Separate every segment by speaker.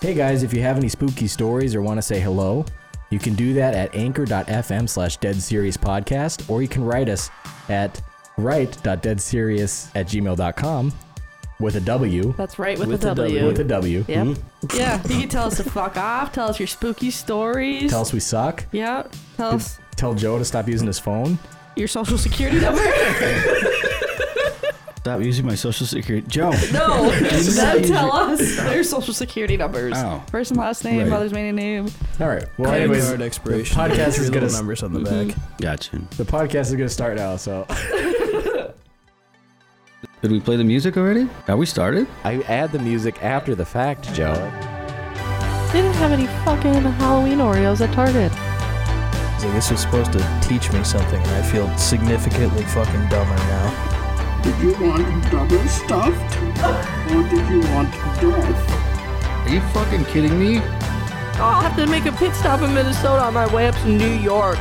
Speaker 1: Hey guys, if you have any spooky stories or want to say hello, you can do that at anchor.fm slash dead series podcast, or you can write us at write.deadserious at gmail.com with a W.
Speaker 2: That's right, with,
Speaker 3: With
Speaker 2: a
Speaker 3: a
Speaker 2: W.
Speaker 3: W. Mm-hmm.
Speaker 1: With a W. Hmm?
Speaker 2: Yep. Yeah, you can tell us to fuck off. Tell us your spooky stories.
Speaker 1: Tell us we suck.
Speaker 2: Yeah. Tell us
Speaker 1: Tell Joe to stop using his phone.
Speaker 2: your social security number.
Speaker 3: Stop using my social security. Joe.
Speaker 2: No, them
Speaker 3: Inside
Speaker 2: tell us their social security numbers.
Speaker 3: Oh.
Speaker 2: First and last name,
Speaker 3: Right.
Speaker 2: mother's maiden name.
Speaker 1: All right. Well, anyways,
Speaker 4: Card
Speaker 1: the
Speaker 4: expiration.
Speaker 1: podcast
Speaker 4: Three
Speaker 1: is gonna Mm-hmm.
Speaker 4: little numbers on the back.
Speaker 3: Gotcha.
Speaker 1: podcast is gonna start now. So
Speaker 3: Did we play the music already? Have we started?
Speaker 5: I add the music after the fact, Joe.
Speaker 6: didn't have any fucking Halloween Oreos at Target.
Speaker 4: So this was supposed to teach me something, and I feel significantly fucking dumber now.
Speaker 7: Did you want double stuffed? Or did you want death?
Speaker 3: Are you fucking kidding me?
Speaker 2: Oh, I'll have to make a pit stop in Minnesota on my way up to New York.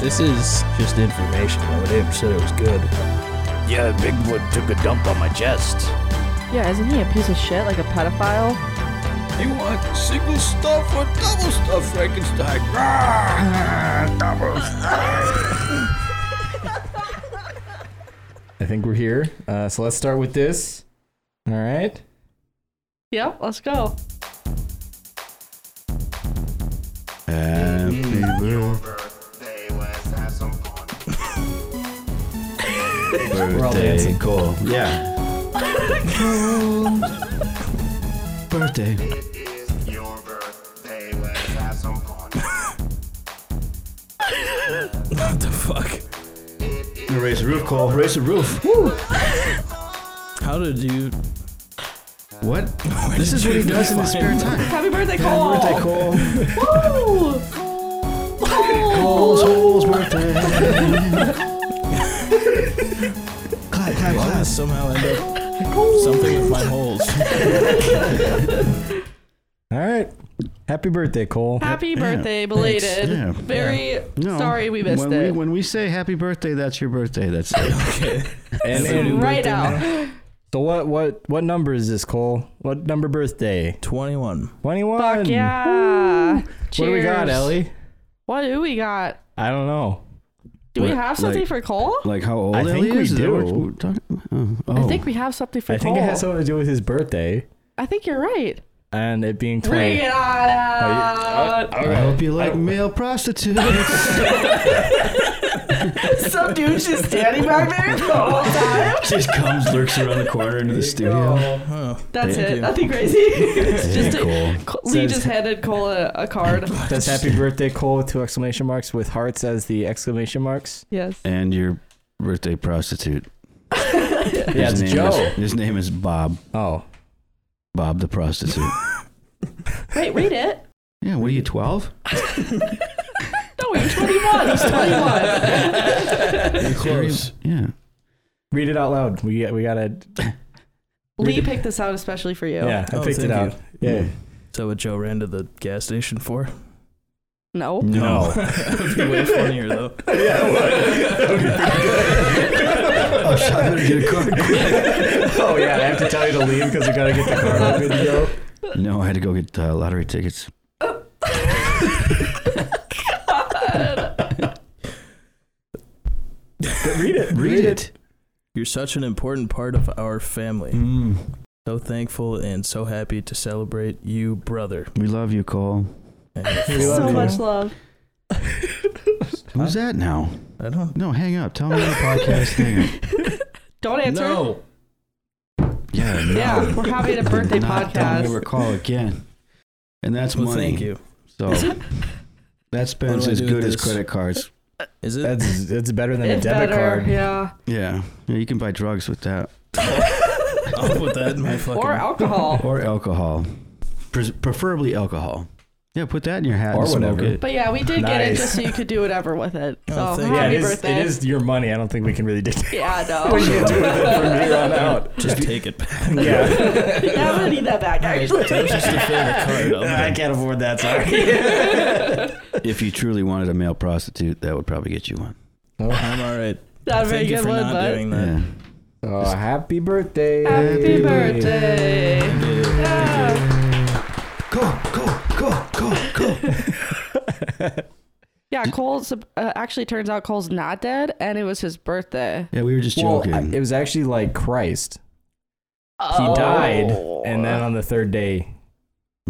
Speaker 4: This is just information, though. It didn't said it was good.
Speaker 8: Yeah, Bigfoot took a dump on my chest.
Speaker 6: Yeah, isn't he a piece of shit, like a pedophile?
Speaker 3: You want single stuff or double stuff, Frankenstein? Ah,
Speaker 1: I think we're here. Uh, so let's start with this. All right.
Speaker 2: Yep, let's go.
Speaker 4: Mm.
Speaker 1: We're all dancing.
Speaker 3: Cool. Yeah. Birthday.
Speaker 4: What the fuck?
Speaker 3: Raise the roof, Cole. Raise the roof.
Speaker 4: How did you?
Speaker 3: What? this is what he does in his spare time.
Speaker 2: Happy birthday, Cole.
Speaker 3: Birthday, Cole.
Speaker 2: Woo!
Speaker 3: Cole's Cole's birthday. clap, clap,
Speaker 4: Why did I
Speaker 3: clap.
Speaker 4: somehow end up something with my holes?
Speaker 1: All right. Happy birthday, Cole.
Speaker 2: Happy
Speaker 3: Yeah,
Speaker 2: birthday,
Speaker 3: thanks.
Speaker 2: belated.
Speaker 3: Yeah,
Speaker 2: Very sorry we missed
Speaker 3: when
Speaker 2: it.
Speaker 3: We, when we say happy birthday, that's your birthday. That's it.
Speaker 1: And,
Speaker 2: So
Speaker 1: and-
Speaker 2: right out.
Speaker 1: so what? What? What number is this, Cole? What number birthday?
Speaker 4: Twenty-one.
Speaker 1: Twenty-one.
Speaker 2: Fuck yeah. Cheers.
Speaker 1: What do we got, Ellie?
Speaker 2: What do we got?
Speaker 1: I don't know.
Speaker 2: Do we
Speaker 3: What,
Speaker 2: have something
Speaker 3: like-
Speaker 2: for Cole?
Speaker 3: like how old
Speaker 1: I
Speaker 3: Ellie
Speaker 1: think we
Speaker 3: is? Is that what
Speaker 1: do.
Speaker 3: we're talking about? Oh.
Speaker 2: I think we have something for
Speaker 1: I
Speaker 2: Cole.
Speaker 1: think it has something to do with his birthday
Speaker 2: I think you're right.
Speaker 1: and it being
Speaker 2: Bring
Speaker 1: twenty.
Speaker 2: it on out.
Speaker 3: Oh, I hope you like male prostitutes.
Speaker 2: Some dude just standing back there the whole time.
Speaker 3: Just comes, lurks around the corner into the studio.
Speaker 4: Oh,
Speaker 2: That's
Speaker 4: Thank
Speaker 2: it.
Speaker 4: you.
Speaker 2: Nothing crazy. It's just a-
Speaker 3: Cool.
Speaker 2: Col- Lee just handed Cole a, a card.
Speaker 1: That's happy birthday, Cole, with two exclamation marks with hearts as the exclamation marks.
Speaker 2: yes.
Speaker 3: And your birthday prostitute.
Speaker 1: Yeah, it's
Speaker 3: name
Speaker 1: Joe.
Speaker 3: Is, his name is Bob.
Speaker 1: Oh,
Speaker 3: Bob the prostitute.
Speaker 2: Wait, read it.
Speaker 3: yeah, what are you, 12?
Speaker 2: No, you're 21. He's 21.
Speaker 3: Close. Yeah.
Speaker 1: read it out loud. We we gotta.
Speaker 2: Lee picked this out especially for you.
Speaker 1: Yeah, I
Speaker 4: Oh,
Speaker 1: picked
Speaker 4: thank
Speaker 1: it
Speaker 4: you.
Speaker 1: out. Yeah.
Speaker 4: Is that what Joe ran to the gas station for?
Speaker 2: No.
Speaker 3: No.
Speaker 4: that would be way funnier though.
Speaker 3: oh, shit, I better get a card
Speaker 1: oh yeah, I have to tell you to leave because we gotta get the car open, Joe.
Speaker 3: No, I had to go get uh, lottery tickets.
Speaker 1: Read it.
Speaker 3: Read it.
Speaker 4: You're such an important part of our family.
Speaker 1: Mm.
Speaker 4: So thankful and so happy to celebrate you, brother.
Speaker 3: We love you, Cole.
Speaker 4: And
Speaker 1: We love
Speaker 2: so
Speaker 1: you.
Speaker 2: much love.
Speaker 3: Who's that now?
Speaker 4: I don't.
Speaker 3: No, hang up. Tell me the podcast thing.
Speaker 2: Don't answer.
Speaker 3: Yeah, no.
Speaker 2: Yeah, we're having a birthday
Speaker 3: Did not Tell me
Speaker 2: podcast.
Speaker 3: to call again. And that's
Speaker 4: Well,
Speaker 3: money.
Speaker 4: thank you.
Speaker 3: So that's been
Speaker 4: What do I
Speaker 3: as
Speaker 4: do
Speaker 3: good
Speaker 4: with
Speaker 3: as
Speaker 4: this?
Speaker 3: credit cards.
Speaker 4: Is it?
Speaker 1: That's that's better than
Speaker 2: It's
Speaker 1: a debit
Speaker 2: better.
Speaker 1: card.
Speaker 2: Yeah.
Speaker 3: Yeah. yeah, you can buy drugs with that
Speaker 4: I'll put that in my fucking.
Speaker 2: Or alcohol.
Speaker 3: or alcohol, Pres preferably alcohol. Yeah, put that in your hat
Speaker 1: Or
Speaker 3: and smoke
Speaker 1: whatever.
Speaker 3: it.
Speaker 2: But yeah, we did get it
Speaker 1: Nice.
Speaker 2: just so you could do whatever with it. So
Speaker 4: Oh, thank you.
Speaker 1: Yeah,
Speaker 2: happy
Speaker 1: it is,
Speaker 2: birthday.
Speaker 1: it is your money. I don't think we can really dictate
Speaker 2: Yeah, no.
Speaker 1: what you do with it from here on out.
Speaker 4: Just take it back.
Speaker 1: Yeah,
Speaker 2: I'm gonna need that back. Actually.
Speaker 4: That was just a favorite card.
Speaker 1: I
Speaker 4: I'm gonna-
Speaker 1: can't afford that. Sorry.
Speaker 3: If you truly wanted a male prostitute, that would probably get you one.
Speaker 4: I'm all right.
Speaker 2: Not a very
Speaker 4: Thank you
Speaker 2: good
Speaker 4: for
Speaker 2: one,
Speaker 4: not
Speaker 2: but.
Speaker 4: doing that.
Speaker 3: Yeah.
Speaker 1: Oh, happy birthday!
Speaker 2: Happy birthday.
Speaker 4: Thank you.
Speaker 2: Yeah.
Speaker 3: Cole,
Speaker 2: Yeah, Cole's uh, actually turns out Cole's not dead, and it was his birthday.
Speaker 3: Yeah, we were just joking.
Speaker 1: Well, I- it was actually like Christ. He
Speaker 2: Oh.
Speaker 1: died, and then on the third day,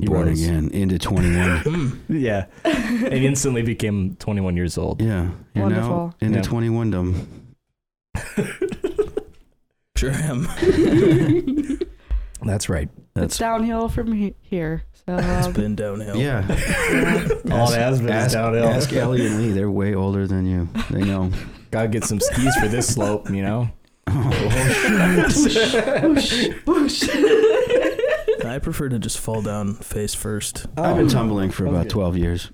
Speaker 1: he
Speaker 3: Born
Speaker 1: rose.
Speaker 3: again into 21.
Speaker 1: Yeah, and instantly became 21 years old.
Speaker 3: yeah, you're now
Speaker 2: Wonderful.
Speaker 3: into
Speaker 1: Yeah.
Speaker 3: 21dom.
Speaker 4: Hmm. Sure am.
Speaker 1: That's right.
Speaker 2: It's
Speaker 3: That's
Speaker 2: downhill from he- here. So
Speaker 4: It's
Speaker 2: um,
Speaker 4: been downhill.
Speaker 3: yeah.
Speaker 1: All it has been is
Speaker 3: ask,
Speaker 1: downhill.
Speaker 3: ask Ellie and Lee. They're way older than you. They know.
Speaker 1: Gotta get some skis for this slope, you know.
Speaker 4: I prefer to just fall down face first.
Speaker 3: I've been tumbling for about 12 years.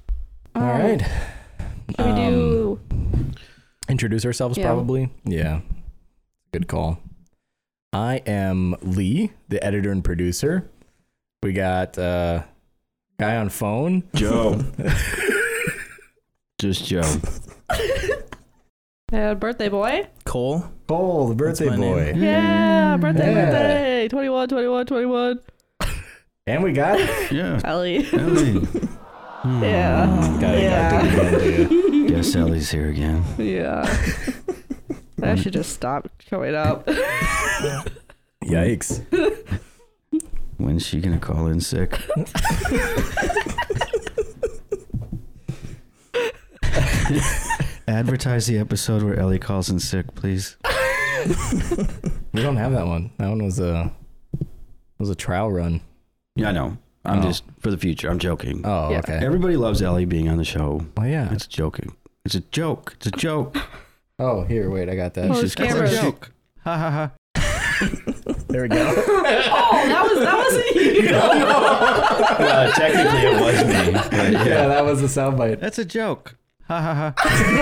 Speaker 1: All right. Um,
Speaker 2: can we do?
Speaker 1: Introduce ourselves,
Speaker 2: Yeah.
Speaker 1: probably. Yeah. Good call. I am Lee, the editor and producer. We got uh, guy on phone.
Speaker 3: Joe. Just Joe.
Speaker 2: Uh, birthday boy.
Speaker 4: Cole,
Speaker 1: Cole, the
Speaker 4: That's
Speaker 1: birthday
Speaker 4: my name.
Speaker 1: boy.
Speaker 2: Yeah, birthday,
Speaker 1: Yeah.
Speaker 2: birthday. 21, 21, 21.
Speaker 1: And we got
Speaker 3: Yeah.
Speaker 2: Ellie.
Speaker 3: Ellie. Hmm.
Speaker 2: Yeah.
Speaker 1: Gotta- gotta do it again, dude.
Speaker 3: Guess Ellie's here again.
Speaker 2: Yeah. I should just stop showing up.
Speaker 1: Yikes.
Speaker 3: When's she gonna call in sick? Advertise the episode where Ellie calls in sick, please.
Speaker 1: We don't have that one. That one was a was a trial run.
Speaker 3: Yeah, I know. I'm
Speaker 1: Oh.
Speaker 3: just for the future. I'm joking.
Speaker 1: Oh,
Speaker 2: Yeah.
Speaker 1: okay.
Speaker 3: Everybody loves Ellie being on the show.
Speaker 1: Oh yeah.
Speaker 3: It's joking. It's a joke. It's a joke.
Speaker 1: Oh, here, wait, I got that.
Speaker 2: Oh,
Speaker 3: It's just-
Speaker 2: cameras.
Speaker 3: it's a joke. Ha ha ha.
Speaker 1: There we go.
Speaker 2: Oh, that was that wasn't you.
Speaker 3: Well, Uh, technically it was me. But
Speaker 1: yeah, that was the soundbite.
Speaker 3: That's a joke. Ha ha ha.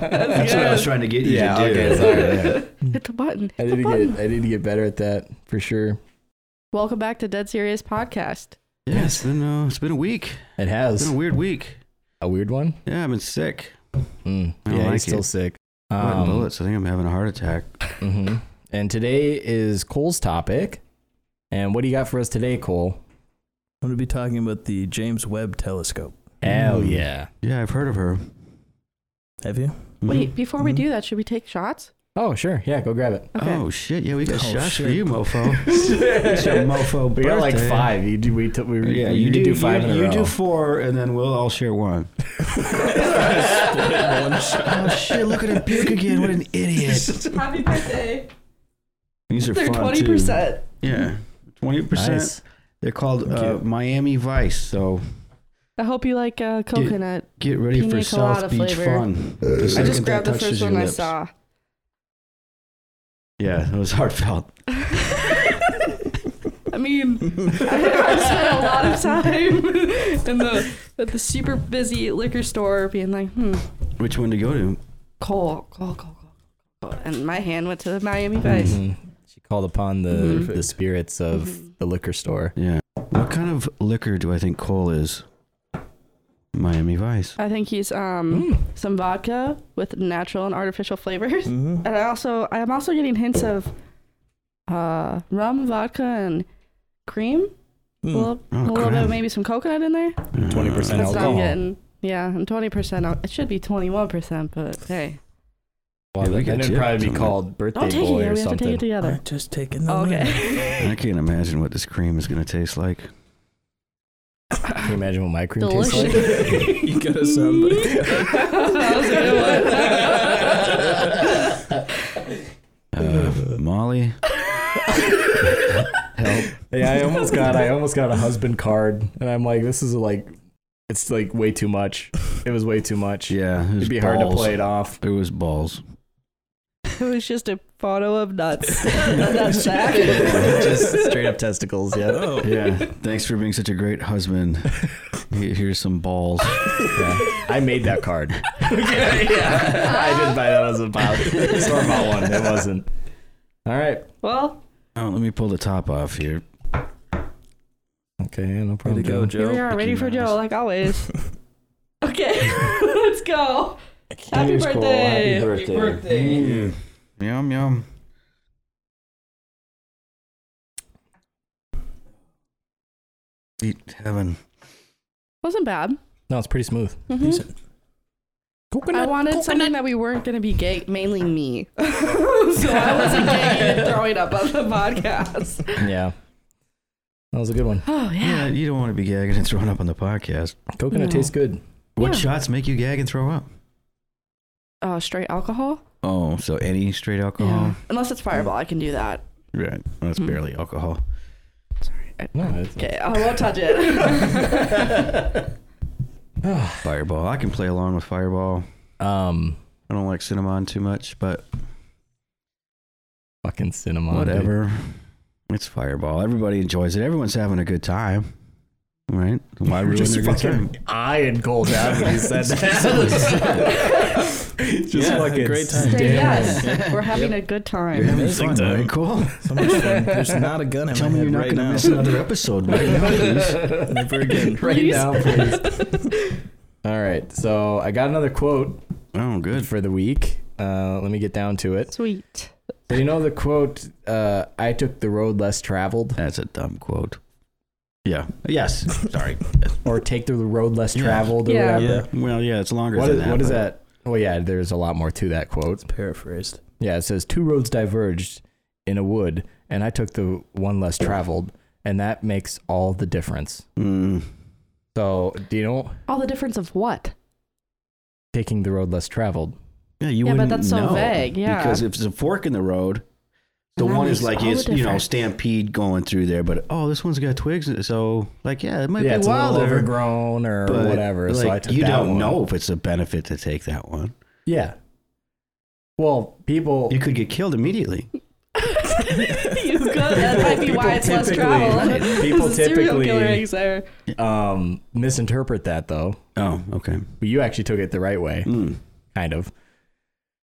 Speaker 1: That's
Speaker 3: That's what I was trying to get you
Speaker 1: Yeah,
Speaker 3: to do.
Speaker 1: okay, sorry. yeah.
Speaker 2: Hit the button.
Speaker 1: I
Speaker 2: Hit
Speaker 1: need
Speaker 2: the
Speaker 1: to
Speaker 2: button.
Speaker 1: get I need to get better at that for sure.
Speaker 2: Welcome back to Dead Serious Podcast.
Speaker 3: Yeah, it's been, uh, it's been a week.
Speaker 1: It
Speaker 3: It's
Speaker 1: has
Speaker 3: been a weird week.
Speaker 1: a weird one.
Speaker 3: Yeah, I've been sick.
Speaker 1: Mm.
Speaker 3: I
Speaker 1: Yeah,
Speaker 3: don't like
Speaker 1: he's still
Speaker 3: it.
Speaker 1: sick.
Speaker 3: Wet
Speaker 1: Um,
Speaker 3: bullets. I think I'm having a heart attack.
Speaker 1: mhm. And today is Cole's topic. And what do you got for us today, Cole?
Speaker 4: I'm going to be talking about the James Webb Telescope.
Speaker 1: Hell
Speaker 3: Mm.
Speaker 1: yeah!
Speaker 3: Yeah, I've heard of her. Mm-hmm.
Speaker 4: Have you?
Speaker 2: Wait, before we
Speaker 4: Mhm.
Speaker 2: do that, should we take shots?
Speaker 1: Oh sure, yeah, go grab it.
Speaker 2: Okay.
Speaker 3: Oh shit! Yeah, we got
Speaker 4: Oh,
Speaker 3: shots for
Speaker 4: shit.
Speaker 3: you, mofo. it's your mofo
Speaker 1: We got like
Speaker 3: birthday.
Speaker 1: five. You do we took we
Speaker 3: Yeah,
Speaker 1: we
Speaker 3: you,
Speaker 1: could do
Speaker 3: do,
Speaker 1: five
Speaker 3: You,
Speaker 1: in a
Speaker 3: you
Speaker 1: row.
Speaker 3: do four, and then we'll all share one. oh shit! Look at him puke again. What an idiot.
Speaker 2: Happy birthday.
Speaker 3: These are
Speaker 2: They're
Speaker 3: fun,
Speaker 2: twenty percent.
Speaker 3: too. Yeah, twenty percent.
Speaker 1: Nice.
Speaker 3: They're called uh, Miami Vice. So
Speaker 2: I hope you like uh, coconut.
Speaker 3: get ready
Speaker 2: Pina
Speaker 3: for
Speaker 2: colada
Speaker 3: South Beach
Speaker 2: flavor.
Speaker 3: fun. The
Speaker 2: I
Speaker 3: second
Speaker 2: just
Speaker 3: that
Speaker 2: grabbed the
Speaker 3: touches
Speaker 2: first
Speaker 3: your
Speaker 2: one I
Speaker 3: lips.
Speaker 2: saw.
Speaker 3: Yeah, it was heartfelt.
Speaker 2: I mean, I spent a lot of time in the at the super busy liquor store, being like, hmm,
Speaker 3: Which one to go to?
Speaker 2: Cole, Cole, Cole, Cole, Cole, and my hand went to the Miami Vice.
Speaker 1: Mhm. She called upon the
Speaker 2: Mhm.
Speaker 1: the spirits of
Speaker 2: Mhm.
Speaker 1: the liquor store.
Speaker 3: Yeah. What kind of liquor do I think Cole is? Miami Vice.
Speaker 2: I think he's
Speaker 3: Hmm.
Speaker 2: um
Speaker 4: Mm.
Speaker 2: some vodka with natural and artificial flavors,
Speaker 4: Mm-hmm.
Speaker 2: and I also I'm also getting hints of uh rum, vodka, and cream.
Speaker 4: Mm.
Speaker 2: A little, a
Speaker 3: Oh,
Speaker 2: little bit,
Speaker 3: crap.
Speaker 2: maybe some coconut in there.
Speaker 3: Uh,
Speaker 1: 20%
Speaker 2: That's what I'm
Speaker 1: alcohol.
Speaker 2: getting. Yeah, and twenty percent. It should be twenty one percent, but hey,
Speaker 1: Well, then-
Speaker 3: Yeah, we could
Speaker 1: then it'd
Speaker 3: tip
Speaker 1: probably be
Speaker 3: something.
Speaker 1: called
Speaker 2: don't
Speaker 1: birthday
Speaker 2: take it
Speaker 1: boy
Speaker 2: yet.
Speaker 1: or
Speaker 2: We have to take
Speaker 1: something.
Speaker 2: it together.
Speaker 4: just taking the lead.
Speaker 2: Okay.
Speaker 3: I can't imagine what this cream is going to taste like.
Speaker 1: Can you imagine what my cream tastes like?
Speaker 2: Delicious.
Speaker 4: you got a soundbite.
Speaker 2: That was a good one.
Speaker 3: Uh, Molly. Help.
Speaker 1: Yeah, I almost got I almost got a husband card, and I'm like, this is like, it's like way too much. It was way too much.
Speaker 3: Yeah. It
Speaker 1: it'd be hard to play it off.
Speaker 3: It was balls.
Speaker 2: it was just a photo of nuts. That's sad.
Speaker 1: Just straight up testicles. Yeah.
Speaker 4: Oh,
Speaker 3: Yeah. Thanks for being such a great husband. Here- Here's some balls.
Speaker 1: Yeah. I made that card. yeah, I didn't buy that as a pop. Store bought one. It wasn't. All right.
Speaker 2: Well,
Speaker 3: Oh, let me pull the top off here.
Speaker 1: Okay. Yeah, no
Speaker 4: way to
Speaker 1: problem.
Speaker 4: go,
Speaker 1: Joe.
Speaker 2: here we
Speaker 4: Joe.
Speaker 2: are, ready for
Speaker 3: Mickey Mouse.
Speaker 2: Joe, like always. okay, let's go. Happy
Speaker 5: Here's Cole.
Speaker 2: birthday.
Speaker 5: Happy birthday.
Speaker 3: Yum, yum. Sweet heaven.
Speaker 2: Wasn't bad. Mm-hmm.
Speaker 1: No, it's pretty smooth.
Speaker 4: Decent.
Speaker 2: I wanted something that we weren't going to be gay, mainly me. so I wasn't gay and throwing up on the podcast.
Speaker 1: Yeah. That was a good one.
Speaker 2: Oh,
Speaker 3: Yeah,
Speaker 2: yeah.
Speaker 3: you don't want to be gagging and throwing up on the podcast.
Speaker 1: Coconut
Speaker 2: No.
Speaker 1: tastes good.
Speaker 3: What
Speaker 2: Yeah.
Speaker 3: shots make you gag and throw up?
Speaker 2: Uh, straight alcohol?
Speaker 3: Oh, so any straight
Speaker 1: Uh-huh.
Speaker 3: alcohol?
Speaker 2: Unless it's Fireball, I can do that.
Speaker 3: Right. Well, that's barely alcohol.
Speaker 1: No, it's,
Speaker 2: Okay, I won't touch
Speaker 4: Mm-hmm.
Speaker 2: it.
Speaker 3: Fireball. I can play along with Fireball.
Speaker 1: um,
Speaker 3: I don't like cinnamon too much, but
Speaker 1: fucking cinema. dude.
Speaker 3: whatever. It's Fireball. Everybody enjoys it. Everyone's having a good time, right? Why ruin
Speaker 1: Just
Speaker 3: their good
Speaker 1: fucking
Speaker 3: time?
Speaker 1: eye and cold out when he said that. Just
Speaker 4: Yeah,
Speaker 1: fucking
Speaker 4: a great time.
Speaker 1: damn.
Speaker 2: yes, we're having a good
Speaker 3: You're
Speaker 2: time.
Speaker 3: having
Speaker 4: Amazing
Speaker 3: fun,
Speaker 4: time.
Speaker 3: right? Cool.
Speaker 4: So much fun. There's not a gun in
Speaker 3: Tell
Speaker 4: my
Speaker 3: me
Speaker 4: head
Speaker 3: you're not
Speaker 4: right
Speaker 3: going to
Speaker 4: now.
Speaker 3: miss another episode right now, please.
Speaker 4: Never again.
Speaker 1: Right now, please. All right. So I got another quote
Speaker 3: Oh, good.
Speaker 1: for the week. Uh, let me get down to it.
Speaker 2: Sweet.
Speaker 1: So you know the quote, uh, I took the road less traveled,
Speaker 3: That's a dumb quote. Yeah. Yes. Sorry.
Speaker 1: or take the road less
Speaker 3: Yeah.
Speaker 1: traveled, or
Speaker 2: Yeah.
Speaker 1: whatever.
Speaker 4: Yeah.
Speaker 3: Well, yeah, it's longer
Speaker 1: What
Speaker 3: than
Speaker 1: is,
Speaker 3: that.
Speaker 1: what is
Speaker 3: but-
Speaker 1: that? Well, yeah, there's a lot more to that quote.
Speaker 4: Paraphrased.
Speaker 1: Yeah, it says two roads diverged in a wood, and I took the one less traveled, and that makes all the difference.
Speaker 3: Mm.
Speaker 1: So, do you know
Speaker 2: All the difference of what?
Speaker 1: taking the road less traveled?
Speaker 3: Yeah, you
Speaker 2: Yeah, but
Speaker 3: wouldn't
Speaker 2: that's so
Speaker 3: know,
Speaker 2: vague, yeah.
Speaker 3: Because if it's a fork in the road, the
Speaker 2: And that
Speaker 3: one is
Speaker 2: makes
Speaker 3: like
Speaker 2: all
Speaker 3: it's
Speaker 2: the
Speaker 3: you know
Speaker 2: difference.
Speaker 3: stampede going through there, but oh, this one's got twigs. in it, So like, yeah, it might
Speaker 1: yeah,
Speaker 3: be
Speaker 1: it's a little
Speaker 3: wilder,
Speaker 1: overgrown or
Speaker 3: but,
Speaker 1: whatever. so I
Speaker 3: like,
Speaker 1: took
Speaker 3: you
Speaker 1: that
Speaker 3: don't
Speaker 1: one.
Speaker 3: know if it's a benefit to take that one.
Speaker 1: Yeah. Well, people.
Speaker 3: You could get killed immediately.
Speaker 2: you could. That might be why it's less
Speaker 1: typically-
Speaker 2: travel.
Speaker 1: right, people
Speaker 2: There's a serial
Speaker 1: typically-
Speaker 2: killer anxiety.
Speaker 1: um, misinterpret that though.
Speaker 3: Oh, okay.
Speaker 1: But you actually took it the right way,
Speaker 3: Mm.
Speaker 1: kind of.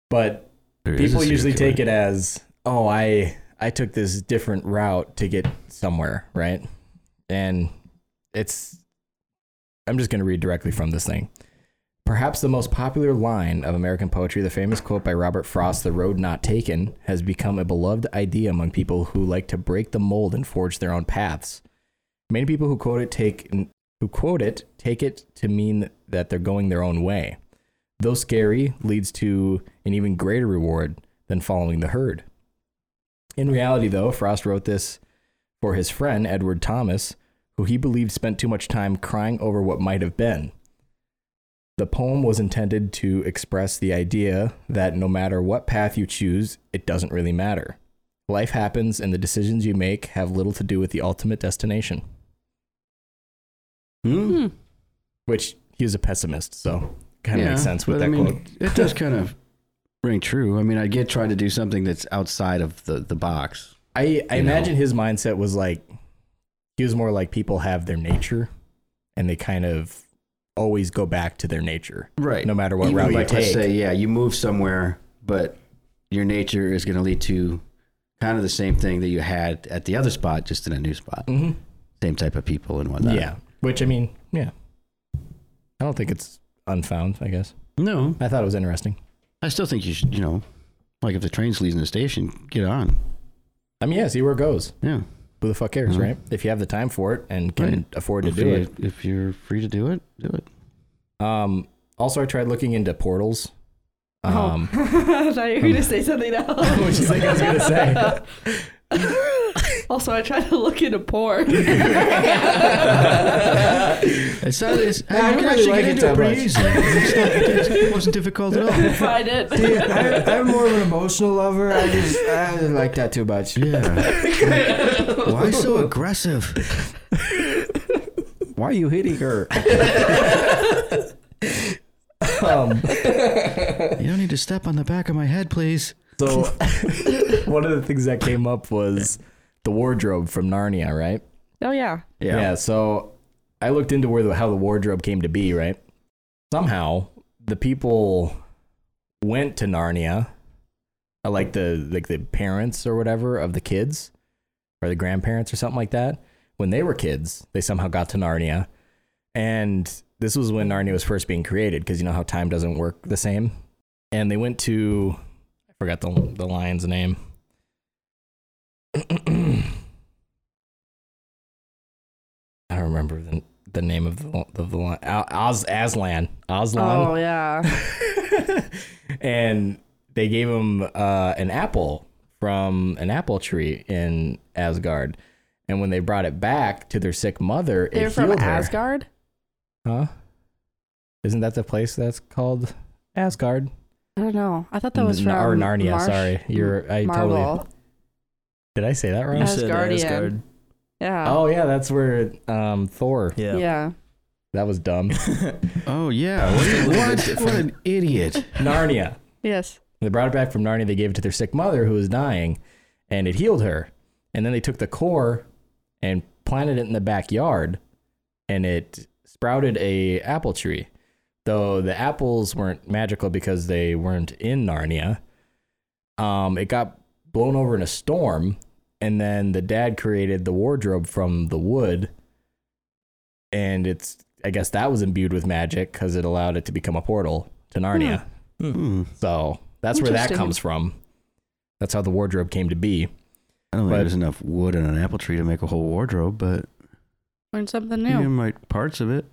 Speaker 1: But people usually take it as, "Oh, I I took this different route to get somewhere, right?" And it's I'm just going to read directly from this thing. Perhaps the most popular line of American poetry, the famous quote by Robert Frost, The Road Not Taken, has become a beloved idea among people who like to break the mold and forge their own paths. Many people who quote it take who quote it take it to mean that they're going their own way. Though scary, leads to an even greater reward than following the herd. In reality, though, Frost wrote this for his friend Edward Thomas, who he believed spent too much time crying over what might have been. The poem was intended to express the idea that no matter what path you choose, it doesn't really matter. Life happens, and the decisions you make have little to do with the ultimate destination.
Speaker 3: Mm.
Speaker 1: Which he was a pessimist, so kind of
Speaker 3: Yeah,
Speaker 1: makes sense with
Speaker 3: but
Speaker 1: that
Speaker 3: I mean,
Speaker 1: quote.
Speaker 3: It does kind of ring true. I mean, I get trying to do something that's outside of the, the box.
Speaker 1: I, I
Speaker 3: You know?
Speaker 1: imagine his mindset was like he was more like people have their nature and they kind of always go back to their nature.
Speaker 3: Right.
Speaker 1: No matter what
Speaker 3: Even
Speaker 1: route you
Speaker 3: like, Let's
Speaker 1: take.
Speaker 3: say, yeah, you move somewhere, but your nature is going to lead to kind of the same thing that you had at the other spot, just in a new spot.
Speaker 1: hmm
Speaker 3: Same type of people and whatnot.
Speaker 1: Yeah. Which I mean, yeah. I don't think it's unfound, I guess.
Speaker 3: No,
Speaker 1: I thought it was interesting.
Speaker 3: I still think you should, you know, like if the train's leaving the station, get on.
Speaker 1: I mean, yeah, see where it goes.
Speaker 3: Yeah.
Speaker 1: Who the fuck cares,
Speaker 3: Mhm.
Speaker 1: right? If you have the time for it and can
Speaker 3: Right.
Speaker 1: afford to
Speaker 3: If,
Speaker 1: do
Speaker 3: you,
Speaker 1: it.
Speaker 3: if you're free to do it, do it.
Speaker 1: Um, also, I tried looking into portals. Um,
Speaker 2: I thought you were going to say something else.
Speaker 1: What'd you think I was gonna
Speaker 2: say? also, I tried to look into porn.
Speaker 3: It's not, it's,
Speaker 1: I
Speaker 3: I,
Speaker 1: don't
Speaker 3: can
Speaker 1: really
Speaker 3: actually
Speaker 1: like
Speaker 3: get
Speaker 1: it
Speaker 3: into it
Speaker 1: that
Speaker 3: pretty
Speaker 1: much.
Speaker 3: easy. It's not- it, it wasn't difficult at all.
Speaker 2: Find it.
Speaker 1: I, am more of an emotional lover. I just I don't like that too much.
Speaker 3: Yeah. Why so aggressive?
Speaker 1: Why are you hitting her? um,
Speaker 3: You don't need to step on the back of my head, please.
Speaker 1: so, one of the things that came up was the wardrobe from Narnia, right?
Speaker 2: Oh, yeah.
Speaker 1: so, I looked into where the, how the wardrobe came to be, right? Somehow, the people went to Narnia, uh, like the like the parents or whatever of the kids, or the grandparents or something like that. When they were kids, they somehow got to Narnia, and this was when Narnia was first being created because you know how time doesn't work the same. And they went to, I forgot the the lion's name. I don't remember the the name of the of the line. Oz Aslan,
Speaker 2: Oh
Speaker 1: Aslan,
Speaker 2: yeah.
Speaker 1: and they gave him uh, an apple from an apple tree in Asgard. And when they brought it back to their sick mother, it
Speaker 2: They're from
Speaker 1: healed her.
Speaker 2: Asgard.
Speaker 1: huh? Isn't that the place that's called Asgard?
Speaker 2: I don't know. I thought that was
Speaker 1: N-
Speaker 2: from
Speaker 1: or Narnia.
Speaker 2: Marsh-
Speaker 1: sorry, you're I
Speaker 2: Marvel.
Speaker 1: totally did I say that wrong?
Speaker 4: You said
Speaker 2: Asgardian.
Speaker 4: Asgard.
Speaker 2: Yeah.
Speaker 1: Oh yeah, that's where um, Thor.
Speaker 4: Yeah.
Speaker 2: yeah.
Speaker 1: That was dumb.
Speaker 3: Oh yeah. What? what? What an idiot.
Speaker 1: Narnia.
Speaker 2: Yes.
Speaker 1: They brought it back from Narnia. They gave it to their sick mother who was dying, and it healed her. And then they took the core and planted it in the backyard, and it sprouted a apple tree. Though the apples weren't magical because they weren't in Narnia. Um, it got blown over in a storm, and then the dad created the wardrobe from the wood, and it's I guess that was imbued with magic because it allowed it to become a portal to Narnia.
Speaker 3: Hmm.
Speaker 1: So that's where that
Speaker 2: Interesting.
Speaker 1: comes from. That's how the wardrobe came to be.
Speaker 3: I don't think
Speaker 1: But-
Speaker 3: there's enough wood on an apple tree to make a whole wardrobe, but
Speaker 2: Learn something
Speaker 3: you
Speaker 2: new.
Speaker 3: might parts of it.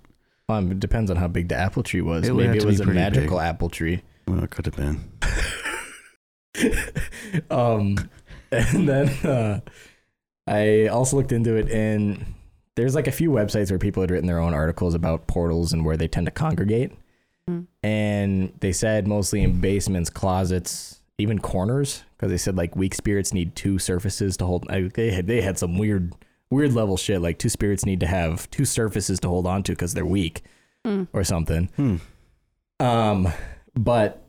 Speaker 1: Um, it depends on how big the apple tree was.
Speaker 3: It would have
Speaker 1: Maybe it
Speaker 3: to be
Speaker 1: was a
Speaker 3: pretty
Speaker 1: magical apple tree.
Speaker 3: Well, it could have been.
Speaker 1: um, and then uh, I also looked into it, and there's like a few websites where people had written their own articles about portals and where they tend to congregate.
Speaker 2: Mm.
Speaker 1: And they said mostly in basements, closets, even corners, because they said like weak spirits need two surfaces to hold. I, they had they had some weird weird level shit like two spirits need to have two surfaces to hold on to because they're weak
Speaker 2: Hmm.
Speaker 1: or something.
Speaker 3: Hmm.
Speaker 1: Um, but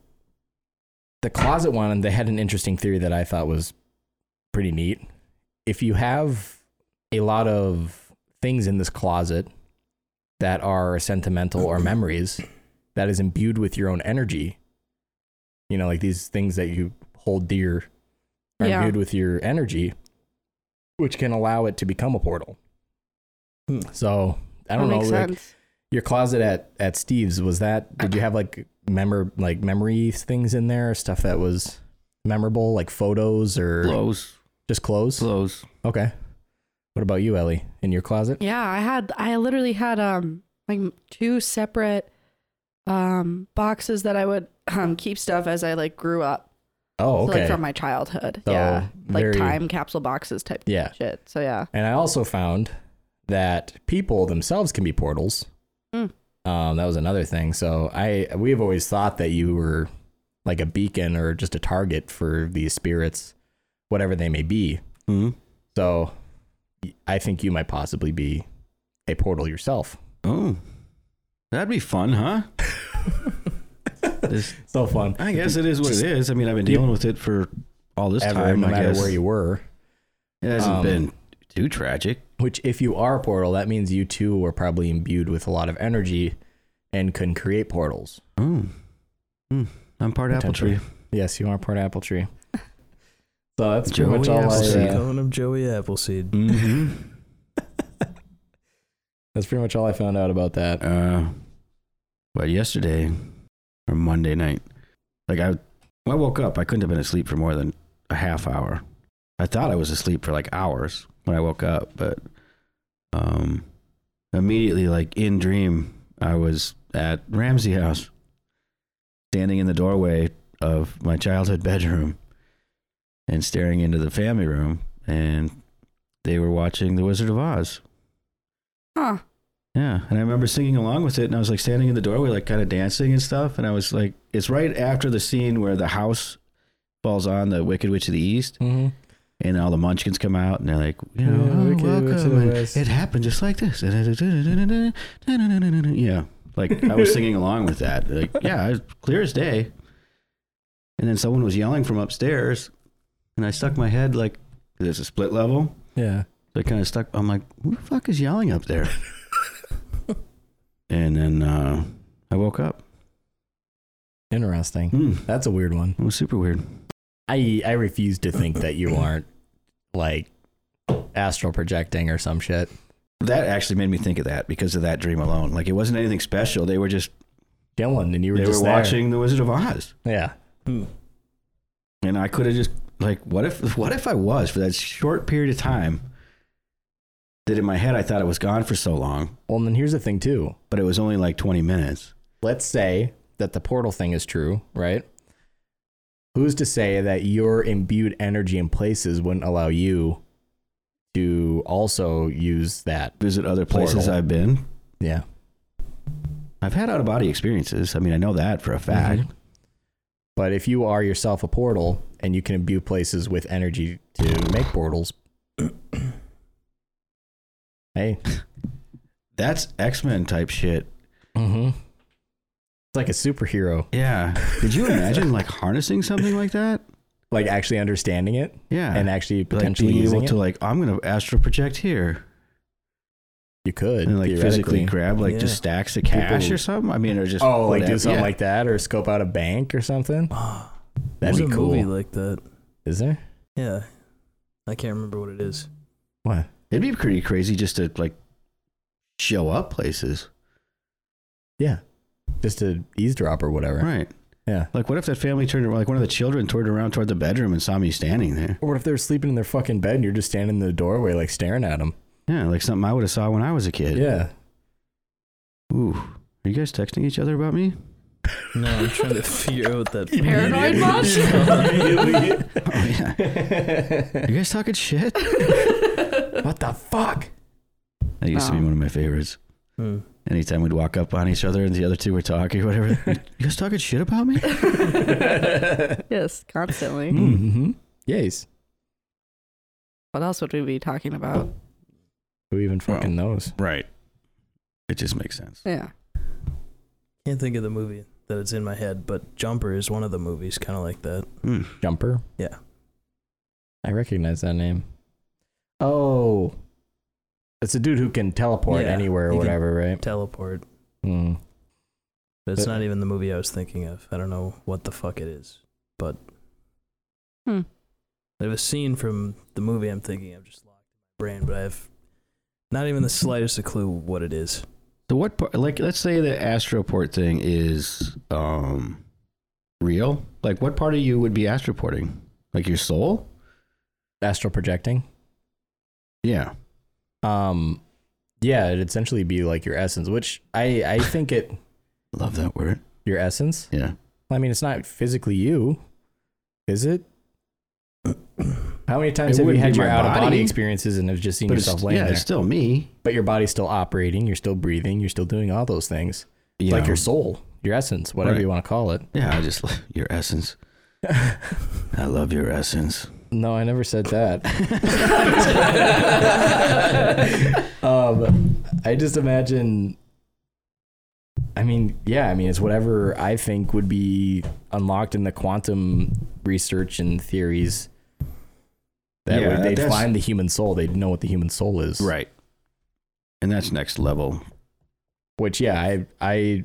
Speaker 1: the closet one, they had an interesting theory that I thought was pretty neat. If you have a lot of things in this closet that are sentimental or memories that is imbued with your own energy, you know, like these things that you hold dear are
Speaker 2: Yeah.
Speaker 1: imbued with your energy, which can allow it to become a portal.
Speaker 4: Hmm.
Speaker 1: So I don't
Speaker 2: that
Speaker 1: know.
Speaker 2: Makes
Speaker 1: like,
Speaker 2: sense.
Speaker 1: your closet at at Steve's was that? Did you have like memor like memory things in there? Stuff that was memorable, like photos or
Speaker 3: Clothes.
Speaker 1: just clothes?
Speaker 3: Clothes.
Speaker 1: Okay. What about you, Ellie? In your closet?
Speaker 2: Yeah, I had I literally had um like two separate um boxes that I would um keep stuff as I like grew up.
Speaker 1: Oh,
Speaker 2: So,
Speaker 1: okay.
Speaker 2: like from my childhood.
Speaker 1: So,
Speaker 2: yeah. Like
Speaker 1: very-
Speaker 2: time capsule boxes type
Speaker 1: Yeah.
Speaker 2: shit. So yeah.
Speaker 1: and I also found that people themselves can be portals.
Speaker 2: Mm.
Speaker 1: Um, that was another thing. So I we've always thought that you were like a beacon or just a target for these spirits, whatever they may be.
Speaker 3: Hmm.
Speaker 1: So y- I think you might possibly be a portal yourself.
Speaker 3: Oh, that'd be fun, huh? This-
Speaker 1: so fun.
Speaker 3: I guess it is what it is. I mean, I've been dealing with it for all this
Speaker 1: Ever,
Speaker 3: time.
Speaker 1: no
Speaker 3: I
Speaker 1: matter
Speaker 3: guess.
Speaker 1: where you were.
Speaker 3: it hasn't
Speaker 1: um,
Speaker 3: been too tragic.
Speaker 1: Which, if you are a portal, that means you too were probably imbued with a lot of energy and can create portals.
Speaker 3: Oh, Hmm. I'm part apple
Speaker 1: Potentially.
Speaker 3: tree.
Speaker 1: Yes, you are part apple tree. So that's pretty
Speaker 3: Joey
Speaker 4: Oh,
Speaker 1: much all I.
Speaker 4: Appleseed.
Speaker 1: Uh,
Speaker 4: Calling him Joey Appleseed.
Speaker 1: Hmm.
Speaker 3: Mm-hmm.
Speaker 1: that's pretty much all I found out about that.
Speaker 3: Uh, but yesterday or Monday night, like I, when I woke up, I couldn't have been asleep for more than a half hour. I thought I was asleep for like hours when I woke up, but um, immediately, like in dream, I was at Ramsey House, standing in the doorway of my childhood bedroom, and staring into the family room, and they were watching The Wizard of Oz.
Speaker 2: Huh.
Speaker 3: Yeah, and I remember singing along with it, and I was like standing in the doorway, like kind of dancing and stuff. And I was like, it's right after the scene where the house falls on the Wicked Witch of the East,
Speaker 1: Mm-hmm.
Speaker 3: and all the Munchkins come out, and they're like, you know,
Speaker 1: Yeah,
Speaker 3: "Oh,
Speaker 1: Wicked Witch of the
Speaker 3: welcome. and
Speaker 1: West.
Speaker 3: it happened just like this. Yeah, like I was singing along with that. Like, yeah, it was clear as day. And then someone was yelling from upstairs, and I stuck my head like, there's a split level.
Speaker 1: Yeah.
Speaker 3: So I kind of stuck. I'm like, who the fuck is yelling up there? and then uh, I woke up.
Speaker 1: Interesting.
Speaker 3: Hmm,
Speaker 1: That's a weird one.
Speaker 3: it was super weird.
Speaker 1: I I refuse to think that you aren't like astral projecting or some shit.
Speaker 3: That actually made me think of that because of that dream alone. Like it wasn't anything special. They were just
Speaker 1: Dylan, and you were
Speaker 3: they
Speaker 1: just
Speaker 3: were
Speaker 1: there.
Speaker 3: watching The Wizard of Oz,
Speaker 1: Yeah.
Speaker 4: Hmm.
Speaker 3: and I could have just like, what if what if I was for that short period of time? that in my head I thought it was gone for so long,
Speaker 1: Well, and then here's the thing too.
Speaker 3: but it was only like 20 minutes.
Speaker 1: Let's say that the portal thing is true, right? Who's to say that your imbued energy in places wouldn't allow you to also use that?
Speaker 3: Visit other places
Speaker 1: Portal.
Speaker 3: I've been.
Speaker 1: Yeah.
Speaker 3: I've had out of body experiences. I mean, I know that for a fact.
Speaker 1: Mm-hmm. But if you are yourself a portal and you can imbue places with energy to make portals, hey,
Speaker 3: That's X Men type shit.
Speaker 1: mm-hmm. it's like a superhero,
Speaker 3: Yeah. Did you imagine like harnessing something like that?
Speaker 1: like actually understanding it
Speaker 3: Yeah.
Speaker 1: and actually
Speaker 3: Ah. like
Speaker 1: potentially
Speaker 3: being
Speaker 1: using
Speaker 3: able
Speaker 1: it.
Speaker 3: to like, I'm gonna astral project here
Speaker 1: you could
Speaker 3: and like physically
Speaker 1: Uh, theoretically.
Speaker 3: grab like
Speaker 4: Yeah.
Speaker 3: just stacks of cash
Speaker 1: People-
Speaker 3: or something. I mean, or just
Speaker 1: oh, like do
Speaker 3: whatever.
Speaker 1: something
Speaker 3: Yeah.
Speaker 1: like that, or scope out a bank or something. That'd
Speaker 4: There's
Speaker 1: be
Speaker 4: a
Speaker 1: cool.
Speaker 4: movie like that.
Speaker 1: Is there?
Speaker 4: Yeah. I can't remember what it is.
Speaker 1: What?
Speaker 3: It'd be pretty crazy just to like show up places,
Speaker 1: Yeah, just a eavesdrop or whatever.
Speaker 3: right?
Speaker 1: Yeah.
Speaker 3: Like, what if that family turned like one of the children turned around toward the bedroom and saw me standing there?
Speaker 1: Or what if they're sleeping in their fucking bed and you're just standing in the doorway, like staring at them?
Speaker 3: Yeah, like something I would have saw when I was a kid.
Speaker 1: Yeah.
Speaker 3: Ooh, are you guys texting each other about me?
Speaker 4: No, I'm trying to figure out that
Speaker 2: Paranoid much?
Speaker 3: Oh yeah. you guys talking shit?
Speaker 1: What the fuck?
Speaker 3: That used to be
Speaker 2: Wow.
Speaker 3: one of my favorites.
Speaker 4: Hmm.
Speaker 3: Anytime we'd walk up on each other and the other two were talking, whatever. you guys talking shit about me?
Speaker 1: Hmm.
Speaker 2: yes, constantly.
Speaker 1: Mm-hmm. Yes.
Speaker 2: What else would we be talking about?
Speaker 1: Who even fucking knows?
Speaker 3: Right. It just makes sense.
Speaker 2: Yeah.
Speaker 4: Can't think of the movie that it's in my head, but Jumper is one of the movies kind of like that.
Speaker 3: Mm.
Speaker 1: Jumper.
Speaker 4: Yeah.
Speaker 1: I recognize that name. Oh, it's a dude who can teleport
Speaker 4: Yeah,
Speaker 1: anywhere or
Speaker 4: he can-
Speaker 1: whatever, right?
Speaker 4: Teleport.
Speaker 1: Mm.
Speaker 4: But it's
Speaker 1: But-
Speaker 4: not even the movie I was thinking of. I don't know what the fuck it is, but
Speaker 2: Hmm.
Speaker 4: there was a scene from the movie I'm thinking of just locked in my brain, but I have not even the slightest clue what it is.
Speaker 3: So what part, like let's say the astroport thing is um real? Like what part of you would be astroporting? Like your soul?
Speaker 1: Astral projecting.
Speaker 3: Yeah.
Speaker 1: Um, yeah, it'd essentially be like your essence, which I I think it
Speaker 3: Love that word.
Speaker 1: your essence.
Speaker 3: Yeah.
Speaker 1: I mean, it's not physically you, is it? How many times have
Speaker 3: It
Speaker 1: you
Speaker 3: wouldn't
Speaker 1: had
Speaker 3: be
Speaker 1: your
Speaker 3: my
Speaker 1: out of body
Speaker 3: body.
Speaker 1: experiences and have just seen
Speaker 3: But
Speaker 1: yourself
Speaker 3: it's,
Speaker 1: laying
Speaker 3: yeah,
Speaker 1: there?
Speaker 3: it's still me.
Speaker 1: but your body's still operating, you're still breathing, you're still doing all those things.
Speaker 3: Yeah.
Speaker 1: Like your soul, your essence, whatever
Speaker 3: Right.
Speaker 1: you want to call it.
Speaker 3: Yeah, I just love your essence. I love your essence.
Speaker 1: No, I never said that. um, I just imagine. I mean, yeah, I mean, it's whatever I think would be unlocked in the quantum research and theories. That
Speaker 3: Yeah,
Speaker 1: would they'd
Speaker 3: that's-
Speaker 1: find the human soul. They'd know what the human soul is.
Speaker 3: Right. And that's next level.
Speaker 1: Which, yeah, I I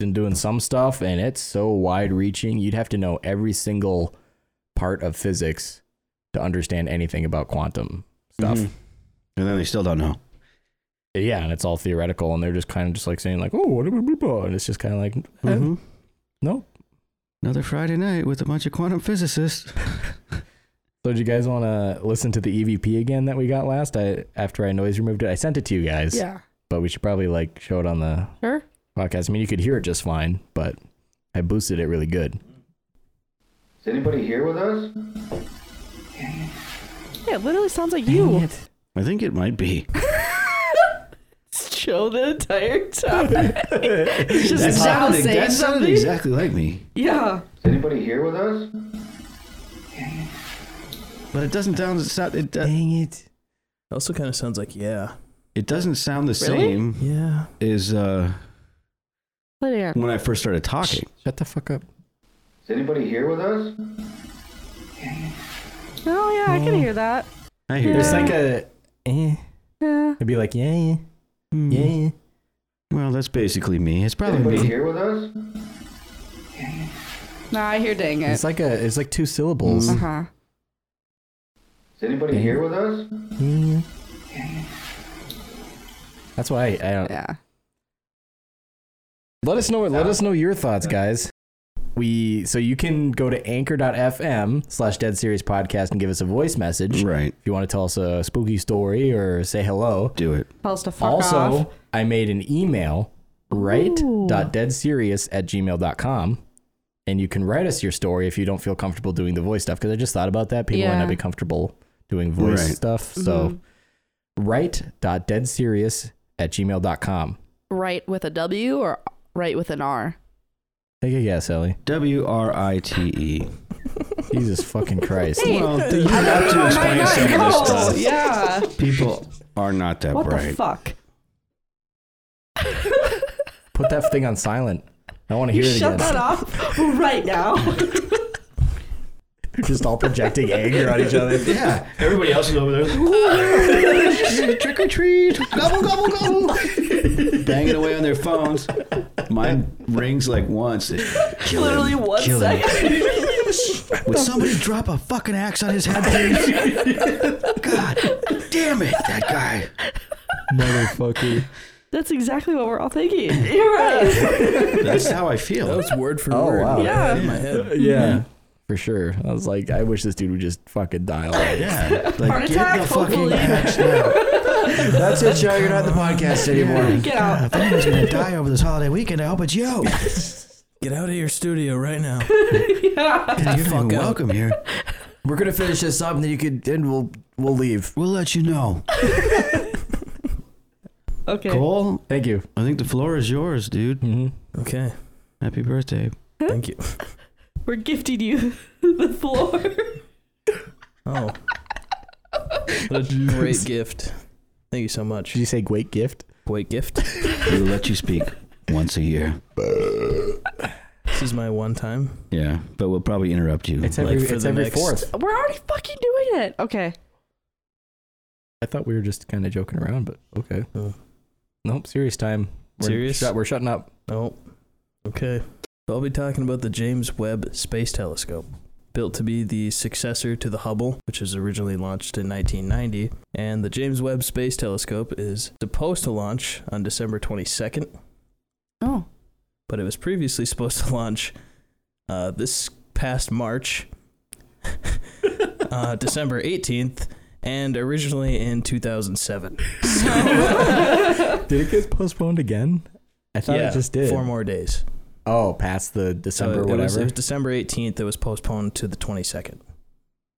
Speaker 1: been doing some stuff, and it's so wide reaching. You'd have to know every single part of physics to understand anything about quantum stuff.
Speaker 3: Mhm. And then they still don't know.
Speaker 1: yeah, and it's all theoretical, and they're just kind of just like saying like, oh, what, blah, blah, blah," and it's just kind of like, eh, no.
Speaker 3: Mm-hmm. Another Friday night with a bunch of quantum physicists.
Speaker 1: So, do you guys want to listen to the EVP again that we got last? I after I noise removed it, I sent it to you guys.
Speaker 2: Yeah.
Speaker 1: But we should probably like show it on the
Speaker 2: Sure.
Speaker 1: podcast. I mean, you could hear it just fine, but I boosted it really good.
Speaker 9: Is anybody here with us?
Speaker 2: Yeah, it literally sounds like you.
Speaker 3: I think it might be.
Speaker 2: Show the entire time. It's just
Speaker 3: That
Speaker 2: John
Speaker 3: sounded,
Speaker 2: saying
Speaker 3: that sounded
Speaker 2: something.
Speaker 3: exactly like me.
Speaker 2: Yeah.
Speaker 9: Is anybody here with us?
Speaker 3: But it doesn't sound it sound- it, do-
Speaker 1: it!
Speaker 4: It also kind of sounds like yeah,
Speaker 3: it doesn't sound the
Speaker 2: Really?
Speaker 3: same
Speaker 4: yeah.
Speaker 3: as uh,
Speaker 2: Lydia.
Speaker 3: when I first started talking.
Speaker 1: Shut the fuck up.
Speaker 9: Is anybody here with us?
Speaker 2: Oh yeah, I can hear that.
Speaker 3: I hear
Speaker 1: There's
Speaker 3: that.
Speaker 1: like a, eh.
Speaker 2: Yeah.
Speaker 1: It'd be like yeah, yeah,
Speaker 3: Hmm.
Speaker 1: yeah, yeah.
Speaker 3: Well, that's basically me. It's
Speaker 9: Is
Speaker 3: probably
Speaker 9: anybody
Speaker 3: me.
Speaker 9: here with us?
Speaker 2: Nah, I hear dang it.
Speaker 1: It's like a, it's like two syllables.
Speaker 2: Uh huh.
Speaker 9: Is anybody here with us?
Speaker 1: Yeah. That's why I, I don't.
Speaker 2: Yeah.
Speaker 1: Let us know. Let us know your thoughts, guys. we so you can go to anchor.fm slash dead series podcast and give us a voice message
Speaker 3: Right.
Speaker 1: if you want to tell us a spooky story or say hello.
Speaker 3: Do it.
Speaker 2: Tell us to fuck
Speaker 1: also,
Speaker 2: off.
Speaker 1: I made an email, right.deadserious at gmail.com. And you can write us your story if you don't feel comfortable doing the voice stuff. Because I just thought about that. People might
Speaker 2: Yeah.
Speaker 1: not be comfortable doing voice
Speaker 3: Right.
Speaker 1: stuff. So,
Speaker 2: Mm-hmm.
Speaker 1: right.deadserious at gmail.com.
Speaker 2: Right with a W or right with an R?
Speaker 1: Take a guess, Ellie.
Speaker 3: W R I T E.
Speaker 1: Jesus fucking Christ.
Speaker 2: Hey,
Speaker 3: Well, you have to explain some of this
Speaker 2: Oh,
Speaker 3: stuff.
Speaker 2: yeah.
Speaker 3: People are not that
Speaker 2: What the
Speaker 3: bright.
Speaker 2: fuck?
Speaker 1: Put that thing on silent. I want to hear it
Speaker 2: Shut
Speaker 1: again.
Speaker 2: that off right now.
Speaker 1: Just all projecting anger on each other.
Speaker 3: Yeah, everybody else is over there. Trick or treat! Gobble gobble gobble! Banging away on their phones. Mine rings like once. Kill
Speaker 2: Literally
Speaker 3: him.
Speaker 2: one
Speaker 3: Kill him.
Speaker 2: second.
Speaker 3: Would somebody drop a fucking axe on his head, please? God damn it, that guy!
Speaker 1: Motherfucker.
Speaker 2: That's exactly what we're all thinking. You're right.
Speaker 3: That's how I feel.
Speaker 4: That was word for
Speaker 1: Oh,
Speaker 4: word.
Speaker 1: wow.
Speaker 4: Yeah. In my head.
Speaker 1: Yeah. For sure. I was like, I wish this dude would just fucking die already.
Speaker 3: yeah,
Speaker 2: Heart
Speaker 3: like get
Speaker 2: attack,
Speaker 3: the fucking
Speaker 2: hopefully.
Speaker 3: axe now.
Speaker 1: That's it, Joe. You're not the podcast anymore.
Speaker 2: Get out.
Speaker 3: If anyone's gonna die over this holiday weekend, I hope it's you.
Speaker 4: Get out of your studio right now.
Speaker 3: You're not even
Speaker 4: Fuck out.
Speaker 3: welcome here.
Speaker 1: We're gonna finish this up, and then you could, and we'll we'll leave.
Speaker 3: We'll let you know.
Speaker 2: Okay.
Speaker 3: Cole,
Speaker 1: Thank you.
Speaker 3: I think the floor is yours, dude.
Speaker 1: Mm-hmm.
Speaker 4: Okay.
Speaker 3: Happy birthday.
Speaker 4: Thank you.
Speaker 2: We're gifting you the floor.
Speaker 4: Oh. What a great gift. Thank you so much.
Speaker 1: Did you say great gift?
Speaker 4: Great gift.
Speaker 3: We'll let you speak once a year.
Speaker 4: This is my one time.
Speaker 3: Yeah, but we'll probably interrupt you.
Speaker 1: It's
Speaker 3: like,
Speaker 1: every
Speaker 4: for
Speaker 1: it's
Speaker 4: the
Speaker 1: every
Speaker 4: next-
Speaker 1: fourth.
Speaker 2: We're already fucking doing it. Okay.
Speaker 1: I thought we were just kind of joking around, but okay.
Speaker 4: Oh.
Speaker 1: Nope, serious time. We're
Speaker 4: Serious?
Speaker 1: shut- we're shutting up.
Speaker 4: Oh, okay. So I'll be talking about the James Webb Space Telescope, built to be the successor to the Hubble, which was originally launched in 1990. And the James Webb Space Telescope is supposed to launch on December 22nd,
Speaker 2: Oh.
Speaker 4: but it was previously supposed to launch uh, this past March, uh, December 18th, and originally in 2007.
Speaker 1: Did it get postponed again? I thought it just did.
Speaker 4: Four more days.
Speaker 1: Oh, past the
Speaker 4: So
Speaker 1: December
Speaker 4: it
Speaker 1: whatever.
Speaker 4: was- it was December 18th. It was postponed to the 22nd.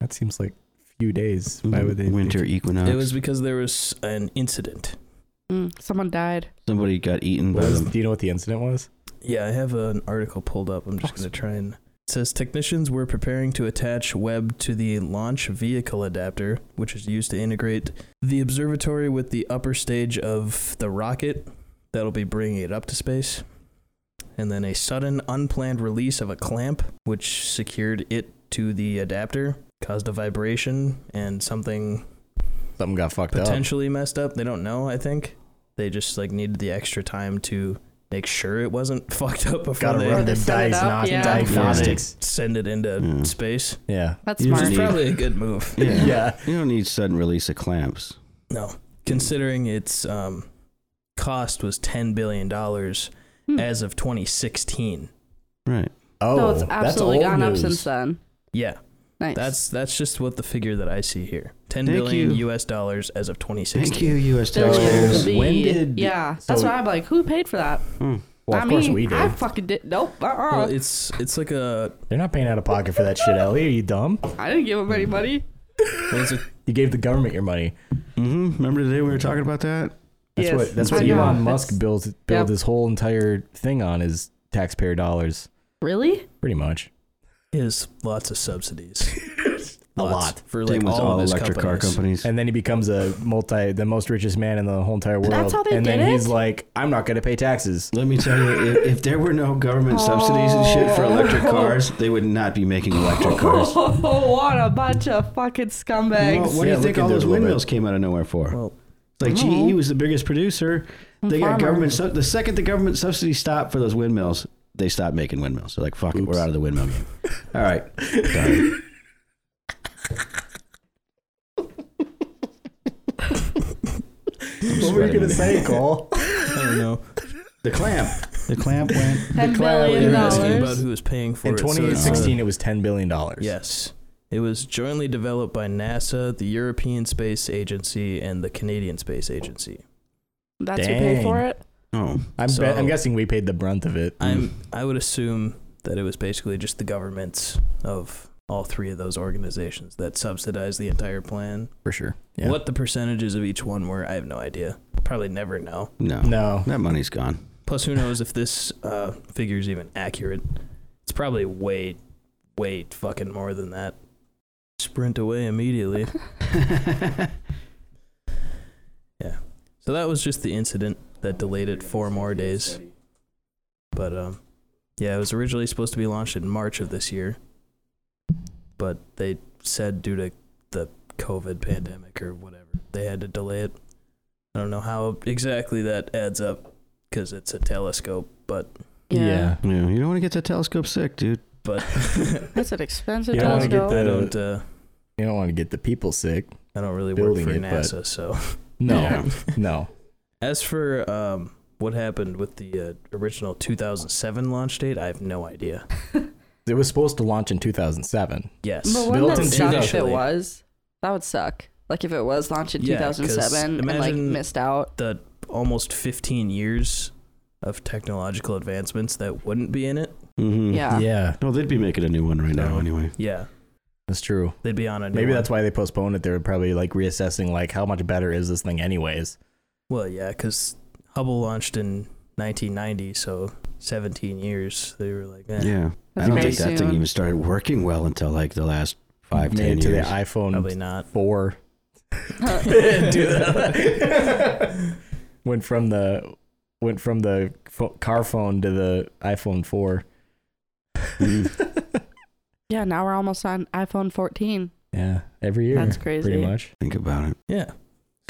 Speaker 1: that seems like few days. Why would they?
Speaker 3: winter equinox?
Speaker 4: It was because there was an incident.
Speaker 2: Mm, someone died.
Speaker 3: Somebody got eaten
Speaker 1: What
Speaker 3: by
Speaker 1: was-
Speaker 3: them.
Speaker 1: do you know what the incident was?
Speaker 4: Yeah, I have an article pulled up. I'm just going to try and. It says technicians were preparing to attach Webb to the launch vehicle adapter, which is used to integrate the observatory with the upper stage of the rocket that'll be bringing it up to space. And then a sudden, unplanned release of a clamp, which secured it to the adapter, caused a vibration and something
Speaker 1: Something got fucked up.
Speaker 4: potentially messed up. They don't know, I think. They just like needed the extra time to make sure it wasn't fucked up before
Speaker 1: Gotta
Speaker 4: they
Speaker 1: run
Speaker 2: they
Speaker 1: the
Speaker 2: set it up,
Speaker 1: diagnos-
Speaker 2: yeah.
Speaker 1: diagnostics.
Speaker 4: send it into
Speaker 3: Yeah.
Speaker 4: space.
Speaker 1: Yeah.
Speaker 2: That's
Speaker 3: You
Speaker 2: smart.
Speaker 3: Hmm. just
Speaker 4: Which is
Speaker 3: Indeed.
Speaker 4: probably a good move.
Speaker 3: Yeah.
Speaker 1: Yeah.
Speaker 3: You don't need sudden release of clamps.
Speaker 4: No. Considering its um, cost was ten billion dollars
Speaker 2: Hmm.
Speaker 4: as of twenty sixteen.
Speaker 3: Right.
Speaker 1: Oh,
Speaker 2: so it's
Speaker 1: that's
Speaker 2: absolutely
Speaker 1: old
Speaker 2: gone up
Speaker 1: news.
Speaker 2: since then.
Speaker 4: Yeah.
Speaker 2: Nice.
Speaker 4: That's that's just what the figure that I see here. Ten
Speaker 3: Thank
Speaker 4: billion
Speaker 3: you.
Speaker 4: US dollars as of twenty
Speaker 3: Thank
Speaker 4: sixteen.
Speaker 3: you, U.S.
Speaker 2: Still
Speaker 1: So-
Speaker 3: taxpayers.
Speaker 2: the-
Speaker 1: when did-
Speaker 2: yeah,
Speaker 1: so-
Speaker 2: that's why I'm like, who paid for that?
Speaker 3: Hmm.
Speaker 1: Well,
Speaker 2: I
Speaker 1: of course
Speaker 2: mean,
Speaker 1: we did.
Speaker 2: I fucking did. Nope. Uh-uh.
Speaker 4: Well, it's it's like a
Speaker 1: They're not paying out of pocket for that shit, Ellie. Are you dumb?
Speaker 2: I didn't give him
Speaker 1: Hmm.
Speaker 2: any money.
Speaker 4: what is it?
Speaker 1: You gave the government your money.
Speaker 3: hmm Remember today we were talking about that?
Speaker 1: That's
Speaker 2: Yes.
Speaker 1: what that's
Speaker 2: I
Speaker 1: what
Speaker 2: know.
Speaker 1: Elon
Speaker 2: It's-
Speaker 1: Musk built built
Speaker 2: Yep.
Speaker 1: his whole entire thing on is taxpayer dollars,
Speaker 2: Really?
Speaker 1: pretty much.
Speaker 4: is lots of subsidies.
Speaker 1: A
Speaker 4: Lots
Speaker 1: lot.
Speaker 4: for
Speaker 3: It
Speaker 4: like
Speaker 3: was
Speaker 4: all, of his
Speaker 3: electric car
Speaker 4: companies.
Speaker 3: companies.
Speaker 1: And then he becomes a multi the most richest man in the whole entire world.
Speaker 2: That's how they
Speaker 1: and
Speaker 2: did
Speaker 1: then he's
Speaker 2: it?
Speaker 1: like, I'm not gonna pay taxes.
Speaker 3: Let me tell you, if, if there were no government subsidies and shit for electric cars, they would not be making electric cars.
Speaker 2: Oh, what a bunch of fucking
Speaker 3: Well,
Speaker 2: scumbags.
Speaker 3: what do
Speaker 1: Yeah,
Speaker 3: you think
Speaker 1: look
Speaker 3: all
Speaker 1: into
Speaker 3: those
Speaker 1: it a little bit.
Speaker 3: windmills came out of nowhere for?
Speaker 4: Well,
Speaker 3: It's like
Speaker 2: Oh.
Speaker 3: GE was the biggest producer. They got
Speaker 2: farmer.
Speaker 3: government. Sub- the second the government subsidy stopped for those windmills, they stopped making windmills. They're like, "Fuck it, we're out of the windmill game." All right, Done.
Speaker 1: What were you gonna say, Cole?
Speaker 4: I don't know.
Speaker 3: the clamp. The clamp went.
Speaker 2: Ten
Speaker 3: the clamp
Speaker 2: billion
Speaker 3: went.
Speaker 4: They're asking
Speaker 2: dollars.
Speaker 4: about who was paying for
Speaker 1: In
Speaker 4: it. so it's uh, not-
Speaker 1: 2016, it was $10 billion.
Speaker 4: Yes. It was jointly developed by NASA, the European Space Agency, and the Canadian Space Agency.
Speaker 2: That's who paid
Speaker 1: Dang.
Speaker 2: for it.
Speaker 3: Oh,
Speaker 1: I'm,
Speaker 4: So-
Speaker 1: be- I'm guessing we paid the brunt of it.
Speaker 4: I'm I would assume that it was basically just the governments of all three of those organizations that subsidized the entire plan.
Speaker 1: for sure. Yeah.
Speaker 4: What the percentages of each one were, I have no idea. Probably never know.
Speaker 3: no.
Speaker 1: No.
Speaker 3: That money's gone.
Speaker 4: Plus, who knows if this uh, figure is even accurate? It's probably way, way fucking more than that. Sprint away immediately. yeah. So that was just the incident that delayed it four more days. But um, yeah, it was originally supposed to be launched in March of this year, but they said due to the COVID pandemic or whatever, they had to delay it. I don't know how exactly that adds up because it's a telescope, but
Speaker 1: Yeah.
Speaker 3: Yeah, you don't want to get that telescope sick, dude.
Speaker 4: but
Speaker 2: That's an expensive
Speaker 1: You don't wanna get
Speaker 2: telescope.
Speaker 4: I
Speaker 1: the-
Speaker 4: don't uh,
Speaker 1: You don't want to get the people sick.
Speaker 4: I don't really work
Speaker 1: building
Speaker 4: for
Speaker 1: it, but-
Speaker 4: NASA, so
Speaker 1: No.
Speaker 3: Yeah.
Speaker 1: No.
Speaker 4: as for um, what happened with the uh, original 2007 launch date, I have no idea.
Speaker 1: It was supposed to launch in 2007.
Speaker 4: Yes,
Speaker 2: But
Speaker 1: Built
Speaker 2: wouldn't that
Speaker 1: in
Speaker 2: suck if it
Speaker 4: 2000.
Speaker 2: was? That would suck. Like if it was launched in
Speaker 4: Yeah, 'cause
Speaker 2: 2007 and like
Speaker 4: imagine-
Speaker 2: missed out.
Speaker 4: the almost 15 years of technological advancements that wouldn't be in it.
Speaker 3: Mm-hmm.
Speaker 2: Yeah.
Speaker 1: Mm. Yeah.
Speaker 3: Well, they'd be making a new one right now
Speaker 4: No.
Speaker 3: anyway.
Speaker 4: Yeah,
Speaker 1: That's true.
Speaker 4: they'd be on a new
Speaker 1: Maybe
Speaker 4: one.
Speaker 1: that's why they postponed it. They were probably like reassessing, like, how much better is this thing, anyways?
Speaker 4: well, yeah, because Hubble launched in 1990, so 17 years. They were like, eh.
Speaker 3: Yeah. I
Speaker 2: That's
Speaker 3: don't
Speaker 2: very
Speaker 3: think that thing
Speaker 2: soon.
Speaker 3: even started working well until like the last five,
Speaker 1: Made
Speaker 3: ten
Speaker 1: it to
Speaker 3: years.
Speaker 1: the iPhone
Speaker 4: probably not.
Speaker 1: 4. Do that. went from the went from the pho- car phone to the iPhone 4.
Speaker 2: Yeah, now we're almost on iPhone 14.
Speaker 1: Yeah, every year.
Speaker 2: That's crazy.
Speaker 1: Pretty much.
Speaker 3: Think about it.
Speaker 4: Yeah.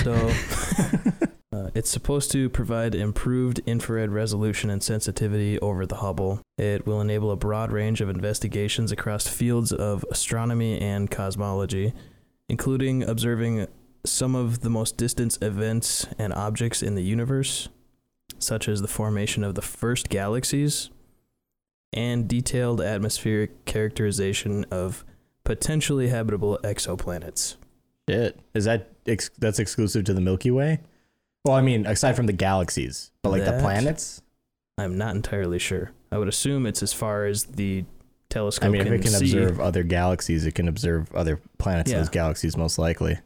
Speaker 4: So uh, it's supposed to provide improved infrared resolution and sensitivity over the Hubble. It will enable a broad range of investigations across fields of astronomy and cosmology, including observing some of the most distant events and objects in the universe, such as the formation of the first galaxies, and detailed atmospheric characterization of potentially habitable exoplanets.
Speaker 1: Shit. Is that ex- that's exclusive to the Milky Way? Well, I mean, aside from the galaxies, but like the
Speaker 4: That-
Speaker 1: planets.
Speaker 4: I'm not entirely sure. I would assume it's as far as the telescope
Speaker 1: I mean, if it can
Speaker 4: see.
Speaker 1: observe other galaxies, it can observe other planets in
Speaker 4: Yeah.
Speaker 1: those galaxies, most likely.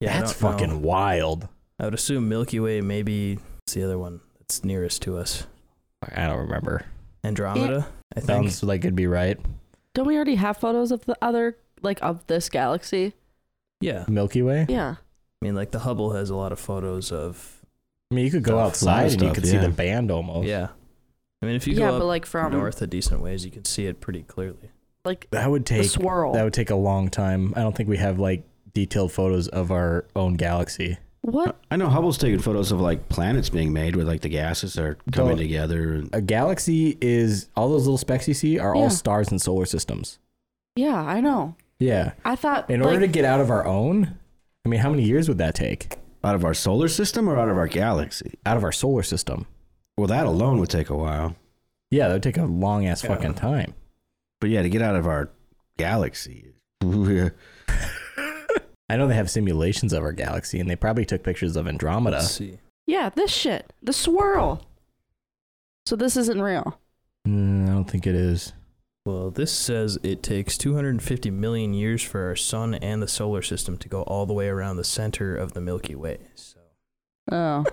Speaker 4: Yeah, I
Speaker 1: that's
Speaker 4: don't know.
Speaker 1: fucking wild.
Speaker 4: I would assume Milky Way. Maybe it's the other one that's nearest to us.
Speaker 1: I don't remember.
Speaker 4: Andromeda. I think.
Speaker 1: Sounds like it'd be right.
Speaker 2: Don't we already have photos of the other, like of this galaxy?
Speaker 4: Yeah.
Speaker 1: Milky Way.
Speaker 2: Yeah.
Speaker 4: I mean, like the Hubble has a lot of photos of.
Speaker 1: I mean, you could go
Speaker 3: Oh, a lot
Speaker 1: outside
Speaker 3: of
Speaker 1: and you
Speaker 3: stuff,
Speaker 1: could
Speaker 3: yeah.
Speaker 1: see the band almost.
Speaker 4: Yeah. I mean, if you
Speaker 2: Yeah,
Speaker 4: go
Speaker 2: but
Speaker 4: up
Speaker 2: like from
Speaker 4: north a decent ways, you can see it pretty clearly.
Speaker 2: like
Speaker 1: That would
Speaker 2: the
Speaker 1: take
Speaker 2: swirl.
Speaker 1: that would take a long time. I don't think we have like detailed photos of our own galaxy.
Speaker 2: what?
Speaker 3: I know Hubble's taking photos of like planets being made where like the gases are coming
Speaker 1: Don't-
Speaker 3: together. And,
Speaker 1: A galaxy is all those little specks you see are
Speaker 2: Yeah.
Speaker 1: all stars and solar systems.
Speaker 2: Yeah, I know.
Speaker 1: Yeah.
Speaker 2: I thought
Speaker 1: In
Speaker 2: like,
Speaker 1: order to get out of our own, I mean, how many years would that take?
Speaker 3: out of our solar system or out of our galaxy?
Speaker 1: Out of our solar system?
Speaker 3: Well, that alone would take a while.
Speaker 1: Yeah, that would take a long ass fucking time.
Speaker 3: But yeah, to get out of our galaxy. yeah.
Speaker 1: I know they have simulations of our galaxy, and they probably took pictures of Andromeda.
Speaker 4: Let's see.
Speaker 2: yeah, this shit, the swirl. So this isn't real.
Speaker 1: Mm, I don't think it is.
Speaker 4: Well, this says it takes 250 million years for our sun and the solar system to go all the way around the center of the Milky Way. So
Speaker 2: Oh,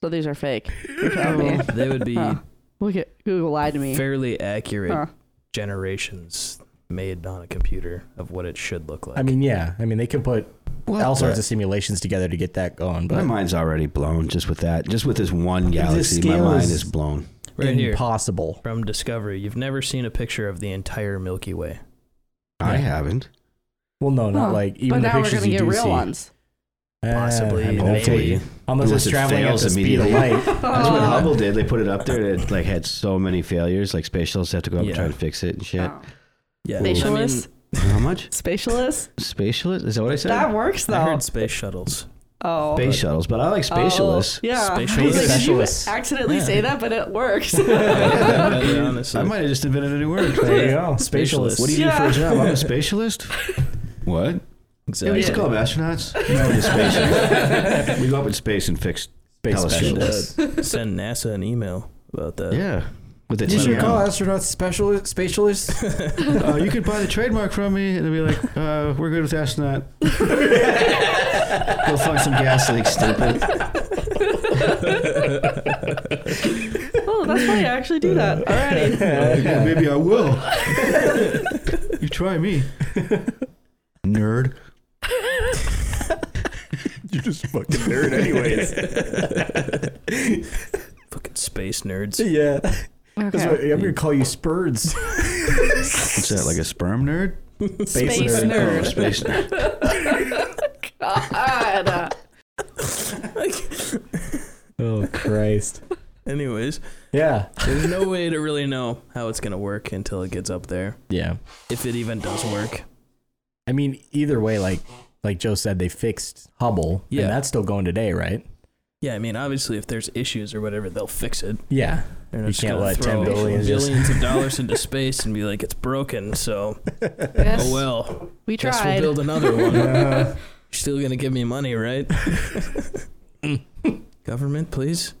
Speaker 2: so these are fake. You're telling me.
Speaker 4: they would be
Speaker 2: Oh, Huh. Look at Google lied to me.
Speaker 4: fairly accurate
Speaker 2: Huh.
Speaker 4: generations made on a computer of what it should look like.
Speaker 1: I mean, yeah. I mean, they could put all sorts of simulations together to get that going,
Speaker 3: My
Speaker 1: but
Speaker 3: mind's already blown just with that. Just with this one galaxy, my
Speaker 1: scale
Speaker 3: mind
Speaker 1: is-
Speaker 3: is blown.
Speaker 4: right here
Speaker 1: impossible.
Speaker 4: from Discovery, you've never seen a picture of the entire Milky Way.
Speaker 3: I
Speaker 1: Yeah.
Speaker 3: haven't.
Speaker 1: Well, no, not
Speaker 2: Huh.
Speaker 1: like
Speaker 2: but
Speaker 1: even the
Speaker 2: now we're
Speaker 1: pictures
Speaker 2: gonna
Speaker 1: you
Speaker 2: get
Speaker 1: do
Speaker 2: real
Speaker 1: see.
Speaker 2: ones.
Speaker 1: Eh,
Speaker 4: Possibly,
Speaker 1: I mean, that's
Speaker 4: maybe.
Speaker 1: what- unless,
Speaker 3: Unless
Speaker 1: it's
Speaker 3: it
Speaker 1: traveling at
Speaker 3: fails
Speaker 1: the speed of
Speaker 3: immediately.
Speaker 1: light.
Speaker 3: That's
Speaker 2: Oh.
Speaker 3: what Hubble did. They put it up there. and It like had so many failures. Like space shuttles have to go up
Speaker 4: Yeah.
Speaker 3: and try to fix it and shit.
Speaker 2: Oh.
Speaker 4: Yeah,
Speaker 2: Spatialists.
Speaker 3: How much?
Speaker 2: Spatialists.
Speaker 3: Spatialist? Is that what I said?
Speaker 2: That works though.
Speaker 4: I heard space shuttles.
Speaker 2: Oh.
Speaker 3: Space shuttles, but I like spatialists.
Speaker 2: Oh, yeah.
Speaker 4: Spatial
Speaker 2: I was like, did you
Speaker 1: specialists.
Speaker 2: accidentally
Speaker 4: Yeah.
Speaker 2: say that, but it works.
Speaker 4: Yeah, honestly.
Speaker 3: I might have just invented a new word.
Speaker 1: There you go.
Speaker 4: Spatialist.
Speaker 3: What do you do for
Speaker 2: Yeah.
Speaker 3: a job? I'm a spatialist. what?
Speaker 4: Exactly.
Speaker 3: It's called astronauts. No, the spatialists. we go up in space and fix.
Speaker 1: Space
Speaker 3: Tell us
Speaker 4: Should, uh,
Speaker 1: specialists.
Speaker 4: send NASA an email about that.
Speaker 3: Yeah. With the
Speaker 1: Did you
Speaker 3: TM.
Speaker 1: call astronauts special specialists?
Speaker 3: Uh, you could buy the trademark from me, and they'd be like, uh, "We're good with astronaut." go find some gas leaks, stupid.
Speaker 2: oh, that's funny. I actually do that already.
Speaker 3: yeah, maybe I will. you try me, nerd.
Speaker 8: You're just fucking nerd, anyways.
Speaker 4: Fucking space nerds.
Speaker 1: yeah.
Speaker 2: Okay.
Speaker 1: I'm gonna call you Spurds.
Speaker 3: What's that? Like a sperm nerd?
Speaker 2: Space,
Speaker 1: Space
Speaker 3: Oh,
Speaker 2: nerd.
Speaker 3: space nerd.
Speaker 2: God.
Speaker 1: Oh Christ.
Speaker 4: Anyways,
Speaker 1: Yeah.
Speaker 4: there's no way to really know how it's gonna work until it gets up there,
Speaker 1: Yeah.
Speaker 4: if it even does work.
Speaker 1: I mean, either way, like like Joe said, they fixed Hubble,
Speaker 4: Yeah.
Speaker 1: and that's still going today, right?
Speaker 4: Yeah, I mean, obviously, if there's issues or whatever, they'll fix it.
Speaker 1: Yeah.
Speaker 4: They're
Speaker 1: You
Speaker 4: not just
Speaker 1: can't
Speaker 4: gonna
Speaker 1: let
Speaker 4: throw
Speaker 1: 10 billion just-
Speaker 4: billions of dollars into space and be like, it's broken. So,
Speaker 2: Yes,
Speaker 4: oh well.
Speaker 2: we
Speaker 4: Guess we'll
Speaker 2: tried.
Speaker 4: build another one. You're still gonna give me money, right? Government, please.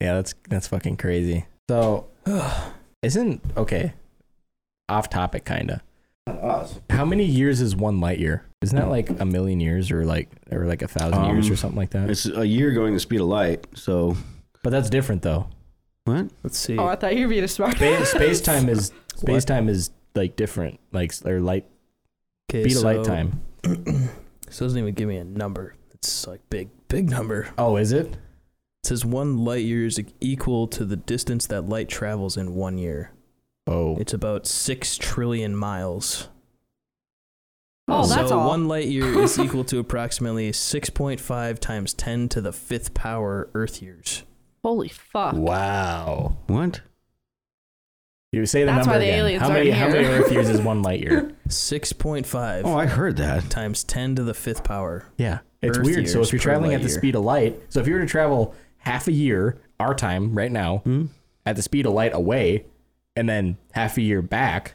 Speaker 1: Yeah, that's that's fucking crazy. So, isn't okay? Off topic, kinda. How many years is one light year? Isn't that like a million years or like or like a thousand years
Speaker 3: Um,
Speaker 1: or something like that?
Speaker 3: It's a year going the speed of light. So
Speaker 1: But that's different though.
Speaker 3: what?
Speaker 4: Let's see.
Speaker 2: oh, I thought you were being a smart.
Speaker 1: Space, space time is space time is like different, like s- or light
Speaker 4: Okay,
Speaker 1: speed of
Speaker 4: so-
Speaker 1: light time.
Speaker 4: This doesn't even give me a number. It's like big, big number.
Speaker 1: Oh, is it?
Speaker 4: It says one light year is equal to the distance that light travels in one year.
Speaker 1: Oh,
Speaker 4: It's about six trillion miles.
Speaker 2: Oh, that's
Speaker 4: so
Speaker 2: all.
Speaker 4: one light year is equal to approximately six point five times ten to the fifth power Earth years.
Speaker 2: Holy fuck.
Speaker 1: wow.
Speaker 3: What?
Speaker 1: You say the
Speaker 2: That's
Speaker 1: number
Speaker 2: why the
Speaker 1: again.
Speaker 2: aliens
Speaker 1: how many
Speaker 2: aren't
Speaker 1: how many
Speaker 2: here.
Speaker 1: Earth years is one light year?
Speaker 4: Six point five
Speaker 3: Oh, I heard that.
Speaker 4: times ten to the fifth power.
Speaker 1: Yeah, it's
Speaker 4: Earth
Speaker 1: weird. So
Speaker 4: years
Speaker 1: if you're
Speaker 4: per
Speaker 1: traveling
Speaker 4: light
Speaker 1: at the
Speaker 4: year.
Speaker 1: speed of light, so if you were to travel half a year our time right now
Speaker 3: Hmm?
Speaker 1: at the speed of light away, and then half a year back,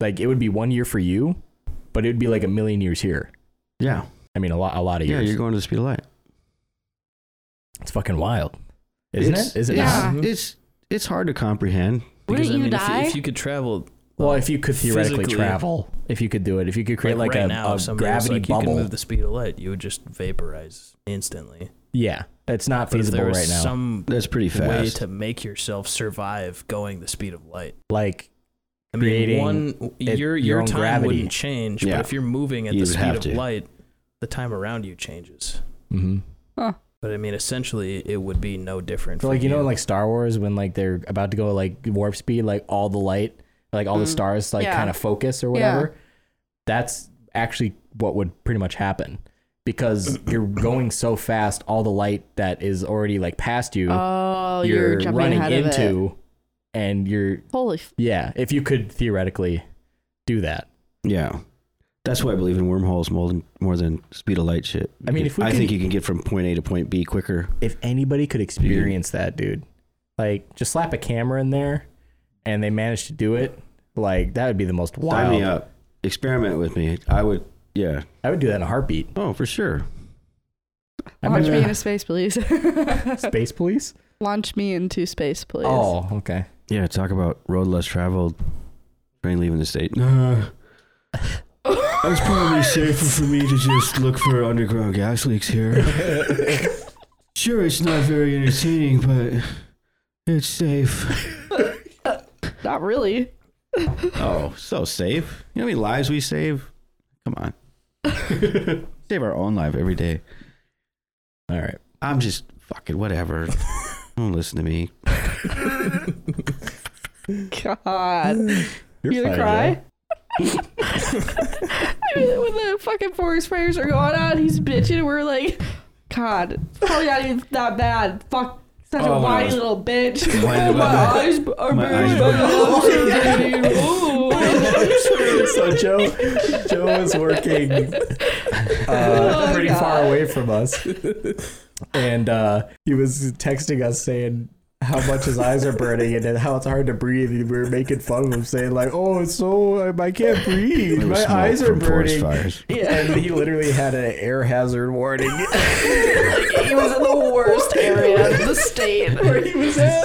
Speaker 1: like it would be one year for you, but it would be like a million years here.
Speaker 3: Yeah.
Speaker 1: I mean, a lot, a lot of
Speaker 3: Yeah,
Speaker 1: years.
Speaker 3: you're going to the speed of light.
Speaker 1: it's fucking wild, isn't
Speaker 3: It's-
Speaker 1: it? Is it?
Speaker 2: Yeah.
Speaker 1: not?
Speaker 3: It's it's hard to comprehend.
Speaker 2: Wouldn't
Speaker 4: Because, I
Speaker 2: you
Speaker 4: mean,
Speaker 2: die?
Speaker 4: If you, if you could travel,
Speaker 1: Well, if you could theoretically
Speaker 4: Physically-
Speaker 1: travel, if you could do it, if you could create like,
Speaker 4: right
Speaker 1: a,
Speaker 4: now,
Speaker 1: a
Speaker 4: if somebody was
Speaker 1: gravity
Speaker 4: like, You
Speaker 1: bubble,
Speaker 4: can move the speed of light. You would just vaporize instantly.
Speaker 1: yeah, it's not
Speaker 4: But if
Speaker 1: feasible
Speaker 4: there
Speaker 1: right
Speaker 4: was
Speaker 1: now.
Speaker 4: Some
Speaker 3: That's pretty
Speaker 4: way
Speaker 3: fast.
Speaker 4: to make yourself survive going the speed of light.
Speaker 1: like
Speaker 4: I
Speaker 1: Creating
Speaker 4: mean, one
Speaker 1: it- your
Speaker 4: your your
Speaker 1: own
Speaker 4: time
Speaker 1: gravity.
Speaker 4: wouldn't change,
Speaker 3: Yeah.
Speaker 4: but if you're moving at
Speaker 3: You
Speaker 4: the
Speaker 3: would have
Speaker 4: speed of
Speaker 3: to.
Speaker 4: light, the time around you changes.
Speaker 1: mhm.
Speaker 4: But I mean, essentially, it would be no different.
Speaker 1: So
Speaker 4: for
Speaker 1: like you know in, like Star Wars when like they're about to go like warp speed like all the light like all the stars like
Speaker 2: Mm. Yeah.
Speaker 1: kind of focus or
Speaker 2: Yeah.
Speaker 1: whatever. That's actually what would pretty much happen because you're going so fast all the light that is already like past you
Speaker 2: oh, you're,
Speaker 1: you're,
Speaker 2: jumping
Speaker 1: running
Speaker 2: ahead of it.
Speaker 1: into and you're
Speaker 2: Holy. F-
Speaker 1: yeah, if you could theoretically do that.
Speaker 3: Yeah. That's why I believe in wormholes more than, more than speed of light shit.
Speaker 1: I mean, if we
Speaker 3: I
Speaker 1: could-
Speaker 3: think you can get from point A to point B quicker.
Speaker 1: If anybody could experience that, dude. Like just slap a camera in there and they managed to do it, like that would be the most wild.
Speaker 3: Sign me up. Experiment with me. I would. Yeah.
Speaker 1: I would do that in a heartbeat.
Speaker 3: Oh, for sure.
Speaker 1: I
Speaker 2: Launch
Speaker 1: mean,
Speaker 2: me into space, please.
Speaker 1: Space police?
Speaker 2: Launch me into space, please.
Speaker 1: Oh, okay.
Speaker 3: Yeah. Talk about road less traveled. Train leaving the state. Nah. It's probably safer for me to just look for underground gas leaks here. sure, it's not very entertaining, but it's safe.
Speaker 2: Not really.
Speaker 3: Oh, so safe? You know how many lives we save? Come on. save our own life every day.
Speaker 1: All right.
Speaker 3: I'm just fucking whatever. Don't listen to me.
Speaker 2: God.
Speaker 1: You're
Speaker 2: You gonna cry? I mean, when the fucking forest fires are going on, he's bitching. and We're like, God, it's probably not even that bad. Fuck, such
Speaker 3: Oh,
Speaker 2: a
Speaker 3: when I
Speaker 2: whiny
Speaker 3: was-
Speaker 2: little bitch.
Speaker 3: Whining
Speaker 2: my
Speaker 3: about
Speaker 2: eyes are
Speaker 3: my eyes
Speaker 2: burning. I'm so bleeding. Ooh.
Speaker 1: so Joe, Joe was working uh,
Speaker 2: Oh,
Speaker 1: pretty
Speaker 2: God.
Speaker 1: far away from us, and uh, he was texting us saying how much his eyes are burning and then how it's hard to breathe. And we were making fun of him, saying like, "Oh, it's so I can't breathe.
Speaker 3: There was
Speaker 1: My
Speaker 3: smoke
Speaker 1: eyes are
Speaker 3: from forest
Speaker 1: burning."
Speaker 3: fires.
Speaker 1: Yeah, and he literally had an air hazard warning.
Speaker 2: He was in the worst area of the state where he was at.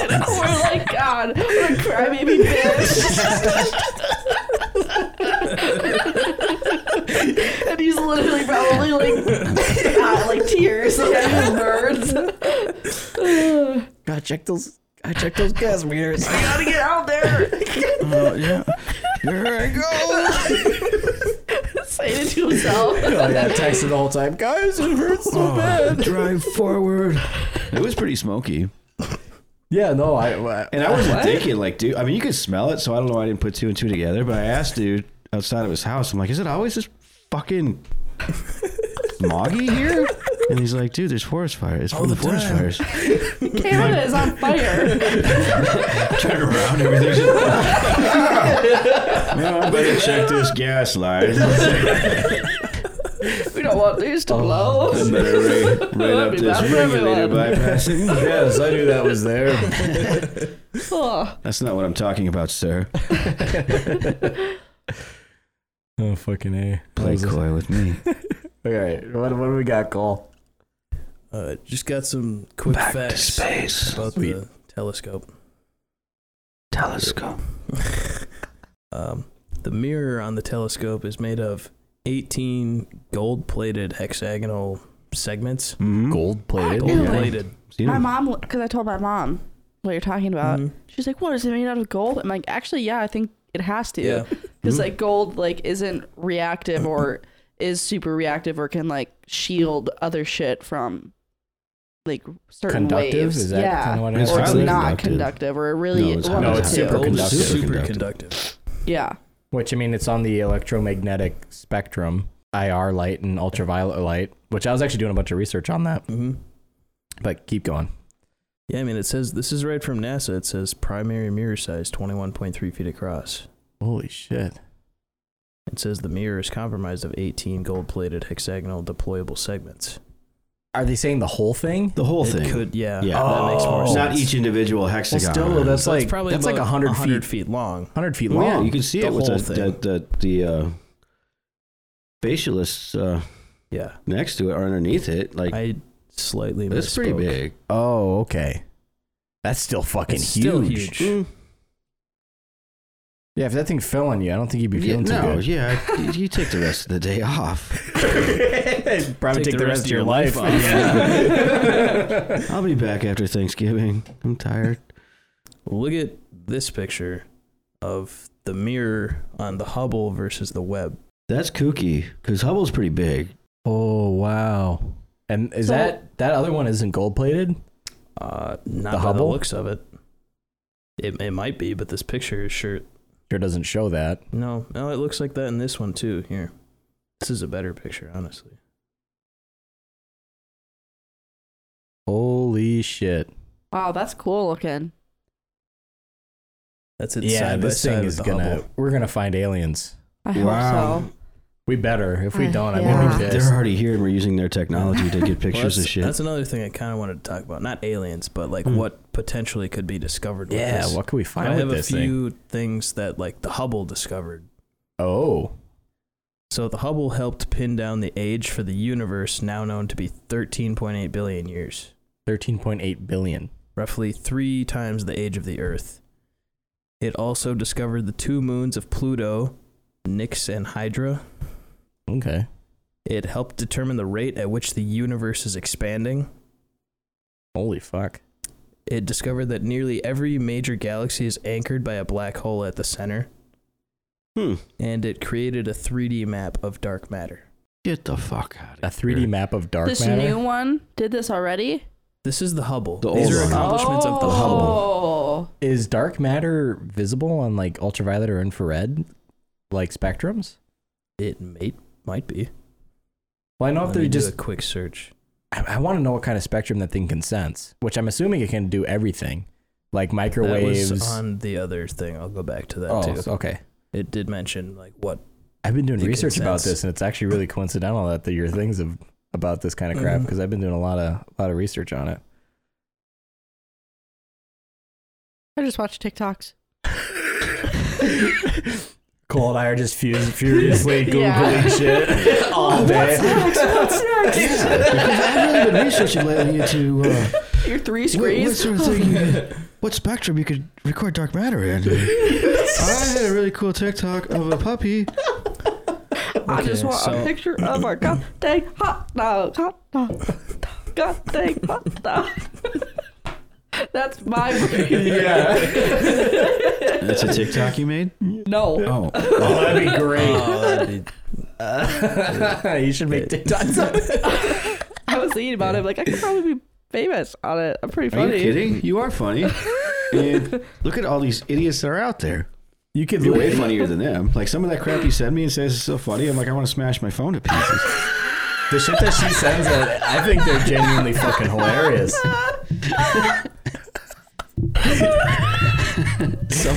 Speaker 2: We're like, God, what a crybaby bitch. and he's literally probably like, not like tears, like his birds.
Speaker 1: God, check those. I check those gas meters.
Speaker 2: Gotta get out there.
Speaker 3: Oh, yeah. Here I go.
Speaker 2: Saying it to himself.
Speaker 1: Oh yeah, texted the whole time, guys. It hurts so bad.
Speaker 3: Drive forward. It was pretty smoky.
Speaker 1: Yeah, no, I, I
Speaker 3: And I wasn't thinking, like, dude, I mean, you could smell it, so I don't know why I didn't put two and two together, but I asked dude outside of his house, I'm like, is it always this fucking smoggy here? And he's like, dude, there's forest fires. It's from the, forest fires.
Speaker 2: Canada is on fire.
Speaker 3: Turn around, everything's. no, I better check this gas line.
Speaker 2: We don't want these to blow.
Speaker 3: I better right, right up
Speaker 2: That'd be
Speaker 3: this
Speaker 2: bad for
Speaker 3: regulator
Speaker 2: everyone.
Speaker 3: bypassing.
Speaker 1: yes, I knew that was there.
Speaker 2: Oh.
Speaker 3: That's not what I'm talking about, sir.
Speaker 1: Oh fucking a.
Speaker 3: Play coy with me.
Speaker 1: All right, what what do we got, Cole?
Speaker 4: Uh, just got some quick facts
Speaker 3: space.
Speaker 4: about
Speaker 1: Sweet.
Speaker 4: the telescope.
Speaker 3: Telescope.
Speaker 4: um, the mirror on the telescope is made of 18 gold-plated hexagonal segments.
Speaker 3: Mm-hmm.
Speaker 1: Gold plated.
Speaker 2: Ew.
Speaker 4: Gold-plated.
Speaker 2: My mom, because I told my mom what you're talking about.
Speaker 4: Mhm.
Speaker 2: She's like, "What is it made out of gold?" I'm like, "Actually, yeah, I think it has to,
Speaker 4: Yeah.
Speaker 2: because
Speaker 1: Hmm?
Speaker 2: like gold like isn't reactive or is super reactive or can like shield other shit from like certain
Speaker 1: Conductive
Speaker 2: waves.
Speaker 1: is that
Speaker 2: yeah,
Speaker 1: kind of what it
Speaker 3: It's
Speaker 1: is?
Speaker 2: or it's
Speaker 3: highly
Speaker 2: not
Speaker 3: conductive.
Speaker 2: conductive. or it really
Speaker 3: No, it's
Speaker 2: one
Speaker 1: No,
Speaker 2: of the
Speaker 1: it's
Speaker 2: two.
Speaker 1: super
Speaker 4: Gold is
Speaker 1: conductive.
Speaker 4: Super
Speaker 3: Superconductive.
Speaker 4: conductive.
Speaker 2: Yeah,
Speaker 1: Which I mean, it's on the electromagnetic spectrum, IR light and ultraviolet light. Which I was actually doing a bunch of research on that.
Speaker 4: hmm
Speaker 1: But keep going.
Speaker 4: Yeah, I mean, it says this is right from NASA. It says primary mirror size 21.3 feet across.
Speaker 1: Holy shit!
Speaker 4: It says the mirror is comprised of 18 gold-plated hexagonal deployable segments.
Speaker 1: Are they saying the whole thing?
Speaker 3: The whole
Speaker 4: it
Speaker 3: thing.
Speaker 4: could, yeah,
Speaker 3: Yeah.
Speaker 4: that makes more
Speaker 1: Oh.
Speaker 3: It's
Speaker 4: sense. Oh,
Speaker 3: not each individual hexagon.
Speaker 1: still, that's
Speaker 4: So it's
Speaker 1: like-
Speaker 4: probably
Speaker 1: that's like
Speaker 4: about
Speaker 1: 100
Speaker 4: 100 feet long.
Speaker 1: Hundred feet
Speaker 3: Well,
Speaker 1: long.
Speaker 3: yeah, you can see
Speaker 4: The
Speaker 3: it with
Speaker 4: whole
Speaker 3: the
Speaker 4: thing.
Speaker 3: the the, the uh, facialists uh,
Speaker 4: Yeah,
Speaker 3: next to it or underneath it. Like
Speaker 4: I slightly.
Speaker 3: that's pretty
Speaker 4: misspoke.
Speaker 3: big.
Speaker 1: Oh, okay. That's still fucking
Speaker 4: It's
Speaker 1: huge.
Speaker 4: still huge.
Speaker 1: Yeah, if that thing fell on you, I don't think you'd be
Speaker 3: Yeah,
Speaker 1: feeling too
Speaker 3: no,
Speaker 1: good.
Speaker 3: yeah, I- you take the rest of the day off.
Speaker 1: Probably take, the rest of your life.
Speaker 4: off.
Speaker 1: Yeah.
Speaker 3: I'll be back after Thanksgiving. I'm tired.
Speaker 4: Look at this picture of the mirror on the Hubble versus the Webb.
Speaker 3: That's kooky because Hubble's pretty big.
Speaker 1: oh wow! And is
Speaker 2: So-
Speaker 1: that that other one isn't gold plated?
Speaker 4: Uh, not
Speaker 1: The
Speaker 4: by the
Speaker 1: Hubble?
Speaker 4: looks of it. It it might be, but this picture is sure.
Speaker 1: Sure doesn't show that.
Speaker 4: No, no, it looks like that in this one too. Here, this is a better picture, honestly.
Speaker 1: Holy shit!
Speaker 2: wow, that's cool looking.
Speaker 4: That's it.
Speaker 1: yeah,
Speaker 4: side
Speaker 1: this
Speaker 4: by
Speaker 1: thing
Speaker 4: side
Speaker 1: is
Speaker 4: with the
Speaker 1: gonna.
Speaker 4: Hubble.
Speaker 1: We're gonna find aliens.
Speaker 2: I
Speaker 3: Wow.
Speaker 2: hope so.
Speaker 1: We better. If we
Speaker 2: Uh,
Speaker 1: don't,
Speaker 2: yeah.
Speaker 1: I'm gonna be
Speaker 3: They're
Speaker 1: pissed.
Speaker 3: already here and we're using their technology to get
Speaker 4: Well,
Speaker 3: pictures of
Speaker 4: that's,
Speaker 3: shit.
Speaker 4: that's another thing I kind of wanted to talk about. Not aliens, but like
Speaker 1: Hmm.
Speaker 4: what potentially could be discovered. with
Speaker 1: Yeah,
Speaker 4: this.
Speaker 1: what can we
Speaker 4: I
Speaker 1: find
Speaker 4: have
Speaker 1: with
Speaker 4: a
Speaker 1: this thing?
Speaker 4: few things that like the Hubble discovered.
Speaker 1: Oh,
Speaker 4: So the Hubble helped pin down the age for the universe, now known to be 13.8 billion years,
Speaker 1: 13.8 billion.
Speaker 4: roughly three times the age of the Earth. It also discovered the two moons of Pluto, Nix and Hydra.
Speaker 1: Okay.
Speaker 4: It helped determine the rate at which the universe is expanding.
Speaker 1: Holy fuck.
Speaker 4: It discovered that nearly every major galaxy is anchored by a black hole at the center,
Speaker 3: hmm.
Speaker 4: and it created a 3D map of dark matter.
Speaker 3: Get the fuck out of
Speaker 1: A 3D map of dark
Speaker 2: this
Speaker 1: matter.
Speaker 2: new one did this already.
Speaker 4: This is the Hubble.
Speaker 3: The
Speaker 4: These
Speaker 3: old
Speaker 4: are
Speaker 3: one.
Speaker 4: accomplishments of the Hubble.
Speaker 2: Hubble.
Speaker 1: Is dark matter visible on like ultraviolet or infrared like spectrums?
Speaker 4: It may, might be.
Speaker 1: Well, I know if
Speaker 4: Let
Speaker 1: they
Speaker 4: me do
Speaker 1: just.
Speaker 4: a quick search.
Speaker 1: I, I want to know what kind of spectrum that thing can sense, which I'm assuming it can do everything, like
Speaker 4: That
Speaker 1: microwaves.
Speaker 4: was on the other thing. I'll go back to that
Speaker 1: oh,
Speaker 4: too.
Speaker 1: so- okay.
Speaker 4: it did mention like what
Speaker 1: I've been doing
Speaker 4: It
Speaker 1: research about
Speaker 4: consents.
Speaker 1: this, and it's actually really coincidental that the, your things of, about this kind of crap
Speaker 4: Mhm.
Speaker 1: because I've been doing a lot of a lot of research on it.
Speaker 2: I just watch TikToks.
Speaker 1: Cole and I are just fus- furiously googling
Speaker 2: Yeah.
Speaker 1: shit
Speaker 2: Oh,
Speaker 1: all day.
Speaker 3: because I've really been researching lately into uh,
Speaker 10: Your three
Speaker 3: what, what
Speaker 10: screens.
Speaker 3: sort of thing, you could- what spectrum you could record dark matter in. I had a really cool TikTok of a puppy.
Speaker 10: I just
Speaker 4: Okay,
Speaker 10: want
Speaker 4: so-
Speaker 10: a picture of our god dang hot dog, hot dog, god dang hot dog.
Speaker 2: That's my brain.
Speaker 3: That's a TikTok you made.
Speaker 2: No.
Speaker 3: Oh,
Speaker 1: Oh, that'd be great.
Speaker 4: Oh, that'd be-
Speaker 1: you should make TikToks. of it.
Speaker 2: I was thinking about it. I'm like, I could probably be famous on it. I'm pretty
Speaker 3: are you
Speaker 2: funny.
Speaker 3: kidding? You are funny. and look at all these idiots that are out there.
Speaker 1: You could
Speaker 3: You're way
Speaker 1: li-
Speaker 3: funnier than them. Like some of that crap you send me and says it's so funny. I'm like, I want to smash my phone to pieces.
Speaker 1: the shit that she sends. It, I think they're genuinely fucking hilarious.
Speaker 3: some,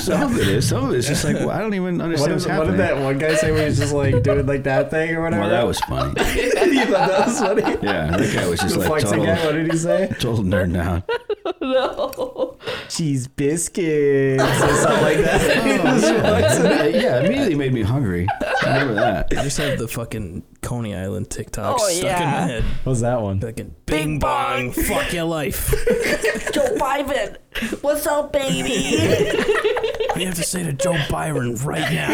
Speaker 3: some of it is. Some of it is just like well, I don't even
Speaker 1: What
Speaker 3: understand
Speaker 1: did,
Speaker 3: what's
Speaker 1: what did that
Speaker 3: happening.
Speaker 1: one guy say when he was just like doing like that thing or whatever?
Speaker 3: well, that was funny.
Speaker 1: you thought that was funny.
Speaker 3: Yeah, that guy was just
Speaker 1: the
Speaker 3: like
Speaker 1: flexing
Speaker 3: total,
Speaker 1: guy. What did he say?
Speaker 3: total nerd now.
Speaker 2: No.
Speaker 1: cheese biscuits or something like that.
Speaker 3: Oh, yeah, yeah, immediately made me hungry. I remember that.
Speaker 4: I just have the fucking Coney Island TikTok
Speaker 2: Oh,
Speaker 4: stuck
Speaker 2: yeah.
Speaker 4: in my head.
Speaker 1: what was that one?
Speaker 4: Fucking bing, bong, fuck your life.
Speaker 10: Joe Biden, what's up, baby?
Speaker 4: We have to say to Joe Byron right now.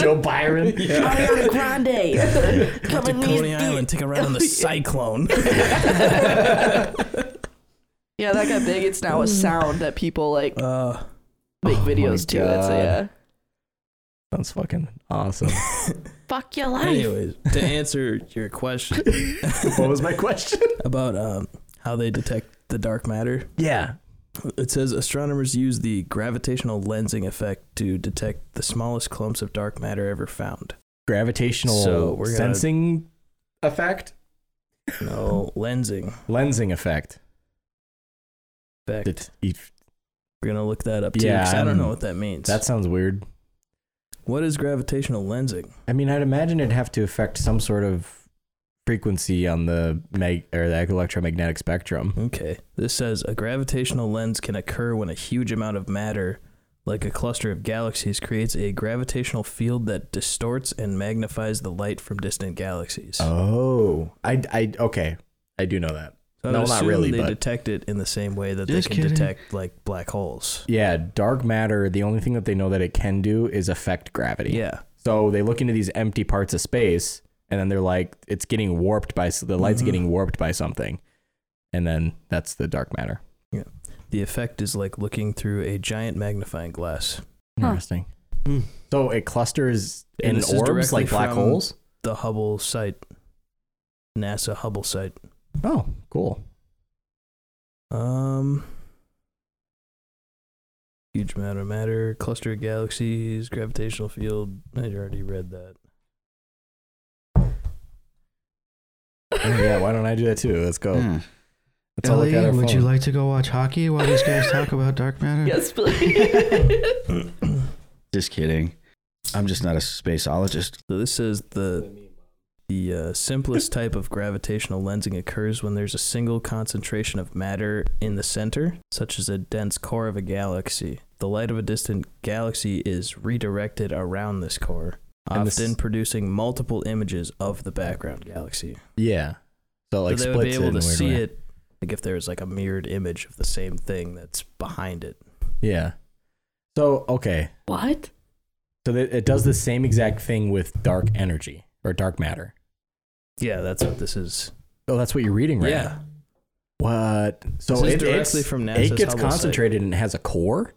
Speaker 1: Joe Byron.
Speaker 10: Ariana Grande,
Speaker 4: Get to
Speaker 10: coming
Speaker 4: Coney Island, take a ride on the cyclone.
Speaker 2: Yeah, that got big. It's
Speaker 3: Mm.
Speaker 2: now a sound that people like
Speaker 3: Oh
Speaker 4: Uh,
Speaker 2: make
Speaker 1: Oh my
Speaker 2: videos to.
Speaker 1: God.
Speaker 2: It's yeah.
Speaker 1: Sounds fucking awesome.
Speaker 2: Fuck your life.
Speaker 4: anyways, to answer your question
Speaker 1: what was my question?
Speaker 4: about um, how they detect the dark matter,
Speaker 1: Yeah.
Speaker 4: It says astronomers use the gravitational lensing effect to detect the smallest clumps of dark matter ever found.
Speaker 1: Gravitational
Speaker 4: So, we're gonna-
Speaker 1: sensing effect?
Speaker 4: No lensing
Speaker 1: Lensing effect.
Speaker 4: effect.
Speaker 1: Det- ef-
Speaker 4: We're gonna look that up too. 'cause
Speaker 1: Yeah,
Speaker 4: I don't know
Speaker 1: um,
Speaker 4: what that means.
Speaker 1: That sounds weird.
Speaker 4: what is gravitational lensing?
Speaker 1: I mean, I'd imagine it'd have to affect some sort of frequency on the mag- or the electromagnetic spectrum.
Speaker 4: Okay, this says a gravitational lens can occur when a huge amount of matter, like a cluster of galaxies, creates a gravitational field that distorts and magnifies the light from distant galaxies.
Speaker 1: Oh, I, I okay, I do know that.
Speaker 4: so I
Speaker 1: no,
Speaker 4: would
Speaker 1: not
Speaker 4: assume
Speaker 1: really,
Speaker 4: They
Speaker 1: but-
Speaker 4: detect it in the same way that
Speaker 3: Just
Speaker 4: they can
Speaker 3: kidding.
Speaker 4: detect like black holes.
Speaker 1: Yeah, dark matter. The only thing that they know that it can do is affect gravity.
Speaker 4: Yeah.
Speaker 1: So they look into these empty parts of space, and then they're like, it's getting warped by the light's
Speaker 4: Mhm.
Speaker 1: getting warped by something, and then that's the dark matter.
Speaker 4: The effect is like looking through a giant magnifying glass.
Speaker 2: Huh.
Speaker 1: Interesting. So it clusters
Speaker 4: Hmm. And
Speaker 1: in
Speaker 4: this is
Speaker 1: orbs
Speaker 4: directly
Speaker 1: like black
Speaker 4: from-
Speaker 1: holes.
Speaker 4: The Hubble site, NASA Hubble site.
Speaker 1: Oh, cool.
Speaker 4: Um, huge amount of matter, cluster of galaxies, gravitational field. I already read that.
Speaker 2: uh,
Speaker 1: Oh, yeah, why don't I do that too? Let's
Speaker 4: Hmm.
Speaker 1: go.
Speaker 3: Yeah.
Speaker 1: Let's all look at our phone.
Speaker 3: like to go watch hockey while these guys talk about dark matter?
Speaker 2: Yes, please.
Speaker 3: Just kidding. I'm just not a spaceologist.
Speaker 4: So this says the the uh, simplest type of gravitational lensing occurs when there's a single concentration of matter in the center, such as a dense core of a galaxy. The light of a distant galaxy is redirected around this core,
Speaker 1: And this-
Speaker 4: often producing multiple images of the background galaxy.
Speaker 1: Yeah. So it, like
Speaker 4: so they would
Speaker 1: splits
Speaker 4: be
Speaker 1: it
Speaker 4: able
Speaker 1: in a
Speaker 4: to
Speaker 1: weird
Speaker 4: see
Speaker 1: way.
Speaker 4: it, like if there's like a mirrored image of the same thing that's behind it.
Speaker 1: Yeah. So okay,
Speaker 2: what?
Speaker 1: so that it does the same exact thing with dark energy or dark matter.
Speaker 4: Yeah, that's what this is.
Speaker 1: Oh, that's what you're reading right now.
Speaker 4: Yeah,
Speaker 1: What? So
Speaker 4: This is
Speaker 1: it,
Speaker 4: directly
Speaker 1: it's-
Speaker 4: from NASA's
Speaker 1: it gets
Speaker 4: Hubble site.
Speaker 1: concentrated and it has a core.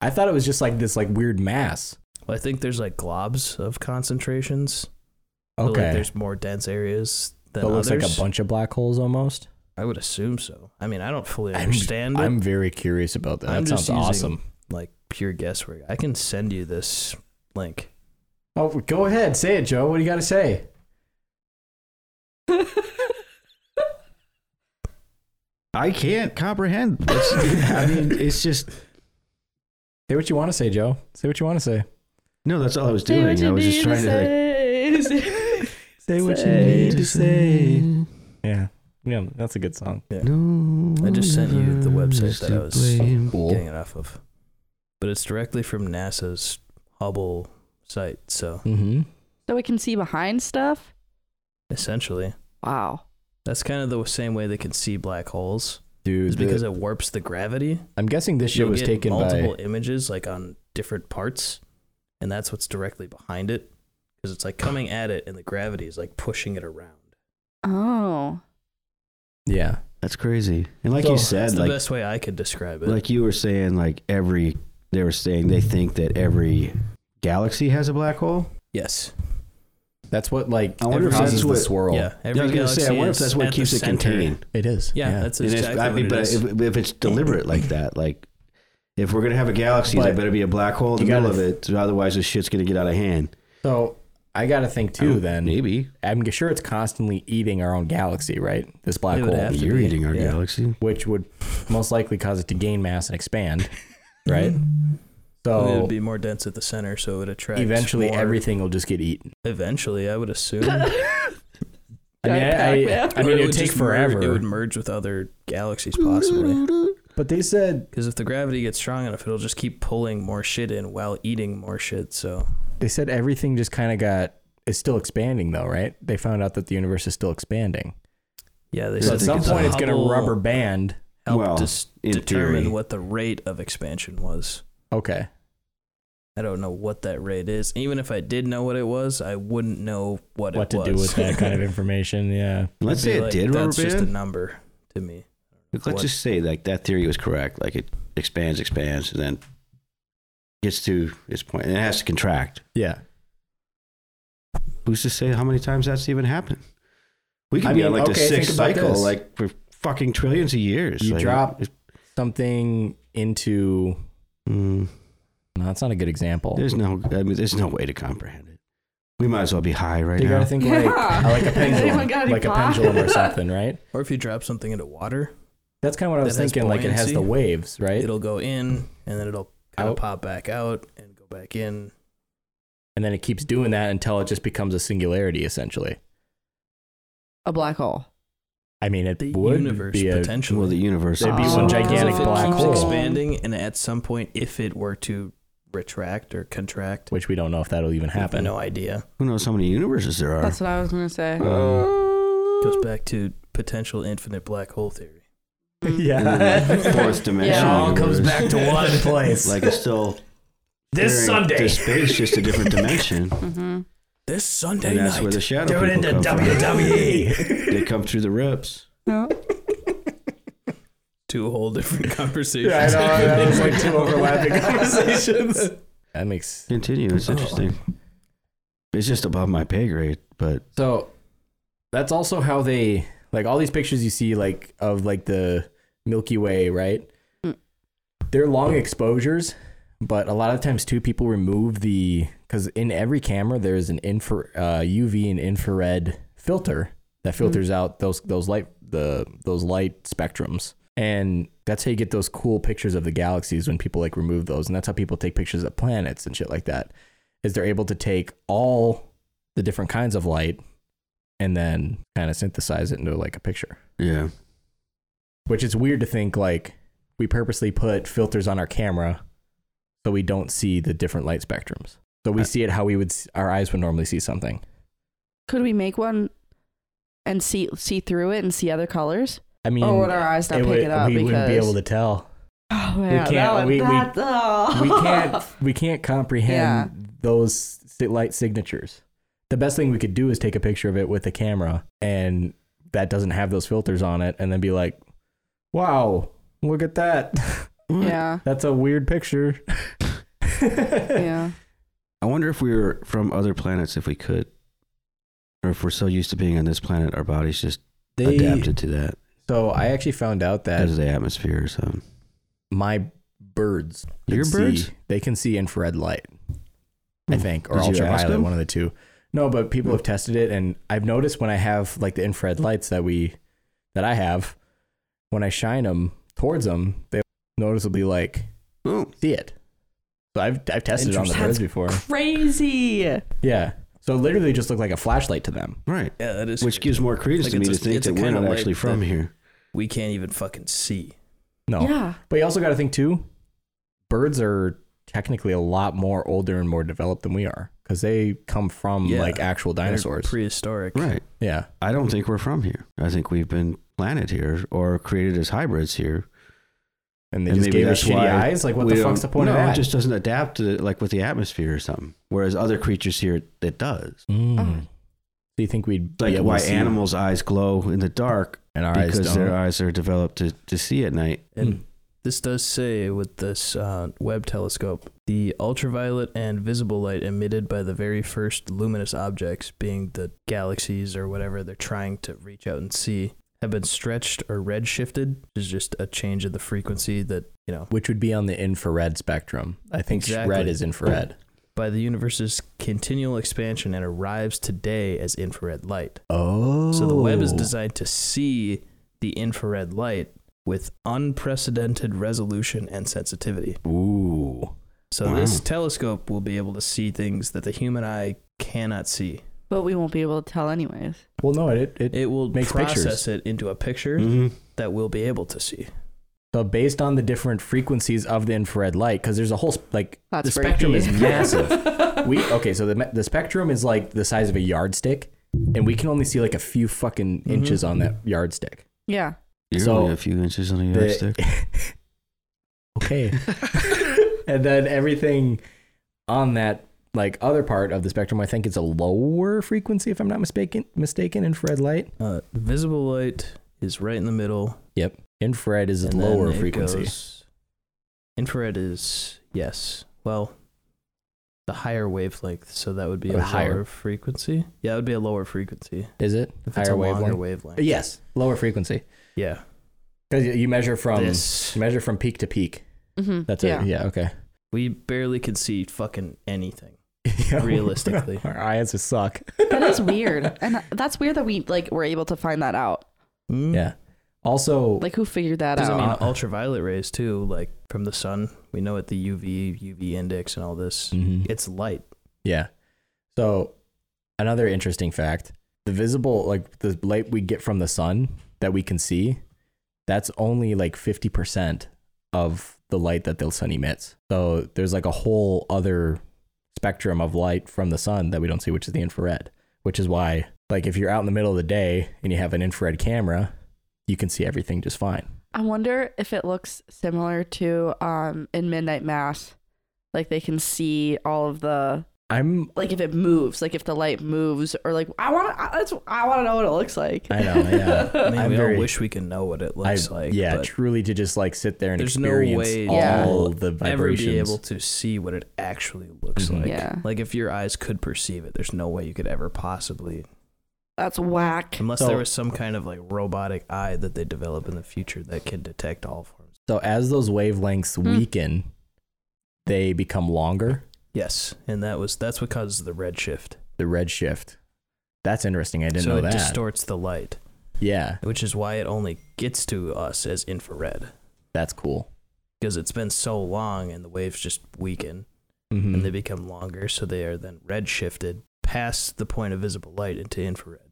Speaker 1: I thought it was just like this like weird mass.
Speaker 4: Well, I think there's like globs of concentrations. So, like,
Speaker 1: Okay,
Speaker 4: there's more dense areas than
Speaker 1: so it looks
Speaker 4: others.
Speaker 1: like a bunch of black holes almost.
Speaker 4: I would assume so. I mean, I don't fully
Speaker 1: I'm-
Speaker 4: understand it.
Speaker 1: I'm very curious about that.
Speaker 4: I'm
Speaker 1: that
Speaker 4: just
Speaker 1: sounds
Speaker 4: using-
Speaker 1: awesome.
Speaker 4: like pure guesswork. I can send you this link.
Speaker 1: Oh, go ahead, say it, Joe. What do you got to say?
Speaker 3: I can't comprehend. It's, I mean, it's just
Speaker 1: Say what you want to say, Joe. Say what you want to say.
Speaker 3: No, that's all I was doing. I was just trying to. like,
Speaker 1: Say what you need to say. Yeah. Yeah, that's a good song.
Speaker 3: No,
Speaker 4: I just sent you the website that I
Speaker 3: to
Speaker 4: was-
Speaker 3: blame.
Speaker 4: getting it off of. But it's directly from NASA's Hubble site, so
Speaker 1: Mm-hmm.
Speaker 2: So we can see behind stuff?
Speaker 4: essentially,
Speaker 2: Wow.
Speaker 4: that's kind of the same way they can see black holes,
Speaker 1: Dude,
Speaker 4: is
Speaker 1: the-
Speaker 4: because it warps the gravity.
Speaker 1: I'm guessing this shit
Speaker 4: You'll
Speaker 1: was
Speaker 4: get
Speaker 1: taken
Speaker 4: multiple
Speaker 1: by.
Speaker 4: images, like on different parts, and that's what's directly behind it, because it's like coming at it, and the gravity is like pushing it around.
Speaker 2: Oh.
Speaker 1: Yeah.
Speaker 3: That's crazy. And like
Speaker 4: So,
Speaker 3: you
Speaker 4: that's
Speaker 3: said,
Speaker 4: the
Speaker 3: like
Speaker 4: best way I could describe it.
Speaker 3: like you were saying, like every they were saying they think that every galaxy has a black hole.
Speaker 4: yes,
Speaker 1: That's what, like,
Speaker 3: I wonder if
Speaker 1: causes
Speaker 3: that's
Speaker 1: the
Speaker 3: what-
Speaker 1: swirl.
Speaker 4: yeah.
Speaker 3: Yeah,
Speaker 4: Every
Speaker 3: I was gonna say, I
Speaker 4: galaxy
Speaker 3: wonder
Speaker 4: is
Speaker 3: if that's what
Speaker 4: at the
Speaker 3: keeps it
Speaker 4: center.
Speaker 3: contained.
Speaker 1: It is.
Speaker 4: Yeah, that's
Speaker 3: And if-
Speaker 4: exactly
Speaker 3: I mean, but
Speaker 4: what it is.
Speaker 3: if, if it's deliberate like that, like if we're gonna have a galaxy,
Speaker 1: But
Speaker 3: there better be a black hole
Speaker 1: you
Speaker 3: in the middle
Speaker 1: gotta-
Speaker 3: of it, so otherwise this shit's gonna get out of hand.
Speaker 1: So I got to think, too, then.
Speaker 3: Maybe
Speaker 1: I'm sure it's constantly eating our own galaxy, right? This black
Speaker 4: It would
Speaker 1: hole,
Speaker 4: have to
Speaker 3: you're
Speaker 4: be,
Speaker 3: eating our
Speaker 4: yeah.
Speaker 3: galaxy.
Speaker 1: which would most likely cause it to gain mass and expand, right?
Speaker 4: It
Speaker 1: So
Speaker 4: would be more dense at the center, so it would attract.
Speaker 1: eventually
Speaker 4: more-
Speaker 1: everything will just get eaten.
Speaker 4: Eventually, I would assume.
Speaker 1: I mean, I, I, I
Speaker 4: Or
Speaker 1: mean, it would
Speaker 4: would
Speaker 1: take
Speaker 4: just mer-
Speaker 1: forever.
Speaker 4: it would merge with other galaxies, possibly.
Speaker 1: but they said
Speaker 4: Because if the gravity gets strong enough, it'll just keep pulling more shit in while eating more shit. So
Speaker 1: they said everything just kind of got is still expanding though, right? They found out that the universe is still expanding.
Speaker 4: yeah, they
Speaker 1: So
Speaker 3: So
Speaker 4: said
Speaker 1: at
Speaker 3: think
Speaker 1: some
Speaker 3: it's
Speaker 1: point,
Speaker 3: a
Speaker 1: it's gonna
Speaker 4: Hubble
Speaker 1: rubber band.
Speaker 4: helped
Speaker 3: Well,
Speaker 4: dis-
Speaker 3: in
Speaker 4: determine
Speaker 3: theory.
Speaker 4: what the rate of expansion was.
Speaker 1: Okay,
Speaker 4: I don't know what that rate is. Even if I did know what it was, I wouldn't know what,
Speaker 1: what
Speaker 4: it
Speaker 1: to
Speaker 4: was.
Speaker 1: do with that kind of information? Yeah,
Speaker 3: Let's
Speaker 4: Be
Speaker 3: say it
Speaker 4: like,
Speaker 3: did
Speaker 4: That's
Speaker 3: rubber
Speaker 4: just
Speaker 3: band.
Speaker 4: a number to me.
Speaker 3: Like,
Speaker 4: What-
Speaker 3: let's just say like that theory was correct. Like it expands, expands, and then gets to its point, and it has to contract.
Speaker 1: yeah.
Speaker 3: Who's to say how many times that's even happened? We could
Speaker 1: I
Speaker 3: be on
Speaker 1: mean,
Speaker 3: like
Speaker 1: okay,
Speaker 3: the sixth
Speaker 1: think about
Speaker 3: cycle,
Speaker 1: this.
Speaker 3: like for fucking trillions of years.
Speaker 1: You
Speaker 3: Like,
Speaker 1: drop-
Speaker 3: it-
Speaker 1: Something into
Speaker 3: mm,
Speaker 1: no, that's not a good example.
Speaker 3: there's no, I mean, there's no way to comprehend it. We might as well be high right
Speaker 1: you
Speaker 3: now.
Speaker 1: gotta think like
Speaker 2: Yeah.
Speaker 1: like a
Speaker 2: Anyone
Speaker 1: pendulum,
Speaker 2: got any
Speaker 1: like a
Speaker 2: pie?
Speaker 1: pendulum or something, right?
Speaker 4: Or if you drop something into water,
Speaker 1: That's kind of what I was
Speaker 4: That has
Speaker 1: thinking. Like it has the
Speaker 4: buoyancy.
Speaker 1: waves, right?
Speaker 4: it'll go in and then it'll kind
Speaker 1: Out.
Speaker 4: of pop back out and go back in.
Speaker 1: and then it keeps doing that until it just becomes a singularity, essentially.
Speaker 2: A black hole.
Speaker 1: I mean, it
Speaker 4: The
Speaker 1: would
Speaker 4: universe
Speaker 1: be a
Speaker 4: potentially.
Speaker 3: well, the universe.
Speaker 1: There'd be
Speaker 3: is-
Speaker 1: one
Speaker 2: Oh.
Speaker 1: gigantic
Speaker 4: Because if it
Speaker 1: black
Speaker 4: keeps
Speaker 1: hole,
Speaker 4: expanding, and at some point, if it were to retract or contract,
Speaker 1: which we don't know if that'll even
Speaker 4: I have
Speaker 1: happen.
Speaker 4: no idea.
Speaker 3: Who knows how many universes there are? Um,
Speaker 2: That's what I was going to say. Mm.
Speaker 4: Goes back to potential infinite black hole theory.
Speaker 3: And then, like, fourth dimension.
Speaker 2: It all
Speaker 3: universe.
Speaker 1: to one place.
Speaker 3: Like it's still
Speaker 1: This
Speaker 3: staring
Speaker 1: Sunday.
Speaker 3: to space, just a different dimension.
Speaker 2: Mm-hmm.
Speaker 4: This Sunday
Speaker 3: And that's where the shadow people come from.
Speaker 1: E.
Speaker 4: E.
Speaker 3: They come through the rips.
Speaker 4: Two whole different conversations.
Speaker 1: conversations. That makes
Speaker 3: Continue. It's
Speaker 4: Oh.
Speaker 3: interesting. It's just above my pay grade, but
Speaker 1: so. That's also how they like all these pictures you see, like of like the Milky Way, right?
Speaker 2: Mm.
Speaker 1: They're long exposures, but a lot of times too, people remove the because in every camera there's an infra uh, UV and infrared filter that filters out those those light the those light spectrums. And that's how you get those cool pictures of the galaxies when people like remove those. And that's how people take pictures of planets and shit like that. Is they're able to take all the different kinds of light and then kind of synthesize it into like a picture.
Speaker 3: yeah.
Speaker 1: Which it's weird to think like we purposely put filters on our camera so we don't see the different light spectrums. So we see it how we would s- our eyes would normally see something.
Speaker 2: Could we make one and see see through it and see other colors?
Speaker 1: I mean,
Speaker 2: or would Oh, our eyes not
Speaker 1: it
Speaker 2: pick
Speaker 1: would-
Speaker 2: it up?
Speaker 1: we wouldn't be
Speaker 2: because-
Speaker 1: able to tell.
Speaker 2: Oh, yeah,
Speaker 1: can't-
Speaker 2: That would,
Speaker 1: we- we-
Speaker 2: that, oh.
Speaker 1: we can't we can't comprehend those si- light signatures. The best thing we could do is take a picture of it with a camera, and that doesn't have those filters on it, and then be like, "Wow, look at that!
Speaker 2: Yeah.
Speaker 1: That's a weird picture."
Speaker 2: Yeah.
Speaker 3: I wonder if we were from other planets, if we could, or if we're so used to being on this planet, our bodies just
Speaker 1: They,
Speaker 3: adapted to that
Speaker 1: So I actually found out that
Speaker 3: because of the atmosphere or something.
Speaker 1: my birds, can
Speaker 3: Your
Speaker 1: see-
Speaker 3: birds? Hmm.
Speaker 1: they can see infrared light. I think, or
Speaker 3: Did you ask
Speaker 1: ultraviolet,
Speaker 3: them?
Speaker 1: one of the two. No, but people have tested it, and I've noticed when I have like the infrared lights that we that I have, when I shine them towards them, they noticeably like
Speaker 3: Oh,
Speaker 1: see it. So I've I've tested it on the birds before.
Speaker 10: Crazy.
Speaker 1: Yeah. So it literally just looked like a flashlight to them.
Speaker 3: Right.
Speaker 4: Yeah, that is.
Speaker 3: Which gives more credence
Speaker 4: Like,
Speaker 3: to me
Speaker 4: it's
Speaker 3: to
Speaker 4: a-
Speaker 3: think
Speaker 4: it's a
Speaker 3: that we're
Speaker 4: kinda
Speaker 3: not
Speaker 4: light
Speaker 3: actually from
Speaker 4: that-
Speaker 3: here.
Speaker 4: we can't even fucking see.
Speaker 1: No.
Speaker 2: Yeah.
Speaker 1: But you also got to think too. Birds are technically a lot more older and more developed than we are because they come from
Speaker 4: Yeah.
Speaker 1: like actual
Speaker 4: They're
Speaker 1: dinosaurs.
Speaker 4: prehistoric.
Speaker 3: Right.
Speaker 1: yeah.
Speaker 3: I don't think we're from here. I think we've been planted here or created as hybrids here.
Speaker 1: And they
Speaker 3: And
Speaker 1: just
Speaker 3: maybe
Speaker 1: gave us
Speaker 3: that's
Speaker 1: shitty
Speaker 3: why
Speaker 1: eyes. Like what
Speaker 3: we
Speaker 1: the fuck's the
Speaker 3: don't-
Speaker 1: point
Speaker 3: no,
Speaker 1: of that?
Speaker 3: It just doesn't adapt to like with the atmosphere or something. Whereas other creatures here, it does.
Speaker 1: Mm.
Speaker 2: Oh.
Speaker 1: So you think we'd be
Speaker 3: Like
Speaker 1: able
Speaker 3: why
Speaker 1: to see
Speaker 3: animals' eyes glow in the dark
Speaker 1: and our eyes
Speaker 3: because
Speaker 1: don't?
Speaker 3: their eyes are developed to, to see at night.
Speaker 4: And
Speaker 1: Hmm.
Speaker 4: this does say with this uh, Webb telescope, the ultraviolet and visible light emitted by the very first luminous objects, being the galaxies or whatever they're trying to reach out and see, have been stretched or redshifted. Which is just a change in the frequency that you know
Speaker 1: Which would be on the infrared spectrum. I think red
Speaker 4: Exactly.
Speaker 1: is infrared.
Speaker 4: by the universe's continual expansion and arrives today as infrared light.
Speaker 1: Oh.
Speaker 4: So the web is designed to see the infrared light with unprecedented resolution and sensitivity.
Speaker 1: Ooh.
Speaker 4: So
Speaker 3: Wow.
Speaker 4: this telescope will be able to see things that the human eye cannot see.
Speaker 2: But we won't be able to tell anyways.
Speaker 1: Well, no, it it,
Speaker 4: It will
Speaker 1: Makes
Speaker 4: process
Speaker 1: pictures. Mm.
Speaker 4: it into a picture
Speaker 3: Mm-hmm.
Speaker 4: that we'll be able to see.
Speaker 1: So based on the different frequencies of the infrared light, because there's a whole sp- like
Speaker 2: That's
Speaker 1: the spectrum
Speaker 2: freaky.
Speaker 1: is massive. we okay, so the ma- the spectrum is like the size of a yardstick, and we can only see like a few fucking
Speaker 4: Mm-hmm.
Speaker 1: inches on that yardstick.
Speaker 2: Yeah.
Speaker 3: You're
Speaker 1: So,
Speaker 3: only a few inches on a
Speaker 1: the-
Speaker 3: yardstick.
Speaker 1: Okay, and then everything on that like other part of the spectrum, I think it's a lower frequency, if I'm not mistaken. Mistaken infrared light.
Speaker 4: Uh, visible light is right in the middle.
Speaker 1: Yep, infrared is
Speaker 4: and then
Speaker 1: lower
Speaker 4: it
Speaker 1: frequency.
Speaker 4: goes- infrared is yes. Well, the higher wavelength, so that would be
Speaker 1: Oh,
Speaker 4: a
Speaker 1: higher.
Speaker 4: lower frequency. Yeah, it would be a lower frequency.
Speaker 1: Is it
Speaker 4: If it's
Speaker 1: higher
Speaker 4: a longer
Speaker 1: wavelength?
Speaker 4: wavelength.
Speaker 1: Yes, lower frequency.
Speaker 4: Yeah.
Speaker 1: Because you measure from
Speaker 4: this
Speaker 1: you measure from peak to peak.
Speaker 2: Mm-hmm.
Speaker 1: That's
Speaker 2: yeah.
Speaker 1: it. Yeah. Okay.
Speaker 4: we barely can see fucking anything. Realistically.
Speaker 1: our eyes just suck.
Speaker 2: That is weird, and that's weird that we like were able to find that out.
Speaker 4: Mm.
Speaker 1: Yeah. Also,
Speaker 2: Like, who figured that
Speaker 4: Because I
Speaker 2: out?
Speaker 4: mean,
Speaker 1: Uh,
Speaker 4: ultraviolet rays too, like from the sun. We know it, the UV, UV index, and all this.
Speaker 1: Mhm.
Speaker 4: It's light.
Speaker 1: yeah. So, another interesting fact: the visible, like the light we get from the sun that we can see, that's only like fifty percent of the light that the sun emits. So there's like a whole other spectrum of light from the sun that we don't see, which is the infrared. Which is why, like, if you're out in the middle of the day and you have an infrared camera, you can see everything just fine.
Speaker 2: I wonder if it looks similar to um in Midnight Mass, like they can see all of the
Speaker 1: I'm
Speaker 2: like if it moves, like if the light moves, or like I want to. That's I want to know what it looks like.
Speaker 1: I know, yeah.
Speaker 4: I mean,
Speaker 1: I'm
Speaker 4: we
Speaker 1: very-
Speaker 4: all wish we could know what it looks
Speaker 1: I-
Speaker 4: like.
Speaker 1: yeah,
Speaker 4: but
Speaker 1: truly to just like sit there and
Speaker 4: there's no
Speaker 1: experience
Speaker 4: way
Speaker 2: Yeah.
Speaker 1: all
Speaker 4: we'll
Speaker 1: the
Speaker 4: ever
Speaker 1: vibrations.
Speaker 4: be able to see what it actually looks
Speaker 1: Mhm.
Speaker 4: like.
Speaker 2: Yeah.
Speaker 4: Like if your eyes could perceive it, there's no way you could ever possibly,
Speaker 2: That's whack.
Speaker 4: unless
Speaker 1: So-
Speaker 4: there was some kind of like robotic eye that they develop in the future that can detect all forms.
Speaker 1: So as those wavelengths weaken, they become longer.
Speaker 4: Yes, and that was that's what causes the red shift.
Speaker 1: The red shift. That's interesting. I didn't
Speaker 4: so
Speaker 1: know
Speaker 4: it
Speaker 1: that.
Speaker 4: distorts the light.
Speaker 1: yeah,
Speaker 4: which is why it only gets to us as infrared
Speaker 1: that's cool.
Speaker 4: because it's been so long and the waves just weaken
Speaker 1: Mhm.
Speaker 4: and they become longer, so they are then redshifted past the point of visible light into infrared.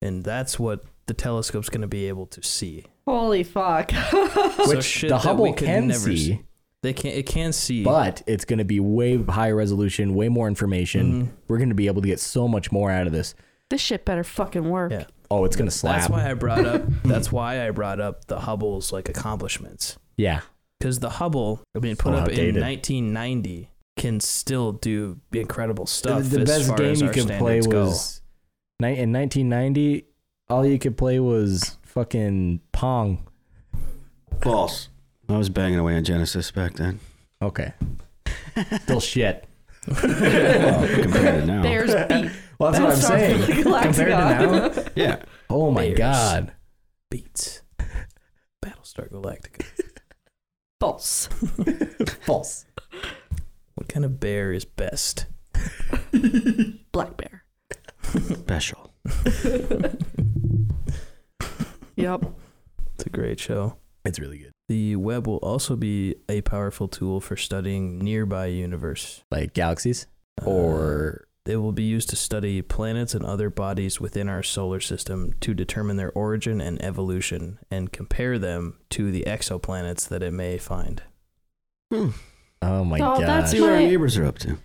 Speaker 4: And that's what the telescope's going to be able to see.
Speaker 10: Holy fuck.
Speaker 4: So
Speaker 1: Which
Speaker 4: shit
Speaker 1: the
Speaker 4: that
Speaker 1: Hubble
Speaker 4: we could
Speaker 1: can
Speaker 4: never
Speaker 1: see,
Speaker 4: They can it can see,
Speaker 1: but it's going to be way higher resolution, way more information.
Speaker 4: Mhm.
Speaker 1: We're going to be able to get so much more out of this.
Speaker 2: This shit better fucking work.
Speaker 4: Yeah.
Speaker 1: Oh, it's going to slap.
Speaker 4: That's why I brought up. that's why I brought up the Hubble's like accomplishments
Speaker 1: yeah,
Speaker 4: because the Hubble, I mean,
Speaker 1: So
Speaker 4: put up in
Speaker 1: outdated.
Speaker 4: 1990, can still do incredible stuff.
Speaker 1: the, the
Speaker 4: as
Speaker 1: best
Speaker 4: far
Speaker 1: game
Speaker 4: as
Speaker 1: you
Speaker 4: our
Speaker 1: could play
Speaker 4: standards go.
Speaker 1: was ni- in 1990 all you could play was fucking pong
Speaker 3: False. I was banging away on Genesis back then.
Speaker 1: okay still shit
Speaker 3: well, compared to now.
Speaker 2: There's beat.
Speaker 1: well that's, what i'm saying compared to now
Speaker 3: Yeah.
Speaker 1: oh my
Speaker 4: Bears.
Speaker 1: god
Speaker 4: beats Battlestar Galactica.
Speaker 2: False.
Speaker 1: false
Speaker 4: What kind of bear is best?
Speaker 2: Black bear.
Speaker 3: Special.
Speaker 4: it's
Speaker 2: Yep.
Speaker 4: a great show.
Speaker 1: it's really good
Speaker 4: The web will also be a powerful tool for studying nearby universe.
Speaker 1: like galaxies
Speaker 4: Uh,
Speaker 1: or
Speaker 4: It will be used to study planets and other bodies within our solar system to determine their origin and evolution and compare them to the exoplanets that it may find. Uh,
Speaker 1: oh my
Speaker 2: Oh,
Speaker 1: god.
Speaker 2: that's-
Speaker 3: See what our
Speaker 2: My-
Speaker 3: neighbors are up to.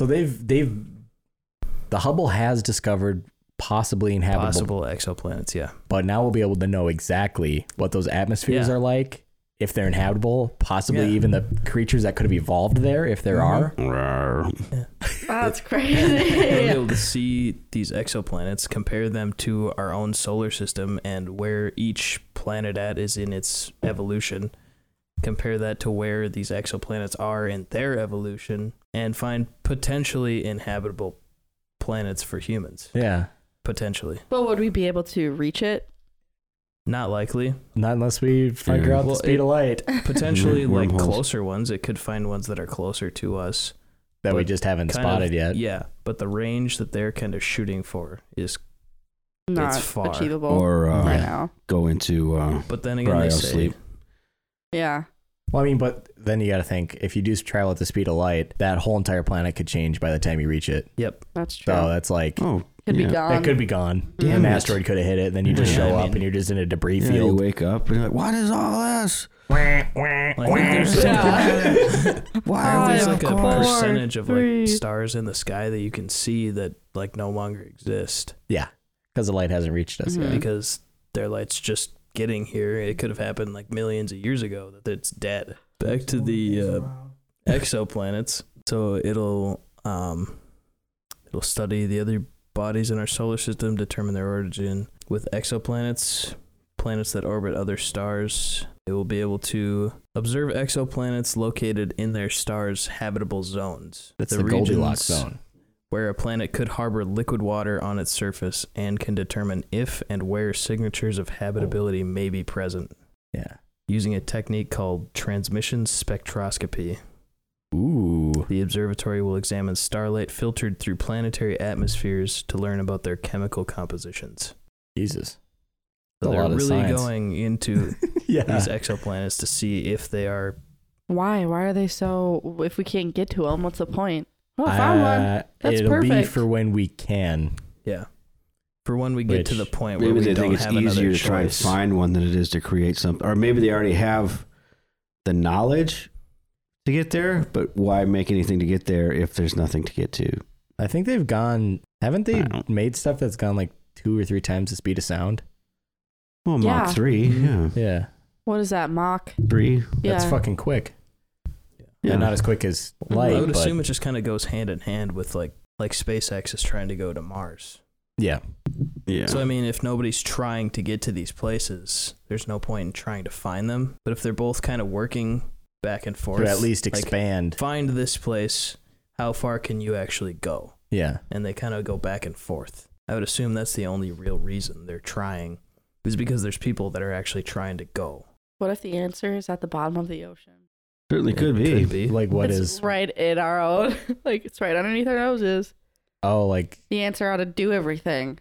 Speaker 1: so they've they've the Hubble has discovered possibly inhabitable,
Speaker 4: Possible exoplanets, yeah.
Speaker 1: but now we'll be able to know exactly what those atmospheres
Speaker 4: Yeah.
Speaker 1: are like, if they're inhabitable, possibly
Speaker 4: Yeah. Mm-hmm.
Speaker 1: even the creatures that could have evolved there if there are.
Speaker 3: Rawr.
Speaker 2: That's
Speaker 4: We'll be
Speaker 2: crazy.
Speaker 4: able to see these exoplanets, compare them to our own solar system and where each planet at is in its evolution. Compare that to where these exoplanets are in their evolution and find potentially inhabitable planets for humans.
Speaker 1: Yeah.
Speaker 4: Potentially.
Speaker 2: but would we be able to reach it?
Speaker 4: Not likely.
Speaker 1: Not unless we figure
Speaker 3: Yeah.
Speaker 1: out the
Speaker 4: Well,
Speaker 1: speed
Speaker 4: it-
Speaker 1: of light
Speaker 4: Potentially like
Speaker 3: Wormholes.
Speaker 4: closer ones. It could find ones that are closer to us.
Speaker 1: that we
Speaker 4: but
Speaker 1: just haven't
Speaker 4: kind of-
Speaker 1: spotted yet.
Speaker 4: Yeah. But the range that they're kind of shooting for is
Speaker 2: Not
Speaker 4: It's far.
Speaker 2: achievable
Speaker 3: Or uh,
Speaker 2: right now.
Speaker 3: go into uh,
Speaker 4: but then again they
Speaker 3: Cryo
Speaker 4: say
Speaker 3: sleep.
Speaker 2: Yeah.
Speaker 1: Well, I mean, but then you got to think if you do travel at the speed of light, that whole entire planet could change by the time you reach it.
Speaker 4: Yep.
Speaker 2: That's true.
Speaker 1: So that's like
Speaker 3: oh
Speaker 2: could
Speaker 3: yeah.
Speaker 2: be gone.
Speaker 1: that could be gone.
Speaker 3: Damn
Speaker 1: An
Speaker 3: it.
Speaker 1: asteroid could have hit it, and then you just
Speaker 4: Yeah,
Speaker 1: show
Speaker 4: I
Speaker 1: up
Speaker 4: mean-
Speaker 1: and you're just in a debris
Speaker 3: Yeah, you
Speaker 1: field.
Speaker 3: wake up and you're like, what is all this?
Speaker 4: Like, I think there's
Speaker 3: Why
Speaker 2: Oh,
Speaker 3: are we
Speaker 4: there's
Speaker 2: yeah,
Speaker 3: so
Speaker 4: like a
Speaker 2: course.
Speaker 4: percentage of like
Speaker 2: Three.
Speaker 4: stars in the sky that you can see that like no longer exist
Speaker 1: because the light hasn't reached us
Speaker 2: Mhm.
Speaker 1: yet.
Speaker 4: because their light's just getting here. It could have happened like millions of years ago that it's dead. Back to the uh, exoplanets. So it'll um it'll study the other bodies in our solar system, determine their origin with exoplanets, planets that orbit other stars. It will be able to observe exoplanets located in their stars' habitable zones.
Speaker 1: That's the, Goldilocks
Speaker 4: regions-
Speaker 1: zone.
Speaker 4: where a planet could harbor liquid water on its surface and can determine if and where signatures of habitability may be present
Speaker 1: Yeah.
Speaker 4: using a technique called transmission spectroscopy.
Speaker 1: Ooh.
Speaker 4: The observatory will examine starlight filtered through planetary atmospheres to learn about their chemical compositions.
Speaker 1: Jesus.
Speaker 4: So
Speaker 1: A
Speaker 4: they're
Speaker 1: lot of
Speaker 4: really
Speaker 1: science.
Speaker 4: going into
Speaker 1: Yeah.
Speaker 2: Oh,
Speaker 4: these exoplanets to see if they are
Speaker 2: Why? Why are they so? If we can't get to them, what's the point? Well, I found one.
Speaker 1: Uh,
Speaker 2: That's
Speaker 1: it'll be
Speaker 2: perfect.
Speaker 1: for when we can.
Speaker 4: for when we get to
Speaker 1: Which-
Speaker 4: the point where
Speaker 3: Maybe
Speaker 4: we
Speaker 3: they
Speaker 4: don't
Speaker 3: think it's
Speaker 4: have another
Speaker 3: easier to
Speaker 4: choice.
Speaker 3: try and find one than it is to create something. Or maybe they already have the knowledge to get there, but why make anything to get there if there's nothing to get to?
Speaker 1: I think they've gone. Haven't they
Speaker 3: I don't-
Speaker 1: made stuff that's gone like two or three times the speed of sound?
Speaker 3: Well, Mach
Speaker 2: Yeah.
Speaker 3: 3. Yeah.
Speaker 1: Yeah.
Speaker 2: What is that mock?
Speaker 3: 3.
Speaker 1: That's
Speaker 2: yeah.
Speaker 1: fucking quick.
Speaker 3: Yeah.
Speaker 1: Yeah. Not as quick as light,
Speaker 4: I would
Speaker 1: but
Speaker 4: assume it just kind of goes hand in hand with like like SpaceX is trying to go to Mars.
Speaker 1: yeah.
Speaker 3: yeah.
Speaker 4: So I mean, if nobody's trying to get to these places, there's no point in trying to find them. But if they're both kind of working back and forth,
Speaker 1: Could at least
Speaker 4: like,
Speaker 1: expand.
Speaker 4: find this place. How far can you actually go?
Speaker 1: yeah.
Speaker 4: And they kind of go back and forth. I would assume that's the only real reason they're trying, is because there's people that are actually trying to go.
Speaker 2: What if the answer is at the bottom of the ocean?
Speaker 3: Certainly
Speaker 4: It
Speaker 3: could be.
Speaker 1: Like what
Speaker 2: it's
Speaker 1: is?
Speaker 2: right in our own, like it's right underneath our noses.
Speaker 1: Oh, like
Speaker 2: The answer ought to do everything.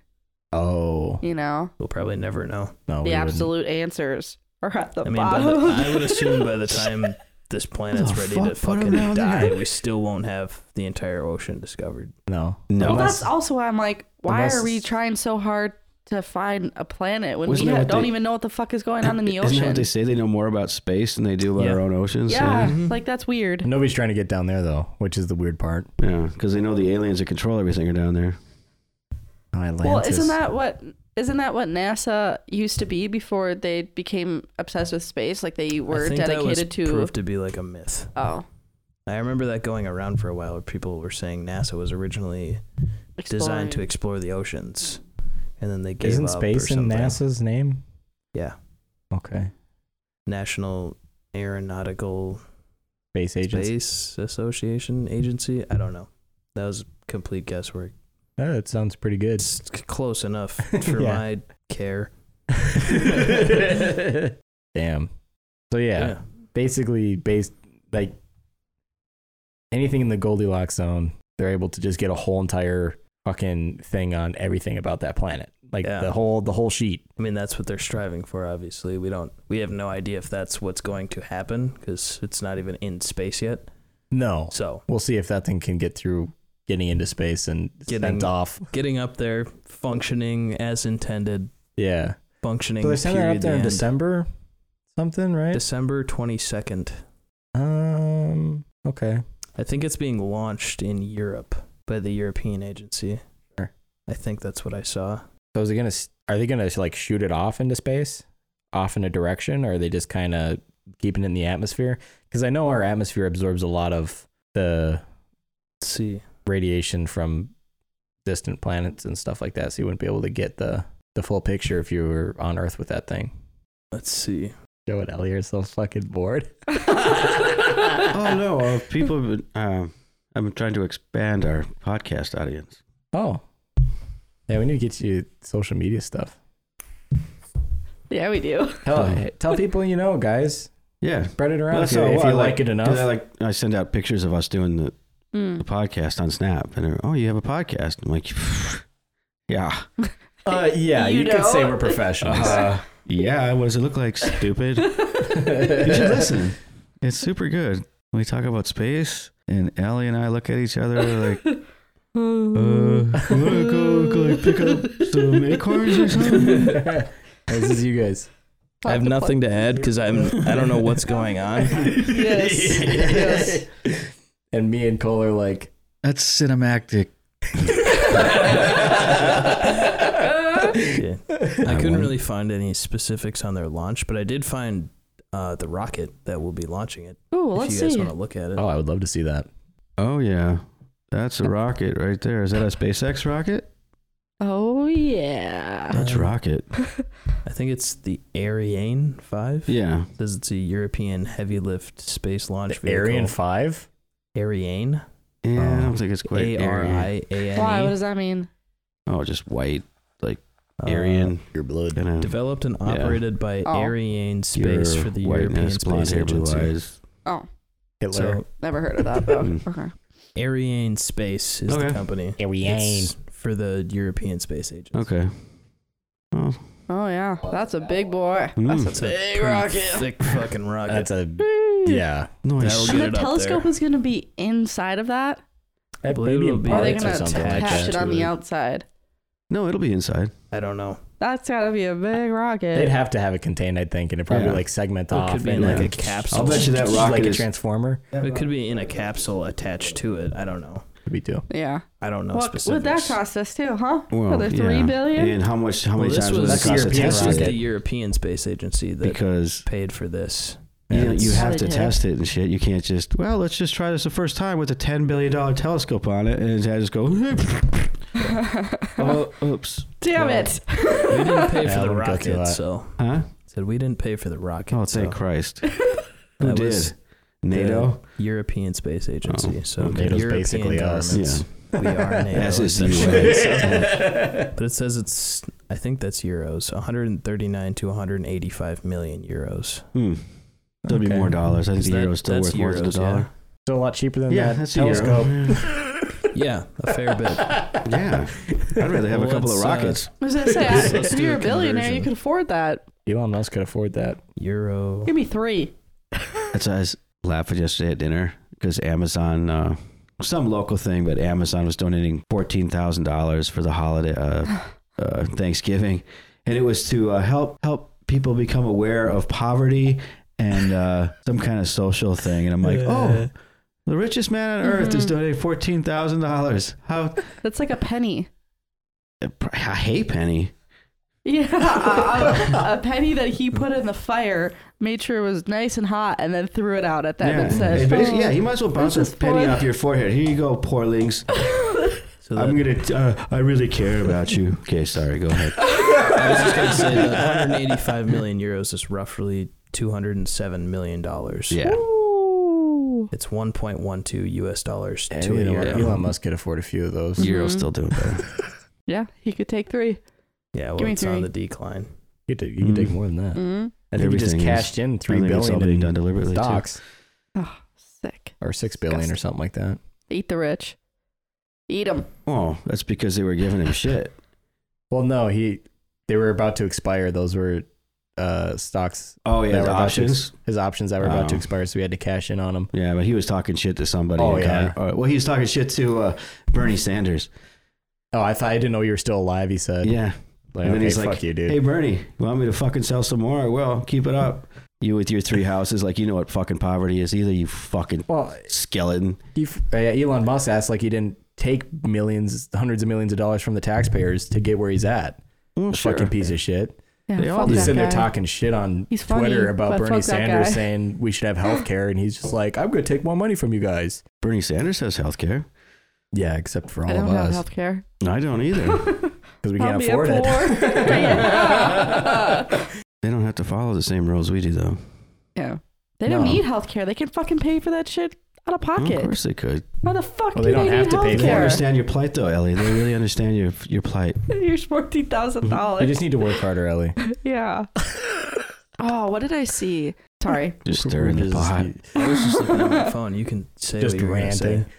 Speaker 1: oh
Speaker 2: You know,
Speaker 4: We'll probably never know.
Speaker 1: no. Oh, we
Speaker 2: the
Speaker 1: wouldn't.
Speaker 2: absolute answers are at the
Speaker 4: I mean, by
Speaker 2: bottom.
Speaker 4: the, I would assume by the time this planet's
Speaker 3: What the
Speaker 4: ready
Speaker 3: fuck?
Speaker 4: to
Speaker 3: Put
Speaker 4: fucking
Speaker 3: 'em down
Speaker 4: die,
Speaker 3: there.
Speaker 4: we still won't have the entire ocean discovered.
Speaker 1: No.
Speaker 3: No.
Speaker 2: Well,
Speaker 1: Unless-
Speaker 2: that's also why I'm like, why
Speaker 1: unless-
Speaker 2: are we trying so hard to find a planet when
Speaker 3: Wasn't
Speaker 2: we
Speaker 3: that
Speaker 2: ha-
Speaker 3: what
Speaker 2: don't
Speaker 3: they-
Speaker 2: even know what the fuck is going on in the
Speaker 3: Isn't that
Speaker 2: ocean?
Speaker 3: what they say? They know more about space than they do about
Speaker 4: Yeah.
Speaker 3: our own oceans?
Speaker 2: yeah,
Speaker 4: Mhm.
Speaker 2: like that's weird.
Speaker 1: Nobody's trying to get down there though, which is the weird part.
Speaker 3: Yeah. Because they know the aliens that control everything are down there.
Speaker 1: Oh,
Speaker 2: Well,
Speaker 1: Atlantis.
Speaker 2: isn't that what isn't that what NASA used to be before they became obsessed with space? Like they
Speaker 4: I
Speaker 2: were
Speaker 4: think that was
Speaker 2: dedicated to
Speaker 4: proved to be like a myth.
Speaker 2: oh
Speaker 4: I remember that going around for a while where people were saying NASA was originally designed to
Speaker 2: exploring.
Speaker 4: explore the oceans. And then they gave
Speaker 1: Isn't
Speaker 4: up
Speaker 1: space
Speaker 4: or
Speaker 1: in
Speaker 4: something.
Speaker 1: NASA's name?
Speaker 4: Yeah.
Speaker 1: Okay.
Speaker 4: National Aeronautical
Speaker 1: Space agency.
Speaker 4: Space Association Agency. I don't know. That was complete guesswork.
Speaker 1: Oh, that sounds pretty good.
Speaker 4: It's c- close enough for
Speaker 1: Yeah.
Speaker 4: my care.
Speaker 1: Damn. So yeah, basically based like anything in the Goldilocks zone, they're able to just get a whole entire fucking thing on everything about that planet. like
Speaker 4: Yeah.
Speaker 1: the whole the whole sheet.
Speaker 4: I mean, that's what they're striving for. Obviously, we don't. We have no idea if that's what's going to happen because it's not even in space yet.
Speaker 1: No,
Speaker 4: So
Speaker 1: we'll see if that thing can get through getting into space and
Speaker 4: Getting-
Speaker 1: sent off.
Speaker 4: getting up there, functioning as intended,
Speaker 1: Yeah,
Speaker 4: functioning.
Speaker 1: so they sent that
Speaker 4: period,
Speaker 1: up there
Speaker 4: the
Speaker 1: in
Speaker 4: end.
Speaker 1: December, something, right?
Speaker 4: December twenty second.
Speaker 1: um, okay.
Speaker 4: I think it's being launched in Europe by the European agency.
Speaker 1: Sure.
Speaker 4: I think that's what I saw.
Speaker 1: So is it gonna? s- Are they gonna like shoot it off into space, off in a direction, or are they just kind of keeping it in the atmosphere? Because I know our atmosphere absorbs a lot of the
Speaker 4: Let's see.
Speaker 1: radiation from distant planets and stuff like that, so you wouldn't be able to get the the full picture if you were on Earth with that thing.
Speaker 4: Let's see.
Speaker 1: Joe and Ellie are so fucking bored.
Speaker 3: oh no, uh, people have been. Uh, I've been trying to expand our podcast audience.
Speaker 1: Oh, yeah, we need to get you social media stuff.
Speaker 2: Yeah, we do.
Speaker 1: Tell
Speaker 3: Oh.
Speaker 1: hey, tell people you know, guys.
Speaker 3: Yeah,
Speaker 1: Spread it around
Speaker 3: Well,
Speaker 1: if
Speaker 3: that's
Speaker 1: you,
Speaker 3: not
Speaker 1: if
Speaker 3: why
Speaker 1: you
Speaker 3: I
Speaker 1: like it
Speaker 3: 'Cause I
Speaker 1: enough.
Speaker 3: like I send out pictures of us doing the,
Speaker 2: Hmm.
Speaker 3: the podcast on Snap, and they're, oh, you have a podcast. I'm like, yeah,
Speaker 1: Uh, yeah,
Speaker 2: You
Speaker 1: you, Uh-huh. could say
Speaker 2: know.
Speaker 1: we're professionals.
Speaker 3: yeah. What does it look like, stupid? you should listen. It's super good. We talk about space, and Allie and I look at each other like, uh, wanna go, go like, pick up some acorns or something?
Speaker 1: this is you guys.
Speaker 4: I have nothing to add because I'm. I don't know what's going on.
Speaker 2: Yes. yes.
Speaker 1: And me and Cole are like,
Speaker 3: That's cinemactic.
Speaker 4: Yeah. I,
Speaker 3: I
Speaker 4: couldn't
Speaker 3: won't.
Speaker 4: really find any specifics on their launch, but I did find uh, the rocket that will be launching it.
Speaker 2: Ooh, well,
Speaker 4: if
Speaker 2: let's
Speaker 4: you guys
Speaker 2: see.
Speaker 4: want to look at it,
Speaker 1: oh, I would love to see that.
Speaker 3: Oh yeah, that's a rocket right there. Is that a SpaceX rocket?
Speaker 2: Oh yeah.
Speaker 3: That's
Speaker 4: Um,
Speaker 3: rocket.
Speaker 4: I think it's the Ariane Five.
Speaker 3: Yeah.
Speaker 4: It says it's a European heavy lift space launch
Speaker 1: The
Speaker 4: vehicle.
Speaker 1: Arian 5?
Speaker 4: Ariane.
Speaker 3: Yeah, I don't think it's quite
Speaker 4: A R
Speaker 3: Aryan.
Speaker 4: I A
Speaker 2: Why? What
Speaker 4: N E.
Speaker 2: does that mean?
Speaker 3: Oh, just white
Speaker 4: Uh,
Speaker 3: Aryan.
Speaker 1: Your blood.
Speaker 3: kinda
Speaker 4: Developed and
Speaker 3: Yeah.
Speaker 4: operated by
Speaker 2: Oh.
Speaker 4: Ariane Space
Speaker 3: pure
Speaker 4: for the
Speaker 3: whiteness,
Speaker 4: European
Speaker 3: blonde
Speaker 4: Space
Speaker 3: hair, blue
Speaker 4: Agency.
Speaker 3: eyes.
Speaker 2: Oh,
Speaker 1: Hitler.
Speaker 4: So
Speaker 2: never heard of that though.
Speaker 3: Mm.
Speaker 2: Okay.
Speaker 4: Ariane Space is the
Speaker 3: Okay.
Speaker 4: company.
Speaker 1: Ariane.
Speaker 4: It's for the European Space Agency.
Speaker 3: Okay. Oh,
Speaker 2: Oh yeah, that's a big boy.
Speaker 3: mm.
Speaker 4: That's a
Speaker 2: Big
Speaker 4: pretty
Speaker 2: rocket.
Speaker 4: thick fucking rocket.
Speaker 1: That's a, yeah.
Speaker 3: nice.
Speaker 4: That'll
Speaker 2: And
Speaker 4: get
Speaker 2: the
Speaker 4: it up
Speaker 2: telescope
Speaker 4: there.
Speaker 2: is gonna be inside of that.
Speaker 1: That
Speaker 4: believe
Speaker 1: baby
Speaker 4: it'll be
Speaker 2: Or are they
Speaker 1: bites
Speaker 4: Lights
Speaker 2: gonna
Speaker 4: something like
Speaker 2: attach
Speaker 4: that
Speaker 2: it
Speaker 4: to
Speaker 2: on the
Speaker 4: it.
Speaker 2: outside?
Speaker 3: No, it'll be inside.
Speaker 4: I don't know.
Speaker 2: That's gotta be a big
Speaker 1: They'd
Speaker 2: rocket.
Speaker 1: have to have it contained, I think, and it probably
Speaker 3: Yeah.
Speaker 1: like segment
Speaker 4: It
Speaker 1: off.
Speaker 4: could be
Speaker 1: and,
Speaker 4: like
Speaker 1: like
Speaker 4: a capsule.
Speaker 3: I'll bet you that
Speaker 1: a-
Speaker 3: rocket
Speaker 1: like a
Speaker 3: is-
Speaker 1: transformer.
Speaker 4: It could be in a capsule attached to it. I don't know.
Speaker 1: Could be too.
Speaker 2: Yeah.
Speaker 4: I don't know
Speaker 2: What
Speaker 4: specifics.
Speaker 2: would that cost us too, huh?
Speaker 3: Well,
Speaker 2: Another three billion?
Speaker 3: And how much? How
Speaker 4: Well,
Speaker 3: many
Speaker 4: this
Speaker 3: times
Speaker 4: was-
Speaker 3: will it
Speaker 4: That's
Speaker 3: cost to
Speaker 1: European
Speaker 3: test
Speaker 4: This is
Speaker 1: rocket.
Speaker 3: it?
Speaker 4: the European Space Agency that
Speaker 3: Because
Speaker 4: paid for this.
Speaker 3: you,
Speaker 1: Yeah,
Speaker 3: know, you
Speaker 1: it's-
Speaker 3: have to
Speaker 2: Probably did.
Speaker 3: test it and shit. You can't just well, let's just try this the first time with a ten billion dollar telescope on it, and I just go. oh, oops.
Speaker 2: Damn
Speaker 4: Well,
Speaker 2: it.
Speaker 4: We didn't pay
Speaker 1: Yeah,
Speaker 4: for
Speaker 1: I
Speaker 4: the
Speaker 1: wouldn't go too
Speaker 4: rocket,
Speaker 1: high.
Speaker 4: so
Speaker 3: Huh?
Speaker 4: said we didn't pay for the rocket.
Speaker 3: Oh,
Speaker 4: so
Speaker 3: thank Christ. Who
Speaker 4: that was
Speaker 3: did? NATO.
Speaker 4: the European Space Agency.
Speaker 3: Oh,
Speaker 4: so
Speaker 3: okay.
Speaker 1: NATO's
Speaker 4: European
Speaker 1: basically us.
Speaker 4: governments. We are NATO.
Speaker 3: As is the
Speaker 4: essentially.
Speaker 3: US.
Speaker 4: But it says it's. I think that's euros. 139 to 185 million euros.
Speaker 3: Hmm. There'll be
Speaker 1: Okay.
Speaker 3: more dollars. I think
Speaker 4: Is
Speaker 3: the
Speaker 4: that-
Speaker 3: euro's still
Speaker 4: that's
Speaker 3: worth more than a
Speaker 4: euros, yeah.
Speaker 3: dollar.
Speaker 1: Still a lot cheaper than
Speaker 3: Yeah,
Speaker 1: that
Speaker 3: that's a euro.
Speaker 1: telescope.
Speaker 4: Yeah, a fair bit.
Speaker 3: Yeah. I'd rather have
Speaker 4: Well,
Speaker 3: a couple of
Speaker 4: let's, uh,
Speaker 3: rockets.
Speaker 2: I was gonna say,
Speaker 4: Let's-
Speaker 2: I-
Speaker 4: let's
Speaker 2: if
Speaker 4: do
Speaker 2: you're
Speaker 4: a
Speaker 2: a billionaire, you
Speaker 4: conversion.
Speaker 2: could afford that.
Speaker 1: Elon Musk could afford that.
Speaker 4: Euro.
Speaker 2: Give me three.
Speaker 3: That's why I was laughing yesterday at dinner because Amazon, uh, some local thing, but Amazon was donating fourteen thousand dollars for the holiday uh, uh, Thanksgiving, and it was to uh, help help people become aware of poverty and uh, some kind of social thing. And I'm like, oh, the richest man on earth is
Speaker 2: Mhm.
Speaker 3: donating fourteen thousand dollars. How
Speaker 2: That's like a penny.
Speaker 3: a penny.
Speaker 2: Yeah, a, a penny that he put in the fire, made sure it was nice and hot, and then threw it out at them and
Speaker 3: Hey,
Speaker 2: said,
Speaker 3: basically- yeah, you might as well bounce a
Speaker 2: this is
Speaker 3: penny
Speaker 2: fun.
Speaker 3: off your forehead. Here you go, poorlings.
Speaker 4: So that,
Speaker 3: I'm gonna. Uh, I really care about you. Okay, sorry. Go ahead.
Speaker 4: I was just gonna say that 185 million euros is roughly 207 million dollars.
Speaker 3: Yeah.
Speaker 2: Ooh.
Speaker 4: It's 1.12 US dollars
Speaker 1: Yeah,
Speaker 4: to a
Speaker 1: Elon,
Speaker 4: euro.
Speaker 1: Elon Musk could afford a few of those.
Speaker 3: Euro's
Speaker 2: Mhm.
Speaker 3: still doing better.
Speaker 2: Yeah, he could take three.
Speaker 4: Yeah, well,
Speaker 2: Give me
Speaker 4: it's on
Speaker 2: three.
Speaker 4: the decline.
Speaker 1: You could, take- you could take
Speaker 3: Mm.
Speaker 1: more than that.
Speaker 2: Mm.
Speaker 1: I think he just
Speaker 3: Everything is-
Speaker 1: cashed in three
Speaker 3: I think it's
Speaker 1: billion
Speaker 3: all been
Speaker 1: in
Speaker 3: done deliberately, too.
Speaker 1: stocks
Speaker 2: Oh, sick.
Speaker 1: or six billion or
Speaker 2: Disgusting.
Speaker 1: something like that.
Speaker 2: Eat the rich. Eat them.
Speaker 3: Oh, that's because they were giving him shit.
Speaker 1: Well, no, he. They were about to expire. Those were uh, stocks.
Speaker 3: Oh
Speaker 1: that
Speaker 3: yeah,
Speaker 1: were
Speaker 3: the
Speaker 1: about to ex-
Speaker 3: options.
Speaker 1: his options that were about to
Speaker 3: Oh.
Speaker 1: expire, so we had to cash in on them.
Speaker 3: Yeah, but he was talking shit to somebody.
Speaker 1: Oh,
Speaker 3: in
Speaker 1: yeah.
Speaker 3: Con- or- well, he was talking shit to uh, Bernie Sanders.
Speaker 1: Oh, I thought I didn't know you were still alive. He said.
Speaker 3: Yeah,
Speaker 1: Like,
Speaker 3: and then
Speaker 1: okay,
Speaker 3: he's
Speaker 1: fuck
Speaker 3: like,
Speaker 1: you, dude.
Speaker 3: "Hey Bernie, you want me to fucking sell some more? I will. Keep it up. You with your three houses, like you know what fucking poverty is either. You fucking
Speaker 1: well,
Speaker 3: skeleton.
Speaker 1: he, f- uh, yeah, Elon Musk asked like he didn't take millions, hundreds of millions of dollars from the taxpayers to get where he's at.
Speaker 3: Oh,
Speaker 1: The Fucking piece of shit.
Speaker 2: Yeah,
Speaker 3: They all
Speaker 2: fuck
Speaker 3: do.
Speaker 1: He's
Speaker 2: that
Speaker 1: sitting there
Speaker 2: guy.
Speaker 1: talking shit on
Speaker 2: He's funny,
Speaker 1: Twitter about
Speaker 2: but
Speaker 1: Bernie
Speaker 2: fuck that
Speaker 1: Sanders
Speaker 2: guy.
Speaker 1: saying we should have health care, and he's just like, I'm going to take more money from you guys.
Speaker 3: Bernie Sanders has health care.
Speaker 1: Yeah, except for
Speaker 2: I
Speaker 1: all
Speaker 2: don't
Speaker 1: of
Speaker 2: have
Speaker 1: us
Speaker 2: healthcare.
Speaker 3: I don't either.
Speaker 1: because we
Speaker 2: I'll
Speaker 1: can't
Speaker 2: be
Speaker 1: afford
Speaker 2: a
Speaker 1: it.
Speaker 2: poor. yeah.
Speaker 3: they don't have to follow the same rules we do though.
Speaker 2: yeah. They don't
Speaker 1: No.
Speaker 2: need healthcare. They can fucking pay for that shit out of
Speaker 3: Of
Speaker 2: pocket.
Speaker 3: course they could.
Speaker 2: Why the fuck
Speaker 1: Well,
Speaker 2: do
Speaker 1: they don't
Speaker 2: need
Speaker 1: have to pay
Speaker 3: They
Speaker 1: for
Speaker 2: healthcare?
Speaker 1: Care.
Speaker 3: understand your plight though, Ellie. They really understand your your plight.
Speaker 10: Here's fourteen thousand
Speaker 1: You
Speaker 10: dollars.
Speaker 1: just need to work harder, Ellie.
Speaker 10: Yeah.
Speaker 2: Oh, what did I see? Sorry.
Speaker 3: Just stirring the
Speaker 1: Just-
Speaker 3: pot.
Speaker 4: I was just looking at my phone. You can say
Speaker 1: Just
Speaker 4: what you're gonna say.
Speaker 1: ranting.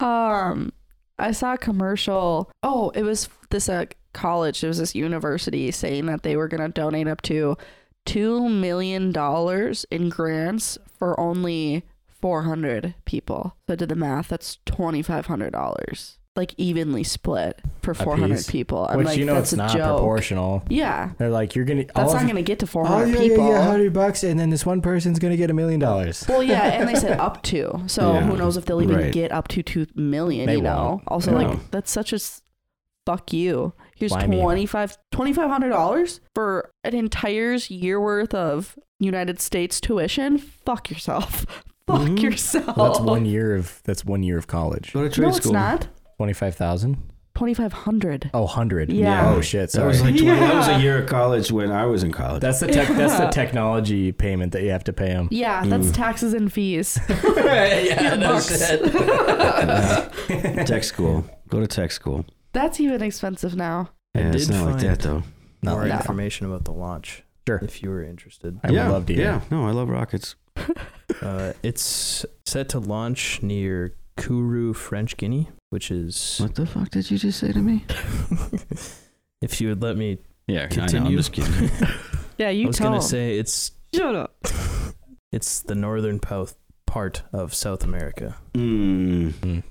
Speaker 2: Um, I saw a commercial. Oh, it was this uh, college. It was this university saying that they were going to donate up to two million dollars in grants for only four hundred people. So I did the math. That's twenty five hundred dollars, like evenly split for four hundred
Speaker 1: piece?
Speaker 2: people. I'm
Speaker 1: Which
Speaker 2: like,
Speaker 1: you know it's
Speaker 2: that's a
Speaker 1: not
Speaker 2: joke.
Speaker 1: proportional.
Speaker 2: Yeah,
Speaker 1: They're like, you're gonna.
Speaker 2: that's
Speaker 1: all
Speaker 2: not
Speaker 1: of-
Speaker 2: going to get to four
Speaker 1: Oh
Speaker 2: hundred
Speaker 1: yeah,
Speaker 2: people.
Speaker 1: yeah, yeah, hundred bucks, and then this one person's gonna get a million dollars.
Speaker 2: Well, yeah, and they said up to. So
Speaker 3: Yeah,
Speaker 2: who knows if they'll even
Speaker 3: right.
Speaker 2: get up to two million?
Speaker 1: They
Speaker 2: you know.
Speaker 1: won't.
Speaker 2: Also,
Speaker 3: No.
Speaker 2: like that's such a s- fuck you. Here's
Speaker 1: Why me?
Speaker 2: twenty five twenty five hundred dollars for an entire year worth of United States tuition. Fuck yourself. Fuck
Speaker 3: Mhm.
Speaker 2: yourself.
Speaker 1: Well, that's one year of that's one year of college.
Speaker 3: Go to trade
Speaker 2: No, it's
Speaker 3: school.
Speaker 2: not.
Speaker 1: Twenty five thousand.
Speaker 2: Twenty five hundred.
Speaker 1: Oh, 100.
Speaker 2: Yeah.
Speaker 1: Oh shit.
Speaker 3: That
Speaker 1: Sorry.
Speaker 3: was like 20, that was
Speaker 2: Yeah.
Speaker 3: a year of college when I was in college.
Speaker 1: that's the tech. That's the technology payment that you have to pay them.
Speaker 2: Yeah, that's taxes and fees.
Speaker 1: yeah,
Speaker 2: Bucks.
Speaker 3: tech school. Go to tech school.
Speaker 2: that's even expensive now.
Speaker 4: I
Speaker 3: Yeah, it's
Speaker 4: did
Speaker 3: not like
Speaker 4: find-
Speaker 3: that though.
Speaker 1: No,
Speaker 4: More
Speaker 2: no.
Speaker 4: information about the launch.
Speaker 1: Sure.
Speaker 4: If you were interested.
Speaker 1: I
Speaker 3: yeah,
Speaker 1: would love to. Hear.
Speaker 3: Yeah, no, I love rockets.
Speaker 4: Uh, it's set to launch near Kourou, French Guinea, which is.
Speaker 3: What the fuck did you just say to me?
Speaker 4: if you would let me
Speaker 3: Yeah, I know, I'm
Speaker 4: continue.
Speaker 3: just kidding.
Speaker 2: Yeah,
Speaker 4: I
Speaker 2: you
Speaker 4: was
Speaker 2: tell
Speaker 4: gonna
Speaker 2: 'em.
Speaker 4: say it's
Speaker 10: Shut up.
Speaker 4: it's the northern po- part of South America.
Speaker 3: Mm.
Speaker 1: Mm.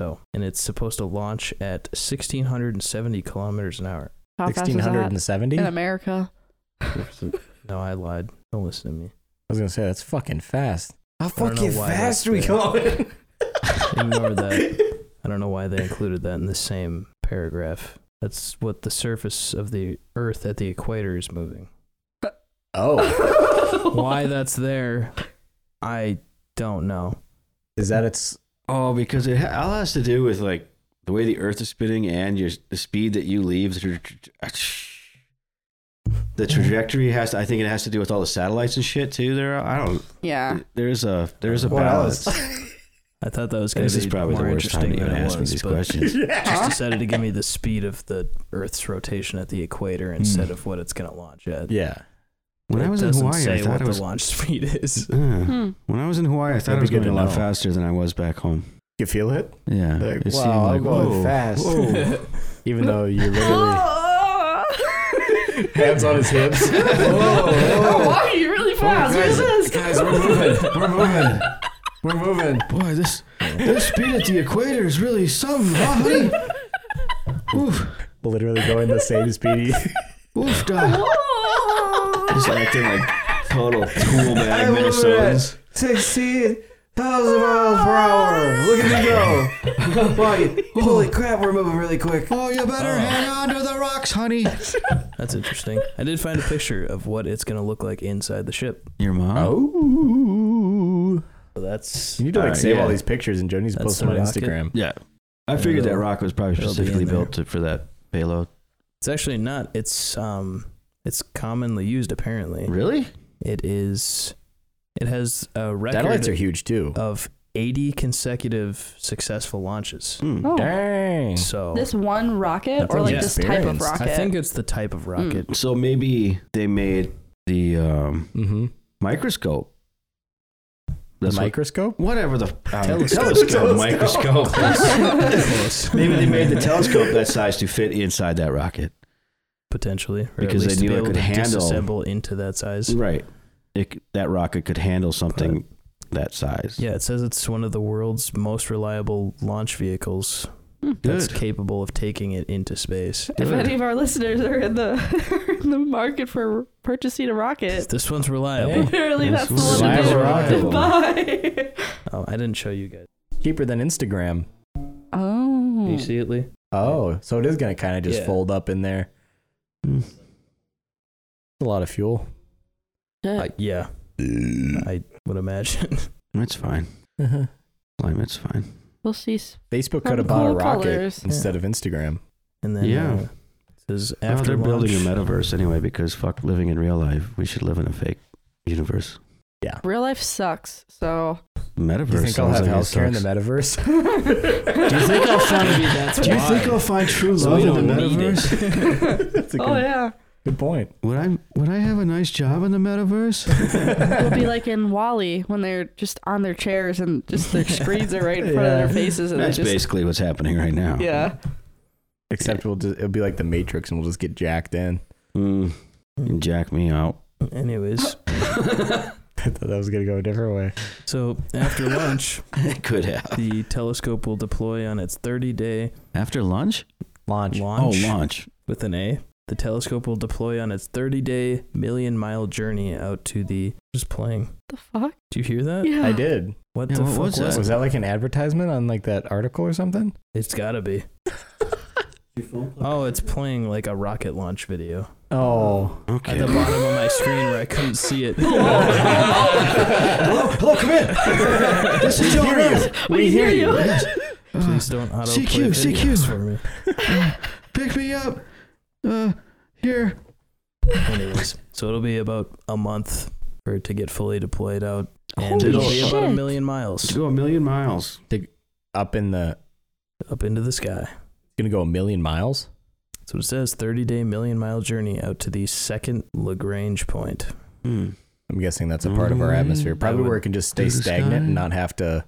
Speaker 4: So, and it's supposed to launch at 1670 kilometers an hour.
Speaker 2: How fast is that
Speaker 1: 1670.
Speaker 2: in
Speaker 1: I
Speaker 2: America.
Speaker 4: No, I lied. Don't listen to me.
Speaker 1: was gonna say that's fucking fast. How
Speaker 4: don't know why that's there.
Speaker 1: going?
Speaker 4: Ignore that. I don't know why they included that in the same paragraph. That's what the surface of the Earth at the equator is moving.
Speaker 1: Oh,
Speaker 4: Why that's there, I don't know.
Speaker 1: is that its?
Speaker 3: Oh, because it ha- all has to do with like the way the Earth is spinning and your the speed that you leave. The, tra- the trajectory has. To, I think it has to do with all the satellites and shit too. There, are- I don't.
Speaker 2: Yeah.
Speaker 3: There's a there's a
Speaker 1: What
Speaker 3: balance.
Speaker 4: I thought that was going
Speaker 3: This
Speaker 4: to
Speaker 3: is
Speaker 4: be
Speaker 3: probably the
Speaker 4: more
Speaker 3: worst time
Speaker 4: interesting
Speaker 3: to even
Speaker 4: than it
Speaker 3: ask me
Speaker 4: was,
Speaker 3: these
Speaker 4: but
Speaker 3: questions.
Speaker 4: just decided to give me the speed of the Earth's rotation at the equator instead of what it's going to launch at.
Speaker 1: Yeah.
Speaker 3: When
Speaker 4: it
Speaker 3: I was in
Speaker 4: doesn't
Speaker 3: Hawaii,
Speaker 4: say
Speaker 3: I thought
Speaker 4: what
Speaker 3: it was.
Speaker 4: the launch speed is.
Speaker 3: Yeah.
Speaker 2: Hmm.
Speaker 3: When I was in Hawaii, I thought
Speaker 1: That'd
Speaker 3: it was
Speaker 1: be good
Speaker 3: going a
Speaker 1: to
Speaker 3: lot
Speaker 1: know.
Speaker 3: faster than I was back home.
Speaker 1: You feel it?
Speaker 3: Yeah,
Speaker 1: Like,
Speaker 3: it seemed
Speaker 1: wow, I'm going
Speaker 3: whoa,
Speaker 1: fast.
Speaker 3: whoa.
Speaker 1: Even though you literally
Speaker 2: Hands
Speaker 1: hands on his hips.
Speaker 2: Oh, wow, you're really fast. What is this?
Speaker 1: Guys, we're moving. We're moving. We're moving.
Speaker 3: Boy, this this speed at the equator is really something, huh, honey? Oof,
Speaker 1: Literally going the same speedy.
Speaker 3: oof, da. Just acting like total tool bag
Speaker 1: love
Speaker 3: Minnesotans.
Speaker 1: Sixteen thousand miles per hour. Look at me go. holy crap, we're moving really quick.
Speaker 3: Oh, you better hang on to the rocks, honey.
Speaker 4: That's interesting. I did find a picture of what it's going to look like inside the ship.
Speaker 3: Your mom?
Speaker 1: Oh.
Speaker 4: So that's
Speaker 1: You need to like
Speaker 3: Alright,
Speaker 1: save
Speaker 3: yeah.
Speaker 1: all these pictures and Joni's
Speaker 4: That's
Speaker 1: post them
Speaker 4: the
Speaker 1: on
Speaker 4: rocket.
Speaker 1: Instagram.
Speaker 3: Yeah. I figured that
Speaker 4: It'll-
Speaker 3: rock was probably
Speaker 4: it'll be
Speaker 3: specifically
Speaker 4: in there.
Speaker 3: built to, for that payload.
Speaker 4: it's actually not. It's um it's commonly used apparently.
Speaker 3: Really?
Speaker 4: It is it has a
Speaker 1: Satellites are
Speaker 4: record
Speaker 1: huge too.
Speaker 4: of 80 consecutive successful launches.
Speaker 3: Hmm.
Speaker 1: Oh. Dang.
Speaker 4: So
Speaker 2: This one rocket
Speaker 1: That's
Speaker 2: or
Speaker 1: an
Speaker 2: like this type of
Speaker 1: experience.
Speaker 2: rocket? Hmm.
Speaker 4: I think it's the type of rocket.
Speaker 3: So maybe they made the um,
Speaker 1: Mm-hmm.
Speaker 3: microscope.
Speaker 1: The
Speaker 3: That's what-
Speaker 1: microscope?
Speaker 3: whatever the uh,
Speaker 1: Telescope. Telescope.
Speaker 3: microscope.
Speaker 4: Close.
Speaker 3: Maybe they made the telescope that size to fit inside that rocket.
Speaker 4: potentially, or
Speaker 3: Because
Speaker 4: at
Speaker 3: they
Speaker 4: least to
Speaker 3: knew
Speaker 4: be
Speaker 3: it
Speaker 4: able
Speaker 3: could
Speaker 4: to
Speaker 3: handle-
Speaker 4: disassemble into that size.
Speaker 3: Right. It, c- that rocket could handle something that size.
Speaker 4: Yeah, it says it's one of the world's most reliable launch vehicles that's
Speaker 3: Good.
Speaker 4: capable of taking it into space.
Speaker 2: If any of our listeners are in the are in the market for purchasing a rocket,
Speaker 4: This one's reliable.
Speaker 2: apparently
Speaker 1: Yes,
Speaker 2: that's the one
Speaker 4: reliable
Speaker 2: that they
Speaker 4: rocket.
Speaker 2: want to buy.
Speaker 4: Oh, I didn't show you guys.
Speaker 1: Cheaper than Instagram.
Speaker 2: Oh,
Speaker 4: Can you see it, Lee?
Speaker 1: Oh, so it is going to kind of just
Speaker 4: Yeah.
Speaker 1: fold up in there.
Speaker 3: hmm.
Speaker 1: It's a lot of fuel.
Speaker 4: Uh, yeah, I would imagine.
Speaker 3: That's fine. Uh-huh. Climate's fine.
Speaker 2: we'll see. s-
Speaker 1: Facebook could
Speaker 2: Some
Speaker 1: have bought a
Speaker 2: cool
Speaker 1: rocket
Speaker 2: colors.
Speaker 1: instead of Instagram.
Speaker 4: And then
Speaker 3: Yeah.
Speaker 4: yeah, uh, it says
Speaker 3: Well,
Speaker 4: after
Speaker 3: they're building a
Speaker 4: launch-
Speaker 3: metaverse anyway because fuck living in real life. We should live in a fake universe.
Speaker 2: Real life sucks. So
Speaker 3: Metaverse.
Speaker 1: Do you think I'll
Speaker 3: sounds
Speaker 1: have
Speaker 3: like it
Speaker 1: healthcare in the
Speaker 3: sucks.
Speaker 1: metaverse?
Speaker 2: do you
Speaker 3: think I'll find-
Speaker 4: that's
Speaker 3: Do you
Speaker 4: why.
Speaker 3: think I'll find true
Speaker 4: So
Speaker 3: love
Speaker 4: we
Speaker 3: in the
Speaker 4: don't need it.
Speaker 3: metaverse?
Speaker 1: That's a good,
Speaker 2: Oh yeah,
Speaker 1: good point.
Speaker 3: Would I would I have a nice job in the metaverse?
Speaker 2: it'll be like in Wally when they're just on their chairs and just their screens are right in front
Speaker 1: Yeah.
Speaker 2: of their faces and
Speaker 3: That's
Speaker 2: they just
Speaker 3: basically what's happening right now.
Speaker 2: yeah.
Speaker 1: Except we'll just, it'll be like the Matrix, and we'll just get jacked in.
Speaker 3: Mm, and jack me out.
Speaker 4: Anyways,
Speaker 1: I thought that was gonna go a different way.
Speaker 4: so after launch,
Speaker 3: It could have.
Speaker 4: the telescope will deploy on its 30-day
Speaker 3: After lunch?
Speaker 1: Launch.
Speaker 4: launch
Speaker 3: Oh, launch.
Speaker 4: with an A. The telescope will deploy on its 30-day million-mile journey out to the. Just playing.
Speaker 2: The fuck?
Speaker 4: Do you hear that?
Speaker 2: Yeah.
Speaker 1: I did.
Speaker 4: What
Speaker 3: Yeah,
Speaker 4: the
Speaker 3: what
Speaker 4: fuck
Speaker 3: was
Speaker 4: was,
Speaker 3: that?
Speaker 4: it?
Speaker 1: Was that like an advertisement on like that article or something?
Speaker 4: It's gotta be. Oh, it's playing like a rocket launch video
Speaker 1: Oh,
Speaker 4: at
Speaker 3: Okay.
Speaker 4: the bottom of my screen where I couldn't see it.
Speaker 3: hello, hello, come in. This is John Adams.
Speaker 2: We hear you.
Speaker 3: Uh,
Speaker 4: Please don't auto
Speaker 3: CQ, CQ.
Speaker 4: for me.
Speaker 3: Pick me up. Uh, here.
Speaker 4: Anyways, so it'll be about a month for it to get fully deployed out, and
Speaker 2: Holy
Speaker 4: it'll be about a
Speaker 2: shit.
Speaker 4: million miles
Speaker 3: go a million miles.
Speaker 1: up in the
Speaker 4: up into the sky.
Speaker 1: gonna go a million miles.
Speaker 4: So it says 30 day million mile journey out to the second Lagrange point.
Speaker 3: Hmm.
Speaker 1: I'm guessing that's a part of our
Speaker 3: Mm,
Speaker 1: atmosphere. Probably
Speaker 4: would
Speaker 1: where it can just
Speaker 3: do
Speaker 1: stay
Speaker 3: the
Speaker 1: stagnant and
Speaker 3: sky.
Speaker 1: not have to,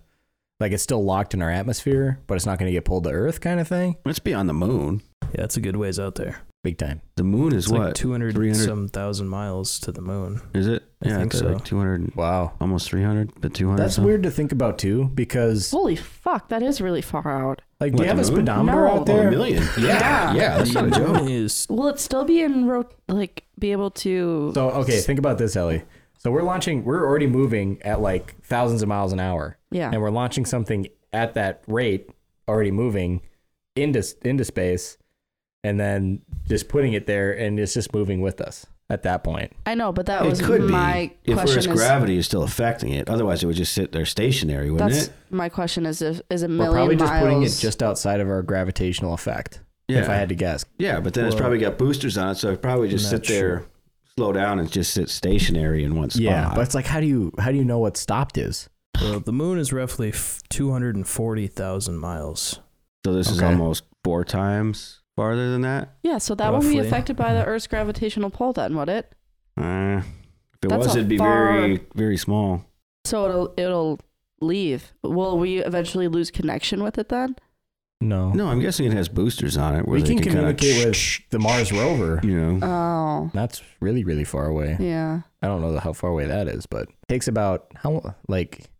Speaker 1: like, it's still locked in our atmosphere, but it's not going to get pulled to Earth, kind of thing.
Speaker 3: Let's be on the moon.
Speaker 4: Yeah, it's a good ways out there.
Speaker 1: Big time.
Speaker 3: The moon is
Speaker 4: It's like
Speaker 3: what?
Speaker 4: 200
Speaker 3: 300?
Speaker 4: some thousand miles to the moon.
Speaker 3: is it?
Speaker 4: I
Speaker 3: yeah,
Speaker 4: think
Speaker 3: it's
Speaker 4: so.
Speaker 3: like 200,
Speaker 1: Wow.
Speaker 3: almost 300, but 200.
Speaker 1: That's
Speaker 3: something.
Speaker 1: weird to think about too, because
Speaker 2: Holy fuck, that is really far out.
Speaker 1: like, do
Speaker 3: What,
Speaker 1: you have a
Speaker 3: the moon?
Speaker 1: speedometer
Speaker 2: No.
Speaker 1: out there?
Speaker 3: Oh, a million.
Speaker 2: Yeah.
Speaker 3: Yeah, that's not a
Speaker 4: The
Speaker 3: joke.
Speaker 4: moon is
Speaker 2: Will it still be in ro- like be able to?
Speaker 1: So okay, think about this, Ellie. So we're launching. We're already moving at like thousands of miles an hour,
Speaker 2: yeah.
Speaker 1: and we're launching something at that rate, already moving into into space, and then just putting it there, and it's just moving with us at that point.
Speaker 2: I know, but that
Speaker 3: It
Speaker 2: was
Speaker 3: could
Speaker 2: my
Speaker 3: be if
Speaker 2: question.
Speaker 3: Earth's
Speaker 2: is,
Speaker 3: gravity is still affecting it. Otherwise, it would just sit there stationary, wouldn't
Speaker 2: that's
Speaker 3: it?
Speaker 2: my question. Is if is a
Speaker 1: We're probably
Speaker 2: million miles?
Speaker 1: just putting it just outside of our gravitational effect. If I had to guess,
Speaker 3: yeah, but then it's
Speaker 4: Well,
Speaker 3: probably got boosters on it, so it probably just
Speaker 4: I'm not
Speaker 3: sit there,
Speaker 4: sure.
Speaker 3: slow down, and just sit stationary in one spot.
Speaker 1: but it's like, how do you how do you know what stopped is?
Speaker 4: well, the moon is roughly f- 240,000 miles.
Speaker 3: so this is
Speaker 1: Okay.
Speaker 3: almost four times farther than that.
Speaker 2: yeah, so that won't be
Speaker 4: Roughly.
Speaker 2: affected by the Earth's gravitational pull, then, would it?
Speaker 3: Uh, if it
Speaker 2: That's
Speaker 3: was,
Speaker 2: a
Speaker 3: it'd be
Speaker 2: far-
Speaker 3: very, very small.
Speaker 2: So it'll it'll leave. Will we eventually lose connection with it then?
Speaker 1: No,
Speaker 3: No, I'm guessing it has boosters on it. Where
Speaker 1: we
Speaker 3: they
Speaker 1: can,
Speaker 3: kinda
Speaker 1: communicate
Speaker 3: sh-
Speaker 1: with
Speaker 3: sh-
Speaker 1: the Mars rover.
Speaker 3: You know,
Speaker 2: Oh,
Speaker 1: That's really really far away.
Speaker 2: yeah.
Speaker 1: I don't know how far away that is, but takes about how like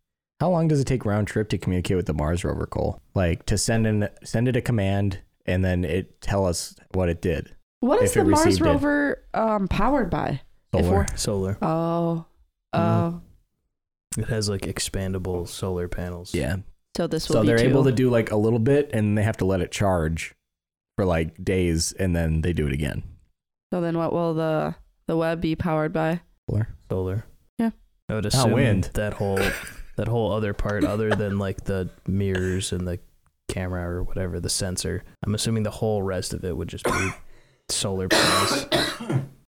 Speaker 1: how long does it take round trip to communicate with the Mars rover, Cole? Like to send in send it a command and then it tell us what it did.
Speaker 2: What
Speaker 1: If
Speaker 2: is
Speaker 1: it
Speaker 2: the Mars
Speaker 1: received it.
Speaker 2: rover um, powered by? If
Speaker 1: Solar.
Speaker 2: we're-
Speaker 4: Solar.
Speaker 2: Oh,
Speaker 1: Mm.
Speaker 2: oh.
Speaker 4: It has like expandable solar panels.
Speaker 1: Yeah.
Speaker 2: So this will
Speaker 1: So
Speaker 2: be
Speaker 1: they're
Speaker 2: two.
Speaker 1: able to do like a little bit and they have to let it charge for like days and then they do it again.
Speaker 2: So then, what will the the web be powered by?
Speaker 4: Solar.
Speaker 2: Yeah.
Speaker 4: I would assume
Speaker 1: wind.
Speaker 4: that whole that whole other part other than like the mirrors and the camera or whatever the sensor. I'm assuming the whole rest of it would just be solar panels.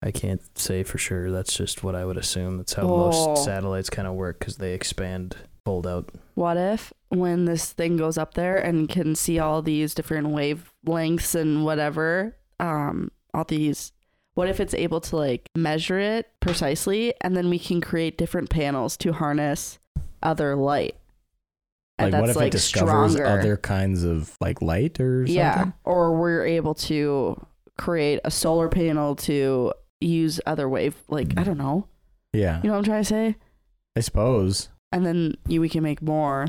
Speaker 4: I can't say for sure. That's just what I would assume. That's how
Speaker 2: Oh.
Speaker 4: most satellites kind of work cuz they expand fold out.
Speaker 2: What if when this thing goes up there and can see all these different wavelengths and whatever, um, all these what if it's able to like measure it precisely and then we can create different panels to harness other light? And
Speaker 1: like what
Speaker 2: that's
Speaker 1: if it
Speaker 2: like
Speaker 1: discovers
Speaker 2: stronger.
Speaker 1: other kinds of like light or something?
Speaker 2: yeah. Or we're able to create a solar panel to use other wave like I don't know.
Speaker 1: Yeah.
Speaker 2: You know what I'm trying to say?
Speaker 1: I suppose
Speaker 2: And then you we can make more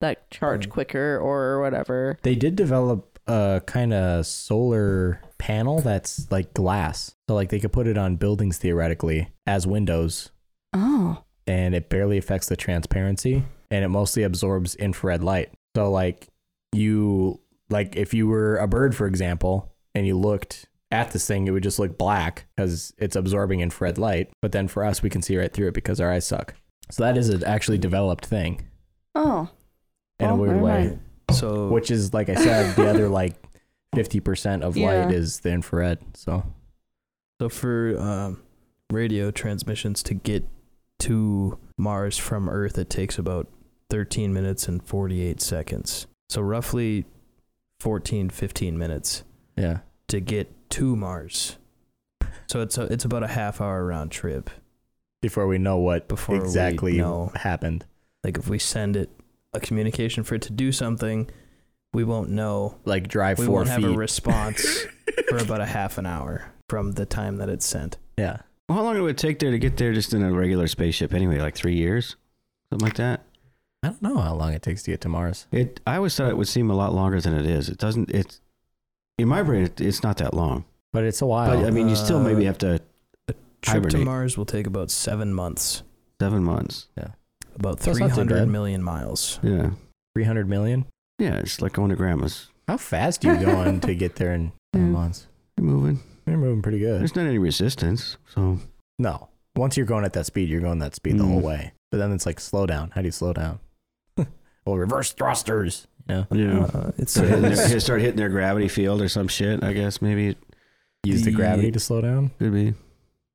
Speaker 2: that
Speaker 1: Hmm.
Speaker 2: charge quicker or whatever.
Speaker 1: they did develop a kind of solar panel that's like glass. So like they could put it on buildings theoretically as windows
Speaker 2: Oh.
Speaker 1: and it barely affects the transparency and it mostly absorbs infrared light. So like you like if you were a bird for example and you looked at this thing it would just look black cuz it's absorbing infrared light, but then for us we can see right through it because our eyes suck. So that is an actually developed thing
Speaker 2: Oh.
Speaker 1: in a
Speaker 2: Well,
Speaker 1: weird
Speaker 2: never
Speaker 1: way,
Speaker 2: mind.
Speaker 4: So
Speaker 1: which is like I said the other like 50% of
Speaker 2: Yeah.
Speaker 1: light is the infrared. So
Speaker 4: So for um, radio transmissions to get to Mars from Earth, it takes about 13 minutes and 48 seconds. So roughly 14, 15 minutes
Speaker 1: yeah.
Speaker 4: to get to Mars. So it's a, it's about a half hour round trip.
Speaker 1: Before we know what
Speaker 4: Before we
Speaker 1: exactly
Speaker 4: know.
Speaker 1: happened.
Speaker 4: Like if we send it a communication for it to do something, we won't know.
Speaker 1: Like drive
Speaker 4: We
Speaker 1: 4
Speaker 4: won't
Speaker 1: feet.
Speaker 4: have a response for about a half an hour from the time that it's sent.
Speaker 1: yeah.
Speaker 3: Well, how long would it take there to get there just in a regular spaceship anyway? Like three years? Something like that?
Speaker 1: I don't know how long it takes to get to Mars.
Speaker 3: It. I always thought it would seem a lot longer than it is. It doesn't. It's in my brain. It, it's not that long.
Speaker 1: But it's a
Speaker 3: But
Speaker 1: while.
Speaker 3: I mean, you still maybe have to
Speaker 4: Trip to
Speaker 3: Hibernate.
Speaker 4: Mars will take about seven months,
Speaker 3: seven months.
Speaker 4: about
Speaker 1: That's not too
Speaker 4: 300
Speaker 1: bad.
Speaker 4: million miles.
Speaker 3: Yeah.
Speaker 1: 300 million?
Speaker 3: Yeah. It's like going to grandma's.
Speaker 1: How fast are you going to get there in
Speaker 2: Yeah.
Speaker 4: Hmm.
Speaker 1: seven months?
Speaker 3: You're moving.
Speaker 1: You're moving pretty good.
Speaker 3: There's not any resistance. So
Speaker 1: No. Once you're going at that speed, you're going that speed the whole
Speaker 3: Mm.
Speaker 1: way. But then it's like, slow down. How do you slow down? well, reverse thrusters. Yeah.
Speaker 3: yeah.
Speaker 4: Uh, it's
Speaker 3: Start hitting,
Speaker 4: a,
Speaker 3: their, start hitting their gravity field or some shit. I guess maybe it
Speaker 1: Use the
Speaker 4: The-
Speaker 1: gravity to slow down.
Speaker 3: could be.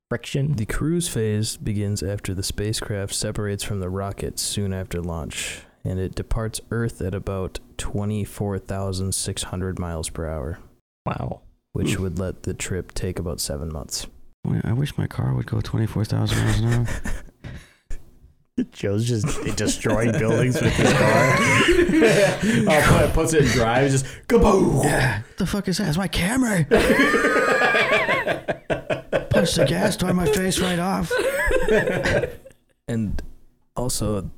Speaker 1: Friction.
Speaker 4: the cruise phase begins after the spacecraft separates from the rocket soon after launch, and it departs Earth at about 24,600 miles per hour,
Speaker 1: wow.
Speaker 4: which
Speaker 3: Hmm.
Speaker 4: would let the trip take about seven months.
Speaker 3: Boy, I wish my car would go twenty four thousand miles an hour.
Speaker 1: Joe's just destroying buildings with his car. oh, put, puts it in drive, just kaboom.
Speaker 3: Yeah. What the fuck is that? It's my camera. Punched the gas, tore my face right off.
Speaker 4: And also,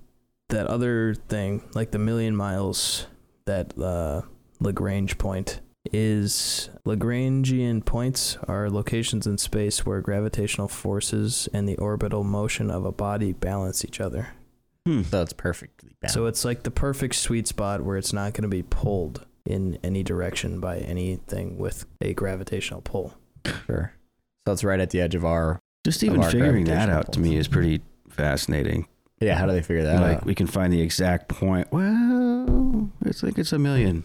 Speaker 4: that other thing, like the million miles, that uh, Lagrange point is Lagrangian points are locations in space where gravitational forces and the orbital motion of a body balance each other.
Speaker 3: Hmm.
Speaker 1: So it's perfectly balanced.
Speaker 4: So it's like the perfect sweet spot where it's not going to be pulled in any direction by anything with a gravitational pull.
Speaker 1: Sure. So it's right at the edge of our.
Speaker 3: Just
Speaker 1: of
Speaker 3: even
Speaker 1: our
Speaker 3: figuring that
Speaker 1: gravitational
Speaker 3: out to me
Speaker 1: pulls.
Speaker 3: is pretty fascinating.
Speaker 1: Yeah. How do they figure that
Speaker 3: like
Speaker 1: out?
Speaker 3: we can find the exact point. Well, it's like it's a million,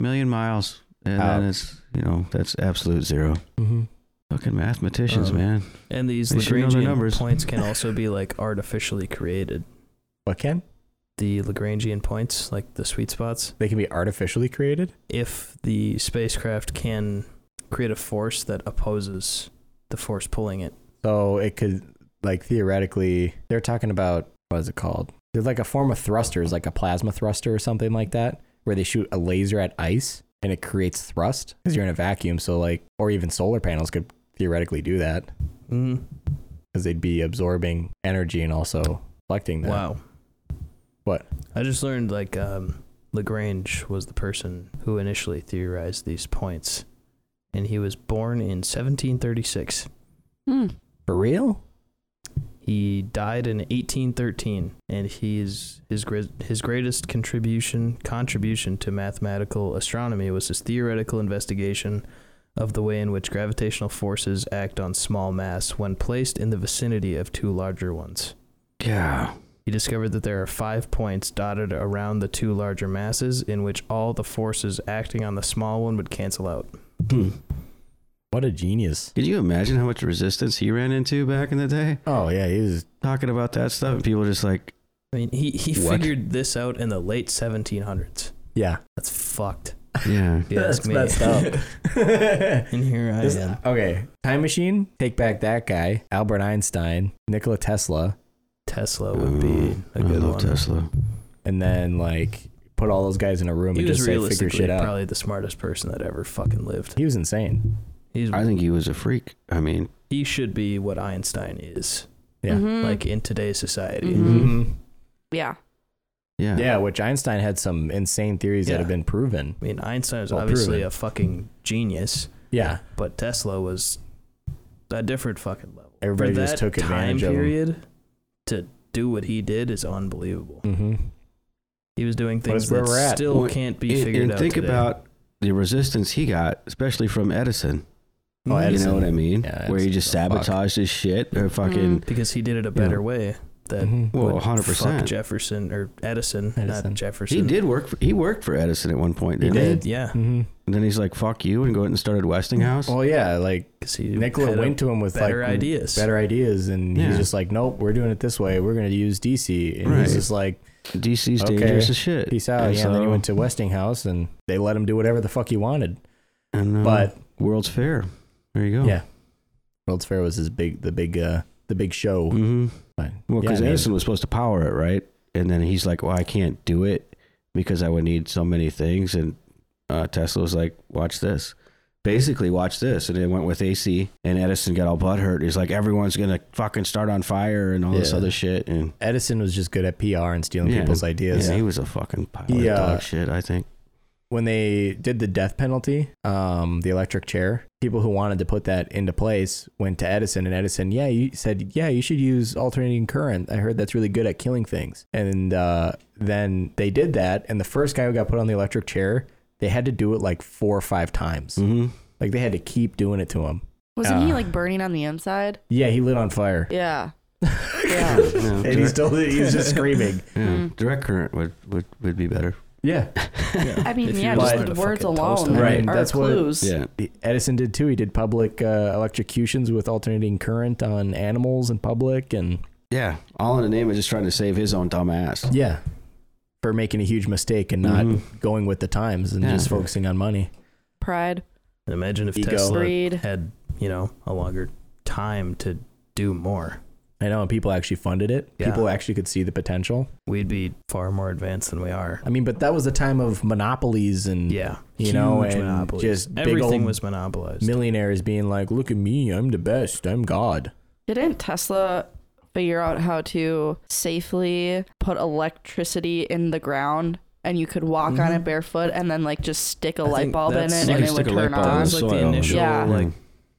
Speaker 3: million miles, and
Speaker 1: Out.
Speaker 3: then it's you know that's absolute zero.
Speaker 1: Mm-hmm.
Speaker 3: Fucking mathematicians,
Speaker 4: Um,
Speaker 3: man.
Speaker 4: And these
Speaker 3: They should know their
Speaker 4: Lagrangian
Speaker 3: numbers.
Speaker 4: points can also be like artificially created.
Speaker 1: What can
Speaker 4: The Lagrangian points, like the sweet spots,
Speaker 1: they can be artificially created?
Speaker 4: if the spacecraft can create a force that opposes the force pulling it.
Speaker 1: So it could like theoretically they're talking about what is it called? There's like a form of thrusters, like a plasma thruster or something like that, where they shoot a laser at ice and it creates thrust because you're in a vacuum. So like, or even solar panels could theoretically do that
Speaker 4: Mm.
Speaker 1: because they'd be absorbing energy and also reflecting that.
Speaker 4: Wow.
Speaker 1: What?
Speaker 4: I just learned like um, Lagrange was the person who initially theorized these points, and he was born in 1736.
Speaker 2: Hmm.
Speaker 1: For real?
Speaker 4: He died in 1813, and he's his gre- his greatest contribution contribution to mathematical astronomy was his theoretical investigation of the way in which gravitational forces act on small mass when placed in the vicinity of two larger ones.
Speaker 3: Yeah.
Speaker 4: He discovered that there are five points dotted around the two larger masses in which all the forces acting on the small one would cancel out.
Speaker 3: Hmm.
Speaker 1: What a genius!
Speaker 3: Could you imagine how much resistance he ran into back in the day?
Speaker 1: Oh yeah, he was.
Speaker 3: Talking about that stuff, and people are just like,
Speaker 4: I mean, he, he
Speaker 3: What?
Speaker 4: figured this out in the late 1700s.
Speaker 1: Yeah,
Speaker 4: That's fucked.
Speaker 3: yeah.
Speaker 4: if you ask me. and here I
Speaker 1: This-
Speaker 4: am.
Speaker 1: okay, time machine. Take back that guy, Albert Einstein, Nikola Tesla.
Speaker 4: Tesla would be
Speaker 3: Oh,
Speaker 4: a good
Speaker 3: I love
Speaker 4: one.
Speaker 3: Tesla.
Speaker 1: and then like put all those guys in a room
Speaker 4: He
Speaker 1: and
Speaker 4: was
Speaker 1: just say figure
Speaker 4: realistically
Speaker 1: shit out.
Speaker 4: probably the smartest person that ever fucking lived.
Speaker 1: He was insane.
Speaker 4: He's,
Speaker 3: I think he was a freak. I mean,
Speaker 4: he should be what Einstein is,
Speaker 1: Yeah.
Speaker 2: Mhm.
Speaker 4: like in today's society.
Speaker 2: Mhm. yeah.
Speaker 3: yeah.
Speaker 1: Yeah, which Einstein had some insane theories
Speaker 4: Yeah.
Speaker 1: that have been proven.
Speaker 4: I mean, Einstein was
Speaker 1: Well,
Speaker 4: obviously
Speaker 1: proven.
Speaker 4: a fucking genius,
Speaker 1: Yeah,
Speaker 4: but Tesla was a different fucking level. For
Speaker 1: Everybody just
Speaker 4: that
Speaker 1: took
Speaker 4: time
Speaker 1: advantage of him.
Speaker 4: period to do what he did is unbelievable.
Speaker 1: mm-hmm.
Speaker 4: He was doing
Speaker 1: But it's
Speaker 4: things
Speaker 1: where
Speaker 4: that
Speaker 1: we're at.
Speaker 4: still
Speaker 3: Well,
Speaker 4: can't be
Speaker 3: and,
Speaker 4: figured
Speaker 3: and
Speaker 4: out.
Speaker 3: think
Speaker 4: today.
Speaker 3: about the resistance he got, especially from Edison.
Speaker 1: Oh, Edison.
Speaker 3: You know what I mean?
Speaker 1: Yeah,
Speaker 3: Where he
Speaker 1: Edison's
Speaker 3: just
Speaker 1: a fuck.
Speaker 3: sabotaged his shit
Speaker 1: Mm-hmm.
Speaker 3: or fucking.
Speaker 4: because he did it a better way that
Speaker 1: Mhm.
Speaker 3: Well,
Speaker 4: would
Speaker 3: 100%.
Speaker 4: fuck Jefferson or Edison,
Speaker 1: Edison.
Speaker 4: not Jefferson.
Speaker 3: He did work. For, he worked for Edison at one point,
Speaker 1: He
Speaker 3: didn't he?
Speaker 1: did.
Speaker 4: yeah.
Speaker 1: Mm-hmm.
Speaker 3: And then he's like, "Fuck you," and go out and started Westinghouse.
Speaker 1: Well, yeah, like
Speaker 4: 'Cause he
Speaker 1: Nikola
Speaker 4: had a
Speaker 1: went to him with
Speaker 4: better
Speaker 1: like
Speaker 4: ideas.
Speaker 1: better ideas, and
Speaker 3: Yeah.
Speaker 1: he's just like, "Nope, we're doing it this way. We're going to use DC," and
Speaker 3: Right.
Speaker 1: he's just like,
Speaker 3: DC's
Speaker 1: Okay.
Speaker 3: dangerous as shit.
Speaker 1: "Peace out."
Speaker 3: And
Speaker 1: yeah, and then he
Speaker 3: so-
Speaker 1: went to Westinghouse, and they let him do whatever the fuck he wanted.
Speaker 3: and, uh,
Speaker 1: But
Speaker 3: World's Fair. There you go.
Speaker 1: yeah, World's Fair was his big, the big, uh, the big show.
Speaker 3: hmm
Speaker 1: But,
Speaker 3: Well,
Speaker 1: yeah,
Speaker 3: because
Speaker 1: I mean,
Speaker 3: Edison was supposed to power it, right? And then he's like, "Well, I can't do it because I would need so many things." And uh, Tesla was like, "Watch this." Basically, watch this, and it went with AC. And Edison got all butthurt. He's like, "Everyone's gonna fucking start on fire and all this
Speaker 1: Yeah.
Speaker 3: other shit." And
Speaker 1: Edison was just good at PR and stealing
Speaker 3: Yeah.
Speaker 1: people's ideas.
Speaker 3: yeah, he was a fucking pile
Speaker 1: He,
Speaker 3: of
Speaker 1: uh,
Speaker 3: dog shit. I think.
Speaker 1: when they did the death penalty, um, the electric chair, people who wanted to put that into place went to Edison, and Edison, yeah, you said, yeah, you should use alternating current. I heard that's really good at killing things. And uh, then they did that, and the first guy who got put on the electric chair, they had to do it like four or five times.
Speaker 3: Mm-hmm.
Speaker 1: Like they had to keep doing it to him.
Speaker 2: Wasn't he
Speaker 1: Uh.
Speaker 2: like burning on the inside?
Speaker 1: Yeah, he lit on fire,
Speaker 2: Yeah. Yeah.
Speaker 1: and he's still he's just screaming.
Speaker 2: Mm-hmm.
Speaker 3: Yeah, direct current would, would, would be better.
Speaker 1: Yeah,
Speaker 2: I mean,
Speaker 4: If you
Speaker 2: yeah,
Speaker 1: just
Speaker 2: just
Speaker 1: learn
Speaker 2: the
Speaker 4: to
Speaker 2: words
Speaker 4: fucking toast
Speaker 2: alone
Speaker 1: them. Right,
Speaker 2: are
Speaker 1: that's what-
Speaker 2: clues.
Speaker 1: Edison did too. He did public uh, electrocutions with alternating current on animals in public, and
Speaker 3: Yeah. All in the name of just trying to save his own dumb ass.
Speaker 1: Yeah. For making a huge mistake and not
Speaker 4: Mm-hmm.
Speaker 3: Mhm.
Speaker 1: going with the times and
Speaker 3: Yeah.
Speaker 1: just focusing on money.
Speaker 2: Pride,
Speaker 4: Imagine if
Speaker 1: Ego.
Speaker 4: Tesla
Speaker 2: greed.
Speaker 4: had, you know, a longer time to do more.
Speaker 1: I know, and people actually funded it.
Speaker 4: Yeah.
Speaker 1: People actually could see the potential.
Speaker 4: We'd be far more advanced than we are.
Speaker 1: I mean, but that was the time of monopolies and
Speaker 4: Yeah.
Speaker 1: Mm. you know,
Speaker 4: Huge
Speaker 1: and
Speaker 4: monopolies.
Speaker 1: just big
Speaker 4: everything
Speaker 1: old
Speaker 4: was monopolized.
Speaker 1: millionaires being like, "Look at me, I'm the best, I'm God."
Speaker 2: Didn't Tesla figure out how to safely put electricity in the ground and you could walk on it barefoot and then like just stick a
Speaker 4: I
Speaker 2: light
Speaker 4: think
Speaker 2: bulb in
Speaker 4: that's
Speaker 2: it and
Speaker 3: a
Speaker 4: like
Speaker 2: it would
Speaker 3: stick a light
Speaker 2: turn
Speaker 3: bulb
Speaker 4: That
Speaker 3: in
Speaker 2: on?
Speaker 4: was like
Speaker 3: Soil.
Speaker 4: the initial
Speaker 2: Yeah.
Speaker 4: like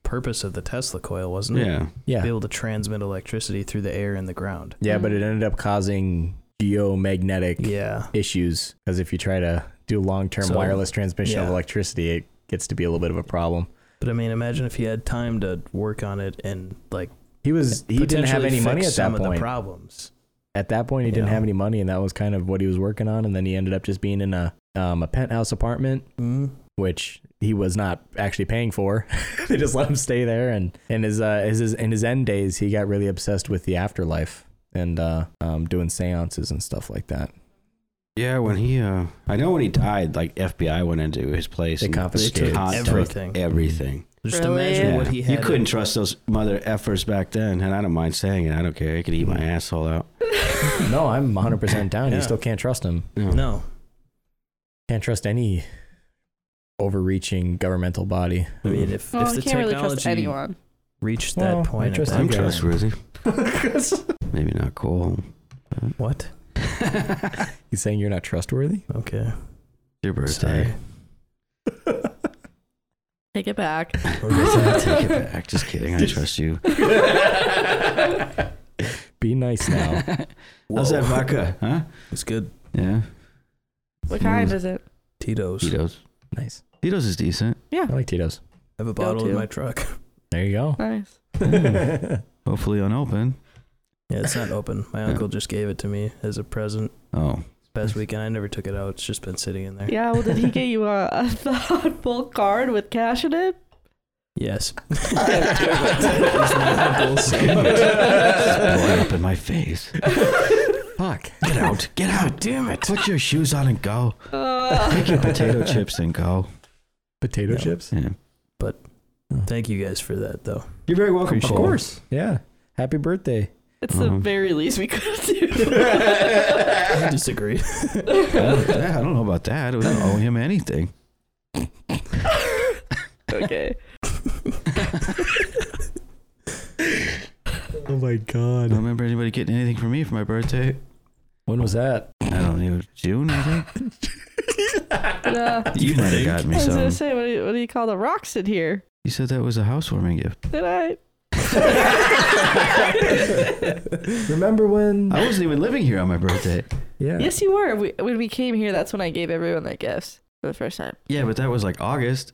Speaker 4: purpose of the Tesla coil, wasn't it?
Speaker 3: Yeah.
Speaker 1: Yeah.
Speaker 4: Be able to transmit electricity through the air and the ground.
Speaker 1: yeah, but it ended up causing geomagnetic
Speaker 4: Yeah.
Speaker 1: issues because if you try to do long-term
Speaker 4: So-
Speaker 1: wireless transmission of
Speaker 4: yeah.
Speaker 1: electricity, it gets to be a little bit of a problem.
Speaker 4: But I mean, imagine if he had time to work on it and like
Speaker 1: He was he didn't have
Speaker 4: potentially
Speaker 1: any money
Speaker 4: fix
Speaker 1: at
Speaker 4: some
Speaker 1: that
Speaker 4: of the
Speaker 1: point.
Speaker 4: problems.
Speaker 1: at that point he didn't
Speaker 4: Yeah.
Speaker 1: have any money and that was kind of what he was working on and then he ended up just being in a um, a penthouse apartment
Speaker 4: Mm.
Speaker 1: which he was not actually paying for they just let him stay there and in his uh his, his in his end days he got really obsessed with the afterlife and uh um doing seances and stuff like that
Speaker 3: Yeah, when he, uh, I know when he died, like FBI went into his place.
Speaker 1: They
Speaker 3: and
Speaker 1: confiscated
Speaker 3: hot
Speaker 1: stuff.
Speaker 3: took
Speaker 4: everything.
Speaker 3: Everything.
Speaker 4: Just
Speaker 2: Really?
Speaker 4: imagine what
Speaker 3: Yeah.
Speaker 4: he had.
Speaker 3: you couldn't trust those mother effers back then, and I don't mind saying it. I don't care. I could eat my asshole out.
Speaker 1: no i'm 100% down you
Speaker 4: Yeah.
Speaker 1: still can't trust him
Speaker 4: No.
Speaker 1: can't trust any overreaching governmental body
Speaker 4: I
Speaker 3: Mm.
Speaker 4: mean, if,
Speaker 2: Well,
Speaker 4: if the
Speaker 2: you "Oh, can't really trust
Speaker 4: technology
Speaker 2: anyone.
Speaker 4: reached
Speaker 1: Well,
Speaker 4: that point,
Speaker 1: I
Speaker 4: at
Speaker 1: trust
Speaker 4: that
Speaker 1: you
Speaker 3: I'm
Speaker 1: Okay.
Speaker 4: time-
Speaker 3: trustworthy. Maybe not Cole.
Speaker 4: What?
Speaker 1: he's saying you're not trustworthy
Speaker 4: Okay.
Speaker 3: Your birthday.
Speaker 4: Sorry.
Speaker 2: Take it back.
Speaker 3: Take it back. Just kidding. I trust you.
Speaker 1: be nice now
Speaker 3: How's that vodka? Huh?
Speaker 4: It's good.
Speaker 3: Yeah.
Speaker 2: What kind is it?
Speaker 4: Tito's. I
Speaker 3: Tito's.
Speaker 1: nice
Speaker 3: Tito's is decent.
Speaker 1: i like tito's
Speaker 4: have a bottle in
Speaker 2: Go-to.
Speaker 4: my truck.
Speaker 1: there you go Hmm.
Speaker 2: Nice.
Speaker 3: Hopefully unopened.
Speaker 4: Yeah, it's not open. My
Speaker 3: Yeah.
Speaker 4: uncle just gave it to me as a present.
Speaker 3: Oh.
Speaker 4: Best weekend. I never took it out. It's just been sitting in there.
Speaker 2: Yeah, well, did he get you a, a thoughtful card with cash in it? Uh,
Speaker 4: Yes.
Speaker 3: Blowing up in my face.
Speaker 1: fuck
Speaker 3: Get out. Get out. Damn it. Put your shoes on and go. Take your potato chips and go.
Speaker 1: potato
Speaker 4: No.
Speaker 1: chips
Speaker 3: Yeah.
Speaker 4: Thank you guys for that, though.
Speaker 3: You're very welcome,
Speaker 4: Appreciate
Speaker 3: Cole.
Speaker 4: it.
Speaker 1: Yeah. Happy birthday.
Speaker 2: It's
Speaker 3: Uh-huh.
Speaker 2: the very least we could do.
Speaker 4: I disagree.
Speaker 3: Oh, Yeah, I don't know about that. We don't owe him anything.
Speaker 2: okay.
Speaker 1: Oh my
Speaker 3: I
Speaker 1: god.
Speaker 3: don't remember anybody getting anything from me for my birthday.
Speaker 1: When was that?
Speaker 3: I don't know, June, I think.
Speaker 2: Uh,
Speaker 3: You might have gotten me
Speaker 2: I was
Speaker 3: some.
Speaker 2: gonna say, what do, you, what do you call the rocks in here?
Speaker 3: You said that was a housewarming gift.
Speaker 2: Did I?
Speaker 1: Remember when?
Speaker 3: I wasn't even living here on my birthday.
Speaker 1: Yeah.
Speaker 2: Yes, you were. We, when we came here, that's when I gave everyone their gifts for the first time.
Speaker 3: Yeah, but that was like August.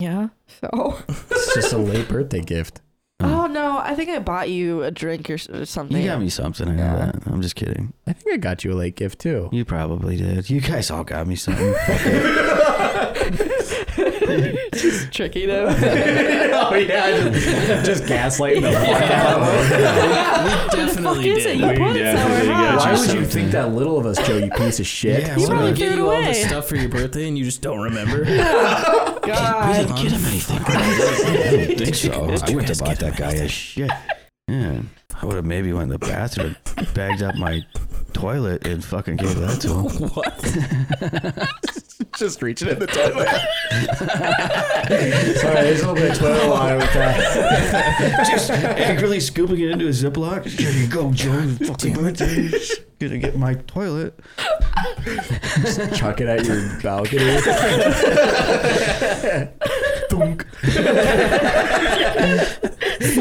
Speaker 2: Yeah. So.
Speaker 1: It's just a late birthday gift.
Speaker 4: Mm.
Speaker 2: Oh no! I think I bought you a drink or, s- or something.
Speaker 3: You got me something. I know
Speaker 1: Yeah.
Speaker 3: that. I'm just kidding.
Speaker 1: I think I got you a late gift too.
Speaker 3: You probably did. You guys all got me something.
Speaker 2: Just tricky though.
Speaker 1: oh yeah, just, just gaslighting the fuck
Speaker 2: Definitely the fuck is it? You
Speaker 8: did.
Speaker 2: put
Speaker 8: We
Speaker 2: it somewhere
Speaker 8: definitely
Speaker 2: high.
Speaker 8: got
Speaker 1: Why
Speaker 8: you
Speaker 1: would you think that little of us, Joe? You piece of shit.
Speaker 3: Yeah,
Speaker 2: You
Speaker 3: what
Speaker 2: probably
Speaker 3: a-
Speaker 2: threw
Speaker 4: Give
Speaker 2: it
Speaker 4: you all this
Speaker 2: away.
Speaker 4: stuff for your birthday and you just don't remember.
Speaker 3: I
Speaker 2: God.
Speaker 3: didn't get him anything. I don't think so.
Speaker 4: Did
Speaker 3: I
Speaker 4: you
Speaker 3: went to
Speaker 4: guys
Speaker 3: buy
Speaker 4: get
Speaker 3: that guy a shit. Yeah. I would have maybe went in the bathroom, bagged up my toilet, and fucking gave that to him.
Speaker 8: Just reaching in the toilet.
Speaker 1: Sorry, there's a little bit of toilet water with that.
Speaker 3: Just angrily scooping it into a Ziploc. Here you go, Joe. Fucking birthday. Gonna get my toilet.
Speaker 1: Chuck it at your balcony. Thunk.
Speaker 3: Is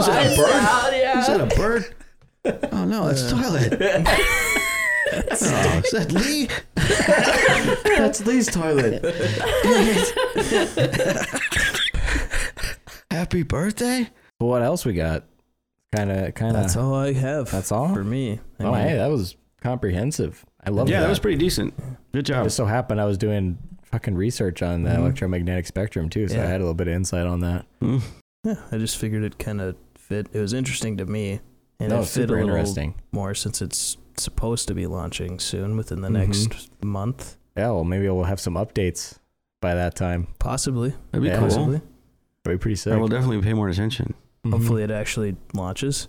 Speaker 3: that a bird?
Speaker 2: Out,
Speaker 3: Is
Speaker 2: yeah.
Speaker 3: that a bird? Oh no, that's toilet. oh, is that Lee?
Speaker 1: That's Lee's toilet.
Speaker 3: Happy birthday?
Speaker 1: But what else we got? Kind of, kind of.
Speaker 4: That's all I have.
Speaker 1: That's all?
Speaker 4: for me. I
Speaker 1: Oh,
Speaker 4: mean,
Speaker 1: hey, that was comprehensive. I love
Speaker 3: Yeah,
Speaker 1: that.
Speaker 3: that was pretty decent. Good
Speaker 1: It
Speaker 4: Oh.
Speaker 3: job.
Speaker 1: just so happened I was doing fucking research on the
Speaker 4: Mhm.
Speaker 1: electromagnetic spectrum too, so I
Speaker 4: Yeah.
Speaker 1: had a little bit of insight on that.
Speaker 3: Mm.
Speaker 4: yeah, I just figured it kind of fit. It was interesting to me, and
Speaker 1: no,
Speaker 4: it
Speaker 1: it's
Speaker 4: fit a
Speaker 1: super
Speaker 4: little
Speaker 1: interesting.
Speaker 4: more since it's supposed to be launching soon within the
Speaker 1: Mhm.
Speaker 4: next
Speaker 2: Mm-hmm.
Speaker 4: month,
Speaker 1: Yeah, well, maybe we'll have some updates by that time.
Speaker 4: possibly.
Speaker 3: That'd be
Speaker 1: Yeah. Mm-hmm.
Speaker 3: cool.
Speaker 4: Possibly.
Speaker 1: That'd be pretty sick.
Speaker 3: I will definitely pay more attention.
Speaker 1: Mhm.
Speaker 4: Hopefully, it actually launches.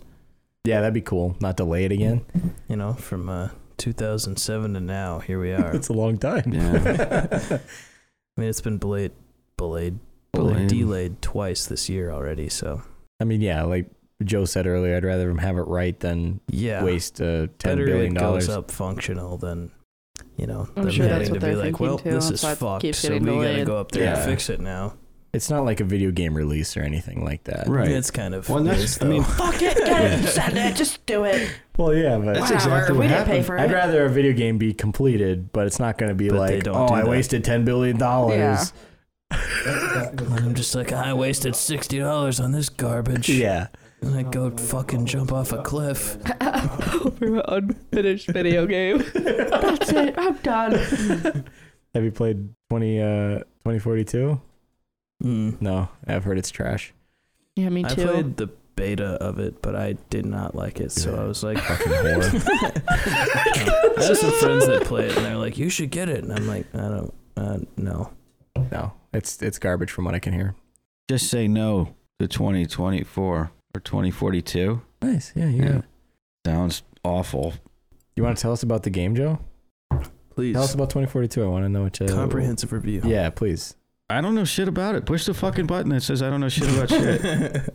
Speaker 1: Yeah, that'd be cool. Not delay it again.
Speaker 4: You know, from uh, 2007 to now, here we are.
Speaker 1: It's a long time.
Speaker 3: Yeah.
Speaker 4: I mean, it's been belayed, belayed,
Speaker 3: Belayed.
Speaker 4: belayed, delayed twice this year already. So
Speaker 1: I mean, yeah, like Joe said earlier, I'd rather him have it right than
Speaker 4: yeah,
Speaker 1: waste uh, ten
Speaker 4: better
Speaker 1: billion
Speaker 4: it goes
Speaker 1: dollars.
Speaker 4: up functional than you know
Speaker 2: I'm
Speaker 4: them
Speaker 2: sure
Speaker 4: having
Speaker 2: that's
Speaker 4: to
Speaker 2: what
Speaker 4: be
Speaker 2: they're
Speaker 4: like,
Speaker 2: thinking
Speaker 4: well,
Speaker 2: too,
Speaker 4: this
Speaker 2: and
Speaker 4: is
Speaker 2: so it
Speaker 4: fucked,
Speaker 2: keeps
Speaker 4: so we
Speaker 2: getting
Speaker 4: gotta
Speaker 2: delayed.
Speaker 4: go up there
Speaker 1: Yeah.
Speaker 4: and fix it now.
Speaker 1: It's not like a video game release or anything like that.
Speaker 3: Right.
Speaker 4: It's kind of
Speaker 3: Well, and that's-
Speaker 4: is,
Speaker 3: I mean-
Speaker 4: though.
Speaker 2: Fuck it. Get it. Send it. Just do it.
Speaker 1: Well, yeah, but
Speaker 3: That's
Speaker 2: Whatever.
Speaker 3: exactly
Speaker 2: we
Speaker 3: what
Speaker 2: didn't pay
Speaker 3: happened.
Speaker 2: for
Speaker 1: I'd
Speaker 2: it.
Speaker 1: rather a video game be completed, but it's not going to be
Speaker 4: But they
Speaker 1: like,
Speaker 4: don't
Speaker 1: oh,
Speaker 4: do
Speaker 1: I
Speaker 4: that."
Speaker 1: wasted ten billion dollars.
Speaker 2: Yeah.
Speaker 4: I'm just like I wasted sixty dollars on this garbage.
Speaker 1: Yeah.
Speaker 4: and I go fucking jump off a cliff.
Speaker 2: Over an unfinished video game. That's it. I'm done.
Speaker 1: Have you played 20, uh, 2042?
Speaker 4: Mm.
Speaker 1: No, I've heard it's trash.
Speaker 2: Yeah, me
Speaker 4: I
Speaker 2: too.
Speaker 4: played the beta of it, but I did not like it, so I was like,
Speaker 1: Fucking whore.
Speaker 4: I have some friends that play it, and they're like, you should get it, and I'm like, I don't, uh, no.
Speaker 1: No, it's it's garbage from what I can hear.
Speaker 3: Just say no to 2024 or 2042.
Speaker 1: Nice. Yeah, you
Speaker 3: got it. Sounds awful.
Speaker 1: You want to tell us about the game, Joe?
Speaker 4: Please,
Speaker 1: Tell us about 2042. I want to know what you
Speaker 4: comprehensive review.
Speaker 1: Yeah, please.
Speaker 3: I don't know shit about it. Push the fucking button that says I don't know shit about shit.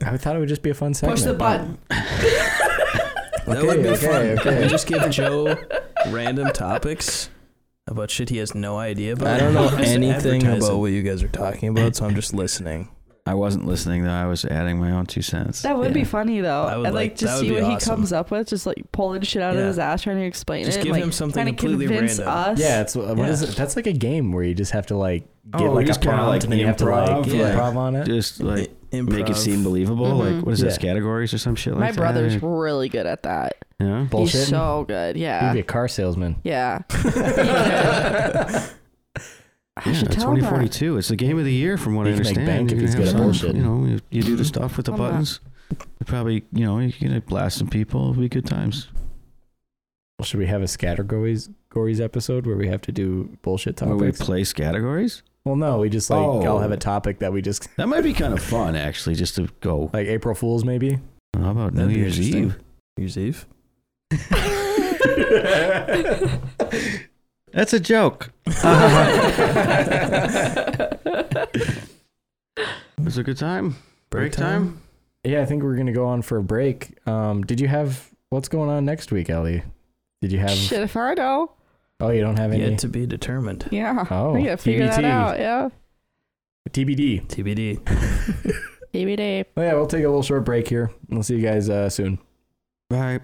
Speaker 1: I thought it would just be a fun segment.
Speaker 2: Push the button.
Speaker 4: That
Speaker 1: Okay,
Speaker 4: would be
Speaker 1: okay,
Speaker 4: fun.
Speaker 1: okay.
Speaker 4: We just give Joe random topics about shit he has no idea about.
Speaker 1: I don't know
Speaker 4: He has to
Speaker 1: anything
Speaker 4: advertise
Speaker 1: about-
Speaker 4: it, what you guys are talking about, so I'm just listening.
Speaker 3: I wasn't listening though. I was adding my own two cents.
Speaker 2: That would be
Speaker 4: Yeah.
Speaker 2: funny though.
Speaker 4: I would
Speaker 2: I'd
Speaker 4: like-
Speaker 2: like,
Speaker 4: that
Speaker 2: to
Speaker 4: would
Speaker 2: see
Speaker 4: be
Speaker 2: what he
Speaker 4: awesome.
Speaker 2: comes up with, just like pulling shit out
Speaker 4: Yeah.
Speaker 2: of his ass, trying to explain
Speaker 4: Just
Speaker 2: it.
Speaker 4: give
Speaker 2: like,
Speaker 4: him something
Speaker 2: trying to
Speaker 4: completely
Speaker 2: convince
Speaker 4: random.
Speaker 2: Us.
Speaker 1: Yeah, it's uh, what is
Speaker 4: Yeah.
Speaker 1: it? That's like a game where you just have to like get
Speaker 3: Oh,
Speaker 1: like a
Speaker 3: just kinda
Speaker 1: prompt
Speaker 3: like
Speaker 1: and then you have to like
Speaker 3: improv,
Speaker 1: get
Speaker 4: like-
Speaker 1: improv on it.
Speaker 3: Just like
Speaker 4: I-
Speaker 3: make it
Speaker 4: improv.
Speaker 3: seem believable. Like
Speaker 2: Mhm.
Speaker 3: what is this
Speaker 1: Yeah.
Speaker 3: categories or some shit like
Speaker 2: My
Speaker 3: that?
Speaker 2: brother's really good at that.
Speaker 3: Yeah.
Speaker 1: uh, Bullshit.
Speaker 2: He's so good.
Speaker 1: You'd
Speaker 2: Yeah.
Speaker 1: be a car salesman.
Speaker 2: Yeah. I
Speaker 3: Yeah,
Speaker 2: should tell him that.
Speaker 3: 2042. It's the game of the year, from what
Speaker 1: He
Speaker 3: I
Speaker 1: can make
Speaker 3: understand.
Speaker 1: bank
Speaker 3: You're
Speaker 1: if he's
Speaker 3: gonna
Speaker 1: good at
Speaker 3: have
Speaker 1: bullshit.
Speaker 3: some- You know, you, you do the stuff with the
Speaker 2: Tell him that.
Speaker 3: buttons. You probably, you know, you're gonna blast some people. It'll be good times.
Speaker 1: Well, should we have a Scattergories Gories episode where we have to do bullshit
Speaker 3: Where we
Speaker 1: topics?
Speaker 3: place categories.
Speaker 1: well, no, we just like
Speaker 3: Oh.
Speaker 1: all have a topic that we just
Speaker 3: That might be kind of fun, actually, just to go.
Speaker 1: like April Fools maybe.
Speaker 3: How about
Speaker 4: That'd
Speaker 3: New
Speaker 4: be
Speaker 3: Year's
Speaker 4: interesting.
Speaker 3: Eve?
Speaker 4: New Year's Eve.
Speaker 3: That's a joke. it was a good time. Break time.
Speaker 1: Yeah, I think we're gonna go on for a break. Um, did you have what's going on next week, Ellie? Did you have?
Speaker 2: Shit, if I know.
Speaker 1: Oh, you don't have any.
Speaker 4: Yet to be determined.
Speaker 2: Yeah.
Speaker 1: Oh,
Speaker 2: we gotta figure that
Speaker 1: TBT.
Speaker 2: out. Yeah.
Speaker 1: TBD.
Speaker 4: TBD.
Speaker 2: Baby day.
Speaker 1: Well, yeah, we'll take a little short break here. We'll see you guys uh, soon.
Speaker 3: Bye.